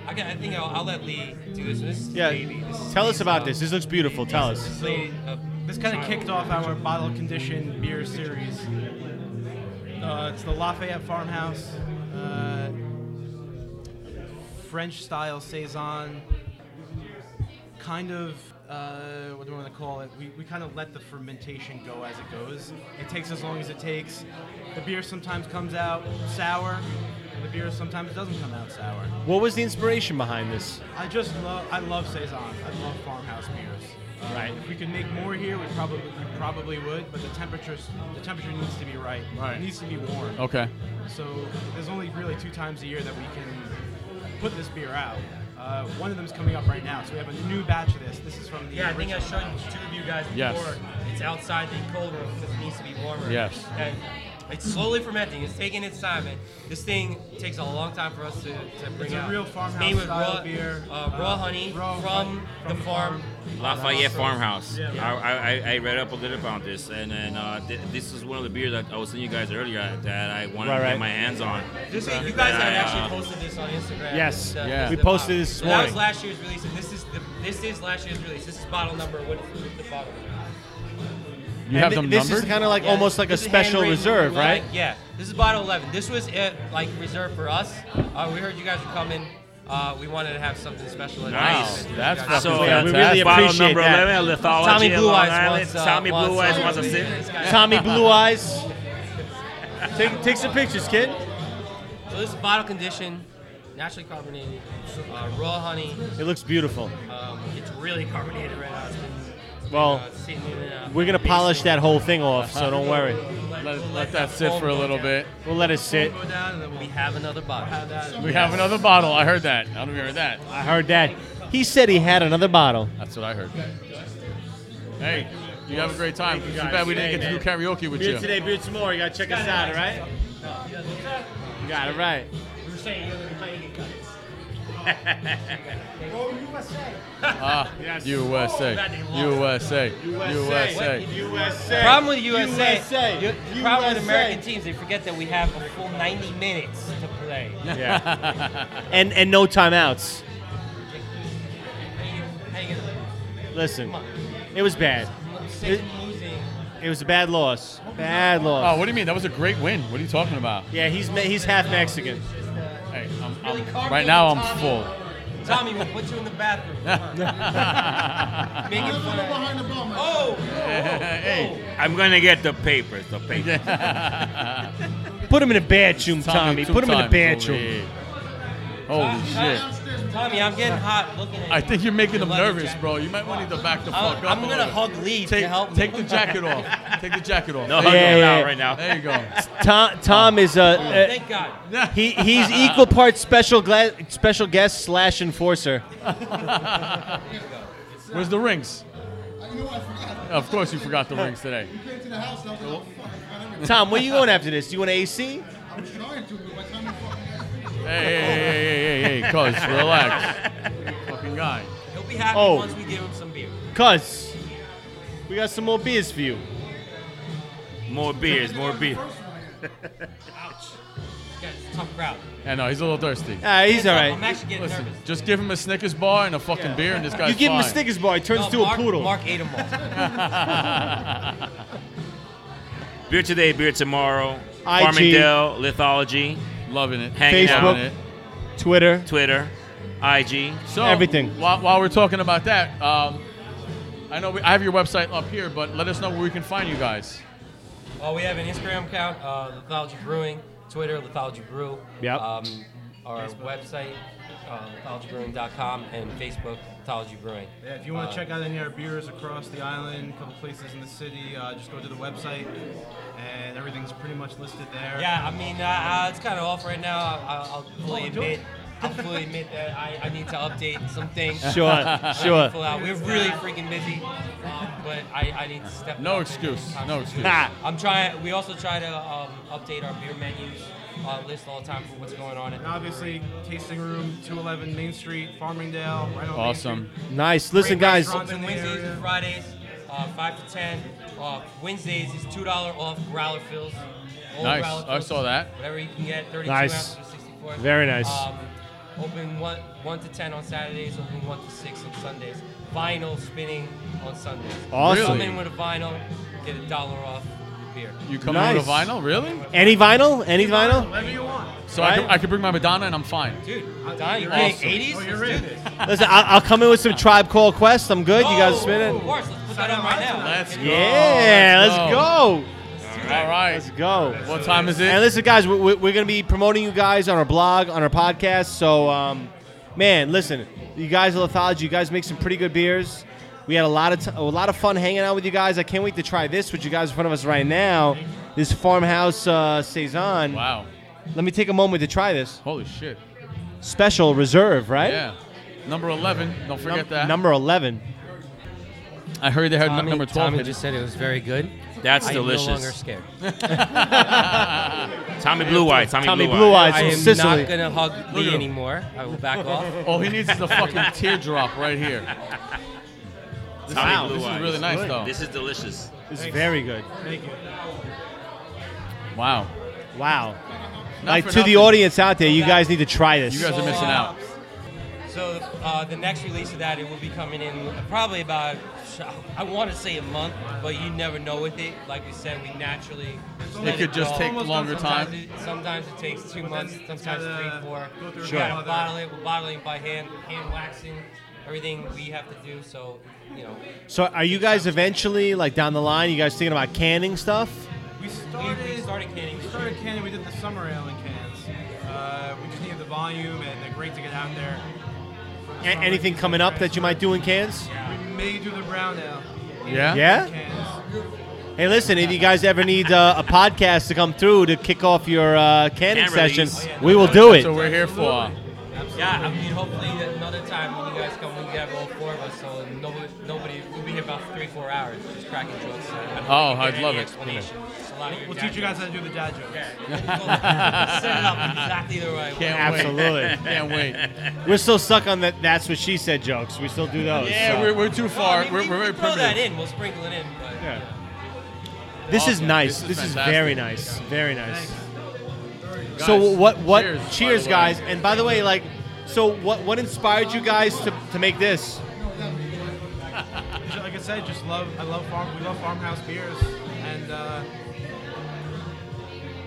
Speaker 4: I, got, I think I'll, I'll let Lee do this. This is
Speaker 1: Yeah,
Speaker 4: Baby. This is
Speaker 1: tell us
Speaker 4: Lee's,
Speaker 1: about
Speaker 4: uh,
Speaker 1: this. This looks beautiful. Tell us.
Speaker 4: This, Lee, uh,
Speaker 5: This kind of kicked off our bottle conditioned beer series. Uh, it's the Lafayette Farmhouse, uh, French style saison. Kind of, uh, what do I want to call it? We, we kind of let the fermentation go as it goes. It takes as long as it takes. The beer sometimes comes out sour, and the beer sometimes doesn't come out sour.
Speaker 1: What was the inspiration behind this?
Speaker 5: I just love I love saison. I love farmhouse beers. Uh,
Speaker 1: Right.
Speaker 5: If we could make more here, we probably we probably would, but the temperatures the temperature needs to be right.
Speaker 2: Right. Oh.
Speaker 5: It needs to be warm.
Speaker 2: Okay.
Speaker 5: So there's only really two times a year that we can put this beer out. Uh, one of them is coming up right now, so we have a new batch of this. This is from the
Speaker 4: Yeah, I think I
Speaker 5: original
Speaker 4: showed
Speaker 5: batch.
Speaker 4: two of you guys
Speaker 2: Yes.
Speaker 4: before. It's outside the cold room because it needs to be warmer.
Speaker 2: Yes.
Speaker 4: And it's slowly fermenting. It's taking its time. And this thing takes a long time for us to, to bring
Speaker 5: It's a
Speaker 4: out.
Speaker 5: real
Speaker 4: it's made
Speaker 5: farmhouse
Speaker 4: with
Speaker 5: style
Speaker 4: raw,
Speaker 5: beer.
Speaker 4: Uh, raw honey
Speaker 5: raw
Speaker 4: from,
Speaker 5: honey
Speaker 4: the farm.
Speaker 3: Lafayette Farmhouse.
Speaker 5: Yeah.
Speaker 3: I, I, I read up a little about this, and then uh, th- this is one of the beers that I was telling you guys earlier that I wanted
Speaker 1: Right,
Speaker 3: to
Speaker 1: right.
Speaker 3: get my hands on. uh,
Speaker 4: This thing- you guys
Speaker 3: Yeah,
Speaker 4: have
Speaker 3: yeah.
Speaker 4: actually posted this on Instagram.
Speaker 1: Yes.
Speaker 4: The-
Speaker 2: Yeah.
Speaker 4: the
Speaker 1: We posted
Speaker 4: bottle.
Speaker 1: this
Speaker 4: So that was
Speaker 1: morning.
Speaker 4: last year's release, and this is the, this is last year's release. This is bottle number. What is the bottle?
Speaker 2: You have
Speaker 1: And
Speaker 2: them
Speaker 1: thi- this
Speaker 2: numbered?
Speaker 1: is kind of like
Speaker 4: Yeah,
Speaker 1: almost like a
Speaker 4: this is
Speaker 1: special
Speaker 4: handwritten,
Speaker 1: reserve,
Speaker 4: like-
Speaker 1: right?
Speaker 4: Yeah, this is bottle 11. This was it, like reserved for us. Uh, we heard you guys were coming. Uh, we wanted to have something special. at the
Speaker 3: Nice.
Speaker 4: event.
Speaker 2: That's
Speaker 4: You guys-
Speaker 2: fucking
Speaker 3: So
Speaker 1: Yeah,
Speaker 3: uh,
Speaker 1: we really
Speaker 3: bottle
Speaker 1: appreciate
Speaker 3: number
Speaker 1: that.
Speaker 3: eleven, lithology.
Speaker 4: Tommy Blue
Speaker 3: Long
Speaker 4: Eyes
Speaker 3: Island.
Speaker 4: wants. Uh,
Speaker 3: Tommy Blue Eyes wants a sip.
Speaker 4: This guy-
Speaker 1: Tommy Blue Eyes. Take, take some pictures, kid.
Speaker 4: So this is bottle conditioned, naturally carbonated, uh, raw honey.
Speaker 1: It looks beautiful.
Speaker 4: Um, it's really carbonated right now. It's been,
Speaker 1: Well,
Speaker 4: uh, sitting in, uh,
Speaker 1: We're gonna polish that whole thing off, so don't worry.
Speaker 4: Let,
Speaker 2: Let, let that sit
Speaker 4: foam
Speaker 2: for a
Speaker 4: go
Speaker 2: little
Speaker 4: down.
Speaker 2: bit.
Speaker 1: We'll let it sit.
Speaker 5: Go down and then we'll
Speaker 4: We have another bottle.
Speaker 5: have that.
Speaker 2: We have another bottle. I heard that. I don't know if you heard that.
Speaker 1: I heard that. He said he had another bottle.
Speaker 2: That's what I heard. Hey, you have a great time. Too bad we didn't get to do karaoke with you.
Speaker 1: beer tomorrow. You gotta check us out, all right? You got it right.
Speaker 4: We were saying you're gonna play it.
Speaker 2: Ah, USA, USA, USA.
Speaker 1: USA.
Speaker 4: problem with USA, you- the problem with American teams, they forget that we have a full 90 minutes to play.
Speaker 1: Yeah. and and no timeouts.
Speaker 4: Hang it,
Speaker 1: Listen,
Speaker 4: Come on.
Speaker 1: it was bad.
Speaker 4: Six losing.
Speaker 1: It was a bad loss. Bad
Speaker 2: Oh,
Speaker 1: loss.
Speaker 2: what do you mean? That was a great win. What are you talking about?
Speaker 1: Yeah, he's me- he's half Mexican.
Speaker 2: Hey, I'm,
Speaker 4: Really
Speaker 2: I'm,
Speaker 4: carved
Speaker 2: right now
Speaker 4: into
Speaker 2: I'm
Speaker 4: Tommy.
Speaker 2: full.
Speaker 4: Tommy, we'll put you in the bathroom. Making fun of- Oh!
Speaker 2: hey.
Speaker 3: I'm gonna get the papers. The papers.
Speaker 1: Put him in a bathroom, Tommy.
Speaker 2: Tommy, two
Speaker 1: Put him in a
Speaker 2: times over
Speaker 1: bathroom.
Speaker 2: here. Holy shit.
Speaker 4: Tommy, I'm getting hot looking at
Speaker 2: I think you're making them
Speaker 4: Your leather
Speaker 2: nervous,
Speaker 4: jacket.
Speaker 2: bro. You might want to need to back the fuck up.
Speaker 4: I'm, I'm
Speaker 2: a
Speaker 4: gonna
Speaker 2: little bit.
Speaker 4: hug Lee
Speaker 2: Take,
Speaker 4: to help me.
Speaker 2: take the jacket off. Take the jacket off.
Speaker 3: No,
Speaker 2: there,
Speaker 1: Yeah,
Speaker 3: you're
Speaker 1: yeah,
Speaker 3: not
Speaker 1: yeah.
Speaker 3: right now.
Speaker 2: there you go.
Speaker 1: Tom Tom is
Speaker 4: Oh,
Speaker 1: a.
Speaker 4: thank God.
Speaker 1: a he, he's equal parts special gla- special guest slash enforcer.
Speaker 2: Where's the rings? Of course you forgot the rings today.
Speaker 1: Tom, where you going after this? You want an AC?
Speaker 2: Hey, hey, hey, hey, hey, hey, cuz, relax. Fucking guy.
Speaker 4: He'll be happy
Speaker 1: Oh.
Speaker 4: once we give him some beer.
Speaker 1: Cuz we got some more beers for you.
Speaker 3: More beers. More beer.
Speaker 4: Yeah, it's a tough crowd.
Speaker 2: Yeah, no, he's a little thirsty.
Speaker 1: Ah, he's all
Speaker 4: I'm
Speaker 1: right.
Speaker 4: actually getting
Speaker 2: Listen,
Speaker 4: nervous.
Speaker 2: just give him a Snickers bar and a fucking beer, and this guy's
Speaker 1: You give him a
Speaker 2: fine.
Speaker 1: Snickers bar, he turns
Speaker 4: No,
Speaker 1: to
Speaker 4: Mark,
Speaker 1: a poodle.
Speaker 4: Mark ate 'em all.
Speaker 3: Beer today, beer tomorrow.
Speaker 1: IG.
Speaker 3: Farmingdale, Lithology,
Speaker 2: Loving it.
Speaker 3: Hanging
Speaker 2: Down
Speaker 1: Facebook.
Speaker 2: on it.
Speaker 1: Twitter.
Speaker 3: Twitter, IG.
Speaker 2: So
Speaker 1: Everything.
Speaker 2: While, while we're talking about that, um, I know we, I have your website up here, but let us know where we can find you guys.
Speaker 4: Uh, we have an Instagram account, uh, Lithology Brewing, Twitter, Lithology Brew.
Speaker 1: Yep.
Speaker 4: Um, our website, uh, lithologybrewing.com, and Facebook, Lithology Brewing.
Speaker 5: Yeah, if you want to check out any of our beers across the island, a couple places in the city, uh, just go to the website, and everything's pretty much listed there.
Speaker 4: Yeah, I mean, uh, uh, it's kind of off right now. I'll, I'll fully
Speaker 5: Oh, do
Speaker 4: admit. I'll fully admit that I, I need to update some things.
Speaker 1: Sure, sure.
Speaker 4: Full out. We're really freaking busy, um, but I, I need to step.
Speaker 2: No
Speaker 4: up.
Speaker 2: excuse. No excuse.
Speaker 1: Ha.
Speaker 4: I'm trying. We also try to um, update our beer menus uh, list all the time for what's going on. At
Speaker 5: And obviously, tasting room 211 Main Street, Farmingdale, right on Main
Speaker 2: Awesome.
Speaker 5: Street.
Speaker 1: Nice. Listen, guys.
Speaker 5: restaurant.
Speaker 4: Open Wednesdays and Fridays, uh, five to ten. Uh, Wednesdays is two dollar off growler fills. Old
Speaker 2: Nice.
Speaker 4: growler
Speaker 2: I saw that.
Speaker 4: Whatever you can get, thirty-two
Speaker 1: Nice.
Speaker 4: ounces or sixty-four.
Speaker 1: Very nice.
Speaker 4: Um, open one one to ten on Saturdays. Open one to six on Sundays. Vinyl spinning on Sundays.
Speaker 1: Awesome.
Speaker 4: Come
Speaker 2: Really?
Speaker 4: in with a vinyl, get a dollar off your beer.
Speaker 2: You come
Speaker 1: Nice.
Speaker 2: out with a vinyl, really?
Speaker 1: Any vinyl? Any vinyl?
Speaker 5: Whatever you want.
Speaker 2: So I,
Speaker 1: Right.
Speaker 2: can, I can bring my Madonna and I'm fine.
Speaker 4: Dude,
Speaker 5: Uh,
Speaker 4: Don, you're
Speaker 5: you're
Speaker 4: getting
Speaker 2: awesome.
Speaker 4: 80s?
Speaker 5: Oh, you're
Speaker 4: Let's
Speaker 5: in.
Speaker 4: do this.
Speaker 1: Listen, I'll, I'll come in with some Tribe Call Quest. I'm good. You guys
Speaker 4: Oh,
Speaker 1: spin
Speaker 4: Of
Speaker 1: it?
Speaker 4: course, let's put that on right now.
Speaker 2: Let's go.
Speaker 1: Yeah, let's go.
Speaker 2: All right.
Speaker 1: Let's go.
Speaker 2: What time is it?
Speaker 1: And listen, guys, we're, we're going to be promoting you guys on our blog, on our podcast. So, um, man, listen, you guys at Lithology, you guys make some pretty good beers. We had a lot of t- a lot of fun hanging out with you guys. I can't wait to try this, which you guys in front of us right now. This farmhouse uh, saison.
Speaker 2: Wow.
Speaker 1: Let me take a moment to try this
Speaker 2: Holy shit.
Speaker 1: special reserve, right?
Speaker 2: Yeah. Number 11. Don't
Speaker 1: Num-
Speaker 2: forget that.
Speaker 1: Number eleven.
Speaker 2: I heard they heard
Speaker 4: Tommy-
Speaker 2: uh, number 12
Speaker 4: Tommy
Speaker 2: hit
Speaker 4: just said it was very good.
Speaker 3: That's
Speaker 4: I am
Speaker 3: delicious.
Speaker 4: no longer scared.
Speaker 3: Tommy Blue Eye. Tommy,
Speaker 1: Tommy
Speaker 3: Blue,
Speaker 1: Blue
Speaker 3: Eye.
Speaker 1: Eyes
Speaker 4: I
Speaker 1: from
Speaker 4: am
Speaker 1: Sicily.
Speaker 4: not gonna hug
Speaker 2: Look at
Speaker 4: Lee
Speaker 2: him.
Speaker 4: anymore. I will back off.
Speaker 2: All he needs is a fucking teardrop right here. This, is,
Speaker 3: Tommy Blue
Speaker 2: this
Speaker 3: Eyes.
Speaker 2: is really nice, though.
Speaker 3: This is delicious.
Speaker 1: it's very good.
Speaker 5: Thank you.
Speaker 2: Wow.
Speaker 1: Wow.
Speaker 2: Not
Speaker 1: Like
Speaker 2: for
Speaker 1: to the
Speaker 2: nothing.
Speaker 1: audience out there, you guys need to try this.
Speaker 2: You guys are missing out.
Speaker 4: So uh, the next release of that, it will be coming in probably about I want to say a month, but you never know with it. Like we said, we naturally. let
Speaker 2: It could just
Speaker 4: go.
Speaker 2: take
Speaker 5: Almost
Speaker 2: longer
Speaker 5: done
Speaker 2: time.
Speaker 4: Sometimes it, sometimes it takes two months,
Speaker 5: then it's
Speaker 4: sometimes
Speaker 5: gotta
Speaker 4: three, four.
Speaker 5: go through a
Speaker 4: we
Speaker 5: Sure.
Speaker 4: gotta
Speaker 5: couple
Speaker 4: bottle
Speaker 5: other-
Speaker 4: it. We're bottling by hand, hand waxing, everything we have to do. So you know,
Speaker 1: So, are you guys eventually like down the line? You guys thinking about canning stuff?
Speaker 5: We started,
Speaker 4: we, we started canning.
Speaker 5: we started canning. We did the summer ale in cans. Uh, we just needed the volume, and they're great to get out there.
Speaker 1: A- anything coming up that you might do in cans?
Speaker 5: We may do the brown ale.
Speaker 2: Yeah?
Speaker 1: Yeah.
Speaker 5: Cans.
Speaker 1: Hey, listen, if you guys ever need uh, a podcast to come through to kick off your uh, canning
Speaker 3: Can
Speaker 1: session,
Speaker 3: release.
Speaker 1: we will do
Speaker 2: So
Speaker 1: it.
Speaker 2: we're here for.
Speaker 4: Yeah, I mean, hopefully that another time when you guys come, we can have all four of us. So nobody, nobody, we'll be here about three, four hours, just cracking jokes. So I don't
Speaker 2: Oh,
Speaker 4: think we
Speaker 2: I'd
Speaker 4: get
Speaker 2: love
Speaker 4: any
Speaker 2: it.
Speaker 4: explanation. It's a lot of your
Speaker 5: We'll
Speaker 4: dad
Speaker 5: teach you guys how to do the dad jokes.
Speaker 4: jokes. Yeah. Set it up exactly the right way.
Speaker 2: Can't
Speaker 1: Absolutely.
Speaker 2: wait. Can't wait.
Speaker 1: We're still stuck on that. That's what she said jokes. We still do those.
Speaker 2: Yeah,
Speaker 1: so.
Speaker 2: we're, we're too
Speaker 4: Well,
Speaker 2: far.
Speaker 4: I mean,
Speaker 2: we're,
Speaker 4: we
Speaker 2: we're very
Speaker 4: can throw that
Speaker 2: primitive.
Speaker 4: in. We'll sprinkle it in, but
Speaker 1: Yeah. This is
Speaker 2: Awesome.
Speaker 1: nice.
Speaker 2: This
Speaker 1: This
Speaker 2: is
Speaker 1: is,
Speaker 2: fantastic.
Speaker 1: very nice. Very nice.
Speaker 5: Thanks.
Speaker 1: So
Speaker 2: Guys,
Speaker 1: what? What?
Speaker 2: cheers, by
Speaker 1: Cheers,
Speaker 2: the way.
Speaker 1: guys! And by the way, like, so what? What inspired you guys to, to make this?
Speaker 5: Ju- Like I said, just love. I love farm. We love farmhouse beers, and uh,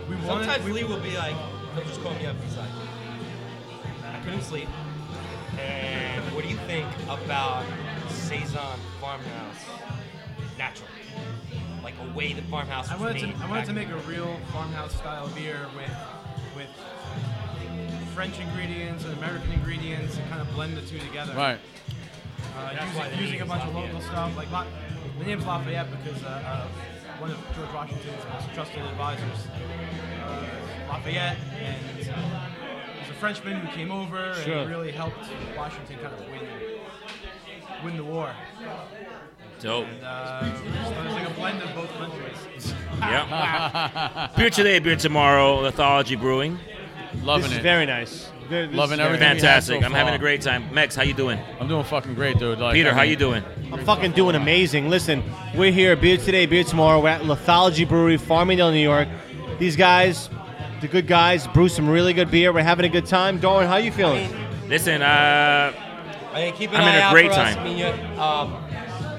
Speaker 5: we wanted.
Speaker 4: sometimes
Speaker 5: we,
Speaker 4: Lee will be like, he'll just call me up. He's like, I couldn't sleep. And what do you think about saison farmhouse natural? Like a way the farmhouse
Speaker 5: I
Speaker 4: was
Speaker 5: wanted
Speaker 4: made.
Speaker 5: to. I wanted
Speaker 4: back
Speaker 5: to make a real farmhouse style beer with with French ingredients and American ingredients and kind of blend the two together.
Speaker 2: Right.
Speaker 5: Uh,
Speaker 4: That's why the
Speaker 5: using, using
Speaker 4: name
Speaker 5: a
Speaker 4: is
Speaker 5: bunch of
Speaker 4: Lafayette.
Speaker 5: local stuff. Like La- the name's Lafayette because uh, uh, one of George Washington's most trusted advisors, uh, Lafayette, and uh, was a Frenchman who came over
Speaker 1: Sure.
Speaker 5: and really helped Washington kind of win win the war.
Speaker 3: Dope.
Speaker 5: And uh, so it was like a blend of both countries.
Speaker 3: Yeah. beer today, beer tomorrow. Lithology Brewing.
Speaker 1: This
Speaker 2: Loving
Speaker 1: is
Speaker 2: it.
Speaker 1: very nice. Th- this
Speaker 2: Loving
Speaker 1: is very
Speaker 2: everything.
Speaker 1: nice.
Speaker 3: Fantastic.
Speaker 2: so
Speaker 3: I'm having
Speaker 2: far.
Speaker 3: a great time. Mex, how you doing?
Speaker 2: I'm doing fucking great, dude. Like,
Speaker 3: Peter,
Speaker 2: I
Speaker 3: how
Speaker 2: mean,
Speaker 3: you doing?
Speaker 1: I'm fucking doing amazing. Listen, we're here, beer today, beer tomorrow. We're at Lithology Brewery, Farmingdale, New York. These guys, the good guys, brew some really good beer. We're having a good time. Darwin, how you
Speaker 4: I
Speaker 1: feeling?
Speaker 4: mean,
Speaker 3: Listen, uh,
Speaker 4: I mean, keep an
Speaker 3: I'm in
Speaker 4: eye
Speaker 3: a
Speaker 4: out
Speaker 3: great
Speaker 4: for us.
Speaker 3: time.
Speaker 4: I mean, you- um,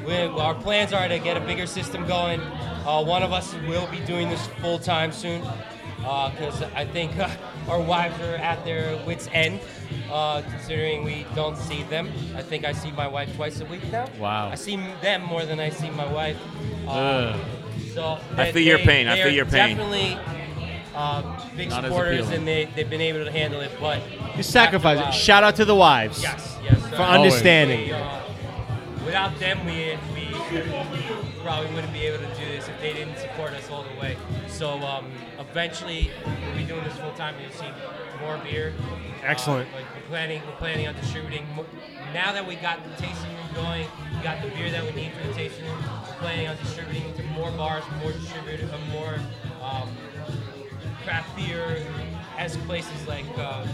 Speaker 4: we, our plans are to get a bigger system going. Uh, one of us will be doing this full time soon because I think uh, our wives are at their wits' end. Uh, considering we don't see them, I think I see my wife twice a week now.
Speaker 2: Wow.
Speaker 4: I see them more than I see my wife. Uh,
Speaker 2: Ugh.
Speaker 4: So
Speaker 3: I
Speaker 4: they-
Speaker 3: feel your
Speaker 4: they-
Speaker 3: pain. I
Speaker 4: they
Speaker 3: feel
Speaker 4: are
Speaker 3: your pain.
Speaker 4: Definitely uh, big
Speaker 2: Not as
Speaker 4: supporters,
Speaker 2: appealing.
Speaker 4: and they they have been able to handle it. But
Speaker 1: You sacrifice
Speaker 4: after a
Speaker 1: it.
Speaker 4: while-
Speaker 1: Shout out to the wives
Speaker 4: yes, yes.
Speaker 1: for
Speaker 4: uh,
Speaker 1: understanding.
Speaker 4: we, uh, without them, we, we probably wouldn't be able to do this if they didn't support us all the way. So um, eventually, we'll be doing this full time. You'll see more beer.
Speaker 1: Excellent.
Speaker 4: Uh, like we're planning, we're planning on distributing. mo- Now that we got the tasting room going, we got the beer that we need for the tasting room. We're planning on distributing to more bars, more distributors, uh, more um, craft beer, as places like uh,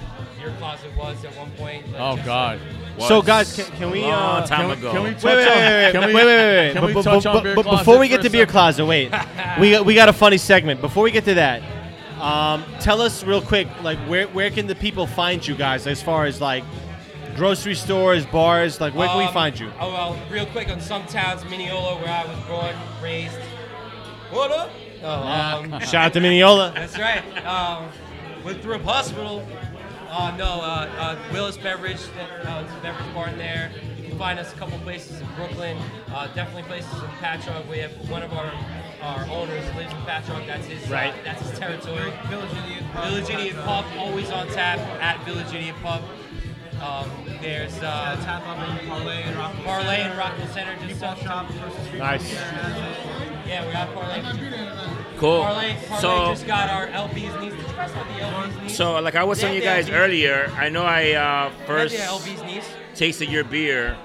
Speaker 4: your closet was at one point. Like
Speaker 2: Oh
Speaker 4: just-
Speaker 2: God.
Speaker 1: So guys, can, can we?
Speaker 3: Long
Speaker 1: Uh,
Speaker 3: time
Speaker 2: Can we,
Speaker 3: ago.
Speaker 2: can we
Speaker 1: Wait, wait,
Speaker 2: touch on?
Speaker 1: wait, wait,
Speaker 2: can
Speaker 1: wait,
Speaker 2: we-
Speaker 1: wait, wait, wait.
Speaker 2: Can we
Speaker 1: But-
Speaker 2: touch
Speaker 1: but-
Speaker 2: on beer
Speaker 1: but
Speaker 2: closet
Speaker 1: before we
Speaker 2: for
Speaker 1: get to
Speaker 2: a
Speaker 1: beer
Speaker 2: second?
Speaker 1: closet, wait, we got, we got a funny segment. Before we get to that, um, tell us real quick, like where where can the people find you guys as far as like grocery stores, bars, like where can we
Speaker 4: Um,
Speaker 1: find
Speaker 3: uh,
Speaker 1: you?
Speaker 4: Oh well, real quick on some towns, Mineola, where I was born, raised. What up? Oh, um,
Speaker 1: Shout out to Mineola.
Speaker 4: that's right. Um, Winthrop Hospital. Uh, no, uh, uh, Willis Beverage. Uh, it's a beverage bar in there. You can find us a couple places in Brooklyn. Uh, definitely places in Patchogue. We have one of our our owners lives in Patchogue. That's his.
Speaker 1: Right.
Speaker 4: Uh, that's his territory.
Speaker 5: Village Idiot Pub.
Speaker 4: Village Idiot Pub, always on tap at Village Idiot Pub. Um, there's
Speaker 5: Uh,
Speaker 4: uh,
Speaker 5: tap up in Parlay and Rock.
Speaker 4: Parlay and Rockville Center just
Speaker 5: Meatball
Speaker 4: up
Speaker 5: shop across the street.
Speaker 1: Nice.
Speaker 4: Yeah, we got parlay.
Speaker 3: Cool.
Speaker 4: Parlay, parlay
Speaker 3: so,
Speaker 4: just got our LB's knees. Did you guys have the LB's knees?
Speaker 3: so like I was telling you
Speaker 4: Yeah, yeah,
Speaker 3: guys
Speaker 4: dude.
Speaker 3: earlier, I know I uh,
Speaker 4: Did
Speaker 3: first
Speaker 4: you have the LB's knees.
Speaker 3: tasted your beer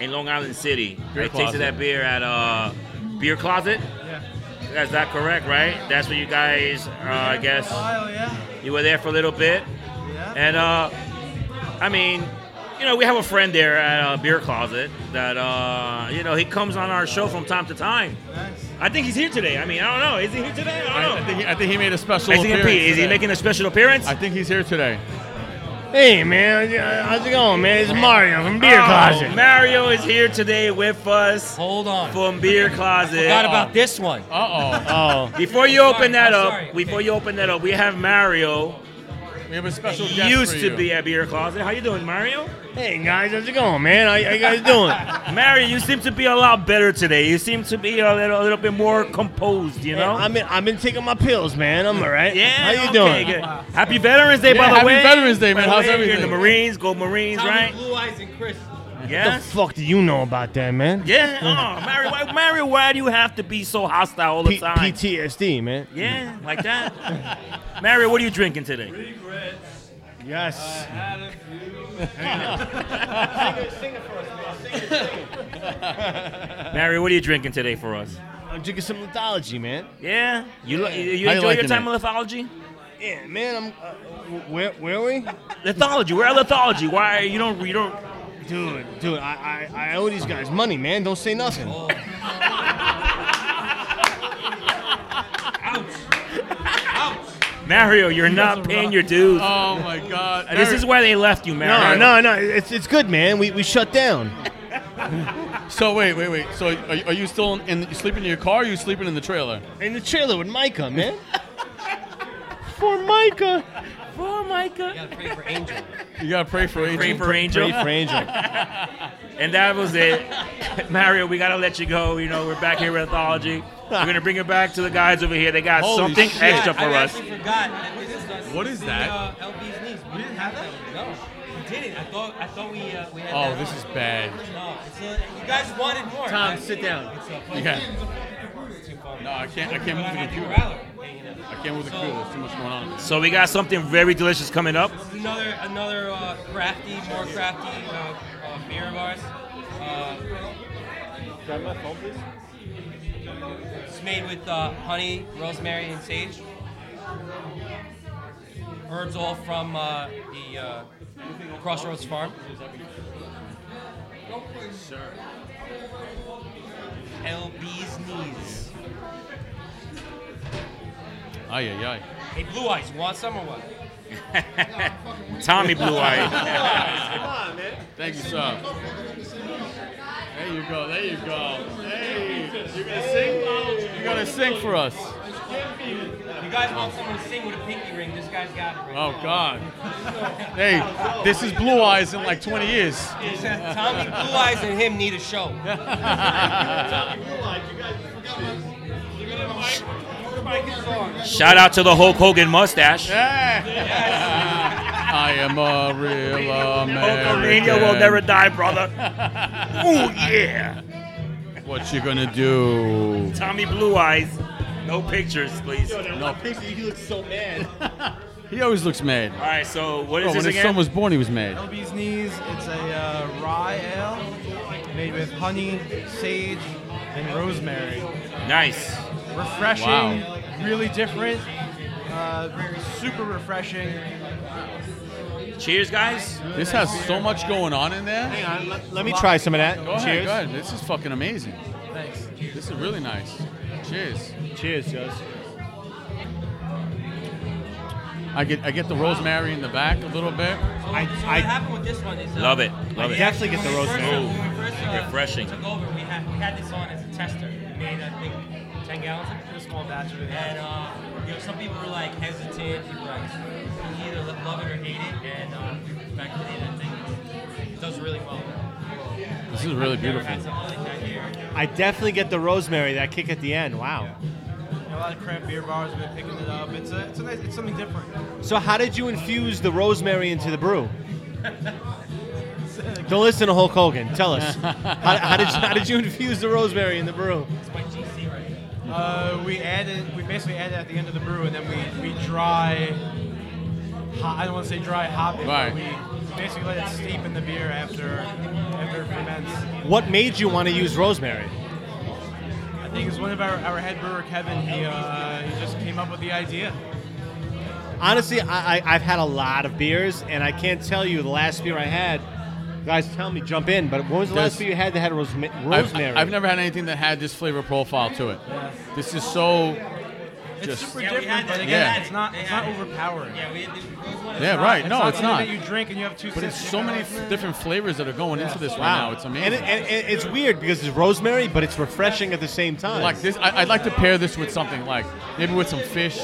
Speaker 3: in Long Island City.
Speaker 2: Beer
Speaker 3: I
Speaker 2: closet.
Speaker 3: tasted that beer at uh, Beer Closet.
Speaker 5: Yeah.
Speaker 3: That's not correct, right? That's where you guys, uh, I guess,
Speaker 5: Ohio, Oh, yeah.
Speaker 3: you were there for a little bit.
Speaker 5: Yeah.
Speaker 3: And uh, I mean, you know, we have a friend there at uh, Beer Closet that uh, you know he comes on our show from time to time.
Speaker 5: nice.
Speaker 3: I think he's here today. I mean, I don't know. Is he here today? I
Speaker 2: I,
Speaker 3: don't
Speaker 2: I
Speaker 3: know.
Speaker 2: think he, I think he made a special
Speaker 3: Is he, gonna
Speaker 2: appearance.
Speaker 3: pee? Is he
Speaker 2: today.
Speaker 3: making a special appearance?
Speaker 2: I think he's here today.
Speaker 1: Hey man, how's it going, man? It's Mario from
Speaker 3: Oh, Mario is here today with us
Speaker 4: Hold on.
Speaker 3: from Beer Closet.
Speaker 4: Forgot about this one.
Speaker 2: Uh
Speaker 1: Oh,
Speaker 3: Before you
Speaker 4: Sorry,
Speaker 3: open that
Speaker 4: I'm
Speaker 3: up,
Speaker 4: sorry.
Speaker 3: before you open that up, we have Mario.
Speaker 2: oh. We have a special guest.
Speaker 3: Used
Speaker 2: for
Speaker 3: to
Speaker 2: you.
Speaker 3: be at Beer Closet. How you doing, Mario?
Speaker 1: hey guys, how's it going, man? How, how you guys doing?
Speaker 3: Mario, you seem to be a lot better today. You seem to be a little, a little bit more composed. You know.
Speaker 1: I've been I've been taking my pills, man. I'm all right.
Speaker 3: Yeah.
Speaker 1: How you
Speaker 3: okay,
Speaker 1: doing?
Speaker 3: good. Happy Veterans Day,
Speaker 2: Yeah,
Speaker 3: by the
Speaker 2: happy
Speaker 3: way.
Speaker 2: Veterans Day,
Speaker 3: By
Speaker 2: man.
Speaker 3: the
Speaker 2: How's
Speaker 3: way,
Speaker 2: everything?
Speaker 3: You're in the Marines. Go Marines,
Speaker 4: Tommy
Speaker 3: right?
Speaker 4: Blue Eyes and Chris.
Speaker 1: What
Speaker 3: Yeah.
Speaker 1: the fuck do you know about that, man?
Speaker 3: Yeah. Oh, Mario, why, Mario, why do you have to be so hostile all the
Speaker 1: P-
Speaker 3: time?
Speaker 1: PTSD, man.
Speaker 3: yeah, like that. Mario, what are you drinking today?
Speaker 1: Yes.
Speaker 3: Mario, what are you drinking today for us?
Speaker 1: I'm drinking some lithology, man.
Speaker 3: Yeah. You lo- you,
Speaker 2: How
Speaker 3: you
Speaker 2: you
Speaker 3: enjoy your
Speaker 2: liking
Speaker 3: time
Speaker 2: it?
Speaker 3: in lithology?
Speaker 1: Yeah, man. I'm. Uh, w- where where are we?
Speaker 3: Lithology. We're at lithology. Why you don't you don't?
Speaker 1: Dude, dude, I, I I owe these guys money, man. Don't say nothing.
Speaker 3: Mario, you're not paying your dues.
Speaker 2: Oh my God.
Speaker 3: this is why they left you,
Speaker 1: No,
Speaker 3: Mario.
Speaker 1: no, no. It's it's good, man. We we shut down.
Speaker 2: So wait, wait, wait. So are, you- are you still in, in sleeping in your car? Or are you sleeping in the trailer?
Speaker 1: In the trailer with Micah, man. For Micah.
Speaker 3: Oh my God.
Speaker 4: Gotta pray for Angel.
Speaker 2: You gotta pray for Angel.
Speaker 3: Pray for Angel.
Speaker 1: Pray for Angel.
Speaker 3: And that was it. Mario, we gotta let you go. You know, we're back here with Anthology. We're gonna bring it back to the guys over here. They got
Speaker 2: Holy
Speaker 3: something
Speaker 2: shit.
Speaker 3: extra
Speaker 4: I
Speaker 3: for us.
Speaker 4: actually forgot that this is us.
Speaker 2: What is
Speaker 4: the,
Speaker 2: that?
Speaker 4: Uh, LB's knees. We didn't have that. one. No, we didn't. I thought I thought we uh, we had
Speaker 2: Oh,
Speaker 4: that.
Speaker 2: this
Speaker 4: on.
Speaker 2: is bad.
Speaker 4: No, it's a, you guys wanted more.
Speaker 1: Tom,
Speaker 4: I-
Speaker 1: sit down.
Speaker 4: It's a
Speaker 2: You
Speaker 4: fucking
Speaker 2: got-
Speaker 4: too far.
Speaker 2: No, I can't. I can't
Speaker 4: But I
Speaker 2: move the
Speaker 4: had the
Speaker 2: computer.
Speaker 4: growler hanging out.
Speaker 2: I can't move the
Speaker 4: So-
Speaker 2: computer. There's too much going on.
Speaker 3: So we got something very delicious coming up.
Speaker 4: Another another uh, crafty, more crafty uh, uh, beer of ours. Uh, It's made with uh, honey, rosemary, and sage. Herbs all from uh, the uh, Crossroads Farm. LB's knees.
Speaker 2: Ay, ay, ay.
Speaker 4: Hey, Blue Eyes, you want some or what?
Speaker 3: Tommy Blue Eye.
Speaker 2: Thank you, sir. There you you go. There you go. Hey, you're gonna sing. You're gonna sing for us.
Speaker 4: You guys want someone to sing with a pinky ring? This guy's got it right
Speaker 2: Oh God. Hey, this is Blue Eyes in like 20 years.
Speaker 4: now. Tommy Blue Eyes and him need a show.
Speaker 3: Shout out to the Hulk Hogan mustache.
Speaker 2: I am a real American.
Speaker 3: Hulkamania will never die, brother. Ooh yeah.
Speaker 2: What you gonna do?
Speaker 3: Tommy Blue Eyes. No pictures, please. All
Speaker 2: No.
Speaker 1: He looks so mad.
Speaker 2: He always looks mad.
Speaker 3: right, so what is
Speaker 2: Bro, when
Speaker 4: Oh,
Speaker 3: this
Speaker 2: his son
Speaker 3: again?
Speaker 2: was born, he was mad.
Speaker 5: Elby's Knees, it's a uh, rye ale made with honey, sage, and rosemary.
Speaker 3: nice.
Speaker 5: Refreshing,
Speaker 2: Wow.
Speaker 5: really different, uh, super refreshing.
Speaker 3: Cheers, guys.
Speaker 2: This has so much going on in there.
Speaker 1: Hang on, let, let me try some of that.
Speaker 2: Go ahead,
Speaker 1: Cheers.
Speaker 2: go ahead. This is fucking amazing.
Speaker 5: Thanks.
Speaker 2: This is really nice. Cheers.
Speaker 1: Cheers, guys.
Speaker 2: I get I get the rosemary in the back a little bit.
Speaker 1: I,
Speaker 4: So what
Speaker 1: I,
Speaker 4: happened with this one is uh,
Speaker 3: Love it.
Speaker 1: I
Speaker 3: Love it.
Speaker 1: definitely get
Speaker 4: when
Speaker 1: the
Speaker 4: we first-
Speaker 1: rosemary.
Speaker 4: when we first, uh,
Speaker 3: Refreshing.
Speaker 4: Took over. We had, we had this on as a tester. We made I think 10 gallons.
Speaker 5: A small batch of it.
Speaker 4: And uh, you know, some people were like hesitant. People were like, you either lo- love it or hate it. And uh, we perfected it. I think it does really well.
Speaker 2: This is really
Speaker 4: Never
Speaker 2: beautiful.
Speaker 4: had something like that here.
Speaker 1: I definitely get the rosemary, that kick at the end. Wow.
Speaker 5: A lot of craft beer bars have been picking it up. It's a, it's a nice, it's something different.
Speaker 1: So, how did you infuse the rosemary into the brew? Don't listen to Hulk Hogan. Tell us. How, how, did you, how did you infuse the rosemary in the brew?
Speaker 4: It's my GC right here.
Speaker 5: Uh, we added, we basically added at the end of the brew, and then we we dry. Hop, I don't want to say dry hop it,
Speaker 2: Right.
Speaker 5: but we, we basically let it steep in the beer after after it ferments.
Speaker 1: What made you want to use rosemary?
Speaker 5: I think it's one of our, our head brewer Kevin. He uh, he just came up with the idea.
Speaker 1: Honestly, I, I, I've had a lot of beers, and I can't tell you the last beer I had. Guys, tell me, jump in. But when was the last
Speaker 2: There's-
Speaker 1: beer you had that had rosem-
Speaker 2: I've-
Speaker 1: rosemary?
Speaker 2: I've, never had anything that had this flavor profile to it. This is so.
Speaker 5: It's
Speaker 2: Just-
Speaker 5: super
Speaker 4: Yeah, we had
Speaker 5: different, but
Speaker 4: that.
Speaker 5: again,
Speaker 2: Yeah.
Speaker 5: it's not it's not overpowering.
Speaker 4: Yeah, we had this. Rose one.
Speaker 2: Yeah, right.
Speaker 5: It's
Speaker 2: No, it's
Speaker 5: something
Speaker 2: not.
Speaker 5: That you drink and you have two.
Speaker 2: But it's
Speaker 5: sips,
Speaker 2: so
Speaker 5: you know,
Speaker 2: many
Speaker 5: it's-
Speaker 2: f- different flavors that are going into this right now. It's amazing.
Speaker 1: And, it, and, and it's weird because it's rosemary, but it's refreshing at the same time.
Speaker 2: like this, I, I'd like to pair this with something like maybe with some fish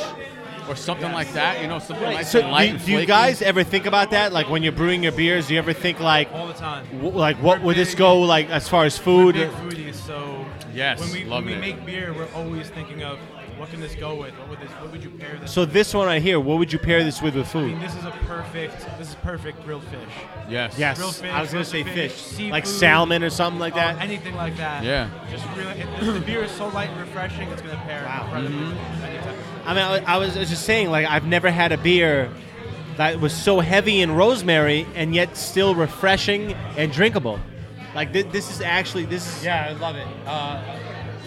Speaker 2: or something like that. You know, something like
Speaker 1: so,
Speaker 2: light
Speaker 1: do,
Speaker 2: and
Speaker 1: do you
Speaker 2: flaky.
Speaker 1: guys ever think about that? Like when you're brewing your beers, do you ever think like,
Speaker 5: all the time.
Speaker 1: w- like what would this go like as far as
Speaker 5: We're
Speaker 1: food?
Speaker 5: big foodies, so
Speaker 2: Yes,
Speaker 5: when we, when
Speaker 2: loving
Speaker 5: we
Speaker 2: it.
Speaker 5: make beer, we're always thinking of what can this go with? What would this? What would you pair this?
Speaker 1: So this one right here, what would you pair this with with
Speaker 5: I mean,
Speaker 1: food?
Speaker 5: this is a perfect. This is perfect grilled fish.
Speaker 2: Yes.
Speaker 1: Yes,
Speaker 5: grilled fish,
Speaker 1: I was gonna say
Speaker 5: roasted
Speaker 1: fish,
Speaker 5: fish,
Speaker 1: like
Speaker 5: seafood.
Speaker 1: salmon or something like
Speaker 5: Oh,
Speaker 1: that.
Speaker 5: anything like that.
Speaker 2: Yeah.
Speaker 5: Just really, it, the beer is so light and refreshing. It's gonna pair
Speaker 1: Wow.
Speaker 5: incredibly with any type of-
Speaker 1: I mean, I, I was I was just saying like I've never had a beer that was so heavy in rosemary and yet still refreshing and drinkable. Like thi- this is actually this is
Speaker 4: Yeah, I love it. Uh,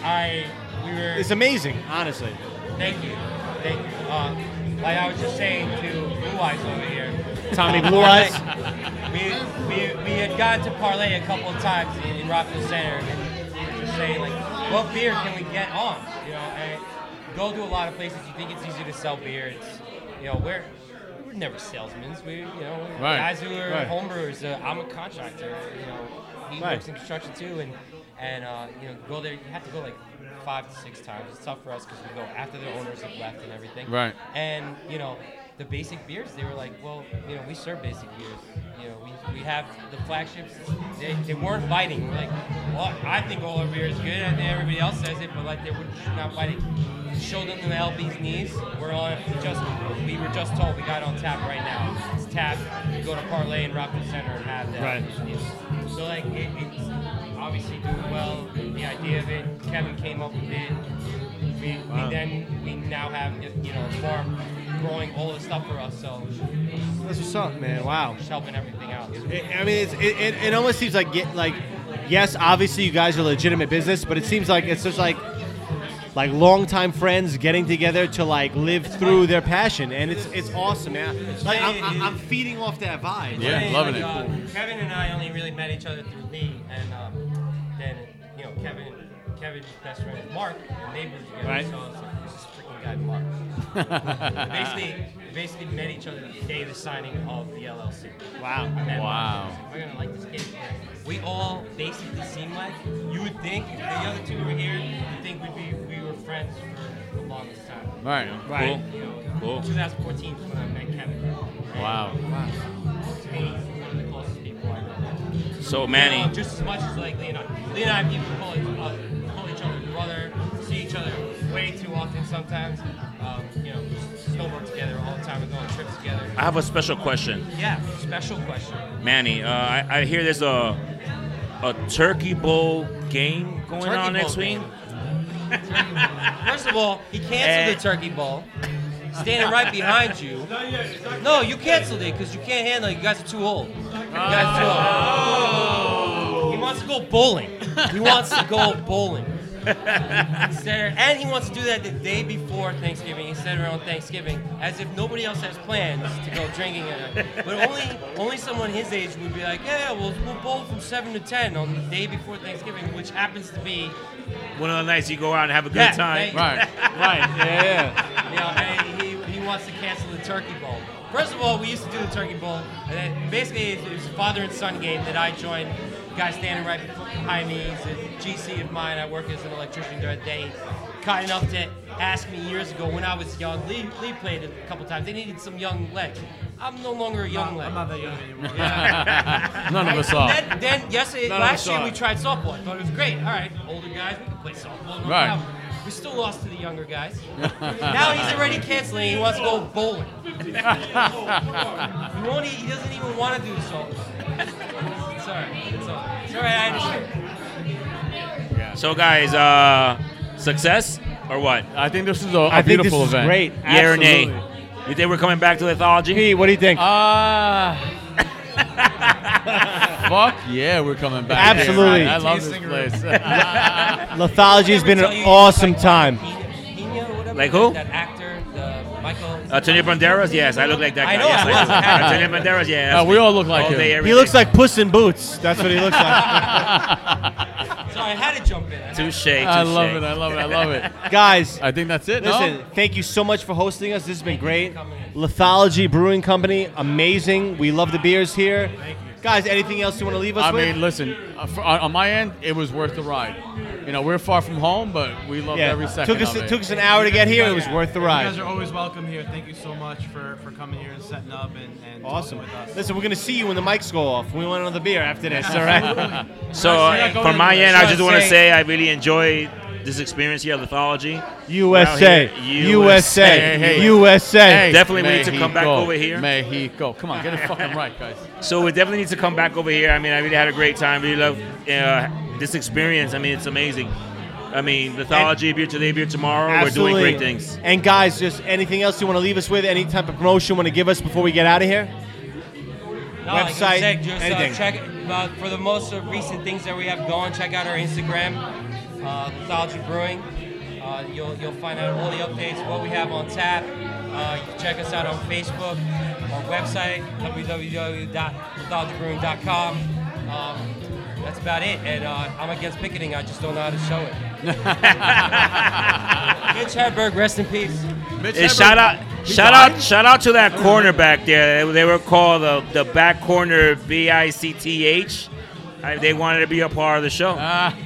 Speaker 4: I we were.
Speaker 1: it's amazing, honestly.
Speaker 4: thank you, thank you. Uh, like I was just saying to Blue Eyes over here.
Speaker 1: Tommy
Speaker 4: uh,
Speaker 1: Blue
Speaker 4: Parlay-
Speaker 1: Eyes.
Speaker 4: We, we, we had gone to parlay a couple of times in, in Rockville Center, and we were just saying like, what beer can we get on? You know, and go to a lot of places. You think it's easy to sell beer? It's you know we're. We're never salesmen. We, you know, we're
Speaker 2: Right,
Speaker 4: guys who are
Speaker 2: right.
Speaker 4: homebrewers. Uh, I'm a contractor. You know, he
Speaker 1: Right.
Speaker 4: works in construction too, and and uh, you know, go there. You have to go like five to six times. It's tough for us because we go after the owners have left and everything.
Speaker 2: Right.
Speaker 4: And you know, the basic beers, they were like, well, you know, we serve basic beers. You know, we, we have the flagships. They, they weren't biting. We're like, well, I think all our beer is good, and everybody else says it, but like they were not biting. Showed them the LB's knees. We're on just. We were just told we got it on tap right now. It's tap. You go to Parlay and Rockland Center and have that.
Speaker 1: Right.
Speaker 4: Yeah. So like it, it's obviously doing well. The idea of it, Kevin came up with it. We,
Speaker 1: Wow.
Speaker 4: we then we now have you know farm growing all the stuff for us, so
Speaker 1: That's what's up, man. Wow.
Speaker 4: just helping everything out.
Speaker 1: It, I mean, it's, it, it, it almost seems like get, like yes, obviously you guys are a legitimate business, but it seems like it's just like like longtime friends getting together to like live through their passion, and it's it's awesome, man. Like I'm, I'm- I'm feeding off that vibe.
Speaker 2: Yeah,
Speaker 4: Hey,
Speaker 2: loving it.
Speaker 4: like, uh, Kevin and I only really met each other through Lee, and um, then you know Kevin, Kevin's best friend is Mark, and they moved together.
Speaker 1: Right.
Speaker 4: So I was like, this freaking guy Mark. Basically, basically met each other the day of the signing of the LLC.
Speaker 1: Wow.
Speaker 4: And
Speaker 2: Wow.
Speaker 4: We're gonna like this kid. We all basically seem like you would think if the other two were here, you'd think we'd be we were friends for the longest time.
Speaker 2: All right.
Speaker 1: Right.
Speaker 2: Cool.
Speaker 4: You know,
Speaker 3: Cool.
Speaker 4: 2014 is when I met Kevin.
Speaker 2: Wow.
Speaker 4: He's one of the closest people I know.
Speaker 3: So
Speaker 4: You know,
Speaker 3: Manny,
Speaker 4: just as much as like Leon. Leon and I even call each, uh, call each other brother, see each other way too often sometimes. Um, you know, we snowboard together all the time, we go on trips together.
Speaker 3: I have a special question.
Speaker 4: Yeah, special question.
Speaker 3: Manny, uh, I, I hear there's a a turkey bowl game going
Speaker 4: Turkey
Speaker 3: on
Speaker 4: Bowl
Speaker 3: next week.
Speaker 4: game. First of all, he canceled
Speaker 3: Eh.
Speaker 4: the turkey ball. Standing right behind you. No, you canceled it because you can't handle it. You guys are too old. You guys are too old. He wants to go bowling. He wants to go bowling. Instead, and he wants to do that the day before Thanksgiving instead of around Thanksgiving, as if nobody else has plans to go drinking. At but only only someone his age would be like, yeah, we'll, we'll bowl from seven to ten on the day before Thanksgiving, which happens to be
Speaker 3: One of the nights you go out and have a good
Speaker 4: Yeah,
Speaker 3: time.
Speaker 4: thank-
Speaker 2: Right. Right. Yeah.
Speaker 4: You know, and he, he wants to cancel the turkey bowl. First of all, we used to do the turkey bowl, and then basically it was a father and son game that I joined. Guy standing right behind me, he's a GC of mine. I work as an electrician during the day. Kind enough to ask me years ago when I was young. Lee, Lee played a couple times. They needed some young legs. I'm no longer a young leg.
Speaker 5: I'm not that young anymore.
Speaker 2: None of us are.
Speaker 4: Then, then yesterday,
Speaker 2: None of us
Speaker 4: last year
Speaker 2: saw
Speaker 4: we
Speaker 2: it.
Speaker 4: tried softball. I thought it was great. All right, older guys, we can play softball. no
Speaker 2: Right.
Speaker 4: problem. We still lost to the younger guys. now he's already canceling. He wants to go bowling. he, won't, e- he doesn't even want to do softball. It's all right. It's all right. It's all right. I understand.
Speaker 3: So guys, uh, success or what?
Speaker 2: I think this is a a
Speaker 1: I think this
Speaker 2: beautiful
Speaker 1: is
Speaker 2: event.
Speaker 1: great.
Speaker 3: Yeah or nay?
Speaker 1: Absolutely.
Speaker 3: You think we're coming back to lithology?
Speaker 1: Pete, what do you think?
Speaker 2: Ah. Fuck yeah, we're coming back. here,
Speaker 1: Absolutely.
Speaker 2: man. I love this place.
Speaker 1: Lithology has been
Speaker 4: Tell
Speaker 1: an
Speaker 4: you,
Speaker 1: awesome
Speaker 4: like,
Speaker 1: time.
Speaker 4: Pina- Pina or whatever,
Speaker 3: Like who?
Speaker 4: That actor, the Michael.
Speaker 3: Antonio Banderas? Yes, I look like that guy.
Speaker 4: I know,
Speaker 3: yes,
Speaker 4: I was.
Speaker 3: I do. Antonio Banderas? Yeah.
Speaker 2: Uh, we all look like
Speaker 3: all
Speaker 2: him.
Speaker 3: day, every
Speaker 1: He
Speaker 3: day.
Speaker 1: looks like Puss in Boots. That's what he looks like.
Speaker 4: Sorry, I had to jump in. I had to-
Speaker 3: Touche, touche.
Speaker 2: I love it. I love it. I love it.
Speaker 1: Guys,
Speaker 2: I think that's it.
Speaker 1: Listen,
Speaker 2: Uh, no?
Speaker 1: thank you so much for hosting us. This has been great.
Speaker 4: coming
Speaker 1: Lithology Brewing Company, amazing. We love the beers here. Guys, anything else you want to leave us
Speaker 2: I
Speaker 1: with?
Speaker 2: mean, listen. uh, for- on on my end, it was worth the ride. You know, we're far from home, but we loved every second
Speaker 1: took us
Speaker 2: of it.
Speaker 1: took us an hour to get here. It was worth the
Speaker 5: You guys
Speaker 1: ride.
Speaker 5: are always welcome here. Thank you so much for, for coming here and setting up and, and
Speaker 1: Awesome.
Speaker 5: talking with us.
Speaker 1: Listen, we're gonna see you when the mics go off. We want another beer after this. All right.
Speaker 3: So,
Speaker 5: You're not
Speaker 3: uh,
Speaker 5: going
Speaker 3: from my
Speaker 5: anywhere.
Speaker 3: end, I
Speaker 4: You're
Speaker 3: just
Speaker 4: not
Speaker 3: want to say
Speaker 4: saying-
Speaker 3: I really enjoy this experience here at Lithology.
Speaker 1: USA,
Speaker 3: Out here,
Speaker 1: USA,
Speaker 2: Hey, hey.
Speaker 1: USA.
Speaker 3: Definitely we need to come back
Speaker 2: Mexico,
Speaker 3: over here.
Speaker 2: Mexico. Come on, get it fucking right, guys.
Speaker 3: So we definitely need to come back over here. I mean, I really had a great time. Really love uh, this experience. I mean, it's amazing. I mean, Lithology, beer today, beer tomorrow. We're doing great things.
Speaker 1: And guys, just anything else you want to leave us with? Any type of promotion you want to give us before we get out of here?
Speaker 4: No, like I
Speaker 1: Website,
Speaker 4: said, just, uh,
Speaker 1: anything.
Speaker 4: check uh, for the most of recent things that we have going. Check out our Instagram, uh, Lithology Brewing. Uh, you'll you'll find out all the updates, what we have on tap. Uh, you can check us out on Facebook, our website www.mythologybrewing.com. Um, that's about it. And uh, I'm against picketing. I just don't know how to show it. Mitch Hedberg, rest in peace.
Speaker 2: Mitch
Speaker 3: And
Speaker 2: Hedberg-
Speaker 3: shout out,
Speaker 2: He
Speaker 3: shout
Speaker 2: died?
Speaker 3: out, shout out to that corner back there. They, they were called the, the back corner B I C T H. I- They wanted to be a part of the show.
Speaker 2: Ah.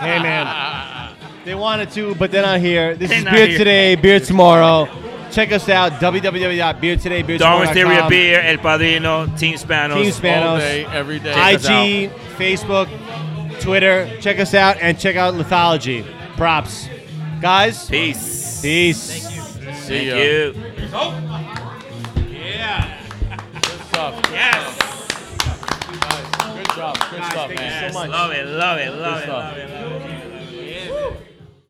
Speaker 1: Hey man. They wanted to, but they're not here. This
Speaker 3: They're
Speaker 1: is
Speaker 3: not
Speaker 1: Beer
Speaker 3: here.
Speaker 1: Today, Beer Tomorrow. Check us out, www.beertodaybeertomorrow.com.
Speaker 3: Darwin's Theory of Beer, El Padrino, Team Spanos.
Speaker 1: Team Spanos.
Speaker 2: All day, every day.
Speaker 3: us out.
Speaker 1: IG, Facebook, Twitter. Check us out and check out Lithology. Props. Guys,
Speaker 3: Peace.
Speaker 1: peace.
Speaker 2: See ya.
Speaker 3: Thank you.
Speaker 2: Good stuff.
Speaker 3: Yes.
Speaker 2: Good job. Good stuff, man.
Speaker 1: Thank you so much.
Speaker 3: Love it, love it, love
Speaker 2: Good
Speaker 3: it,
Speaker 2: stuff.
Speaker 3: love it, love it.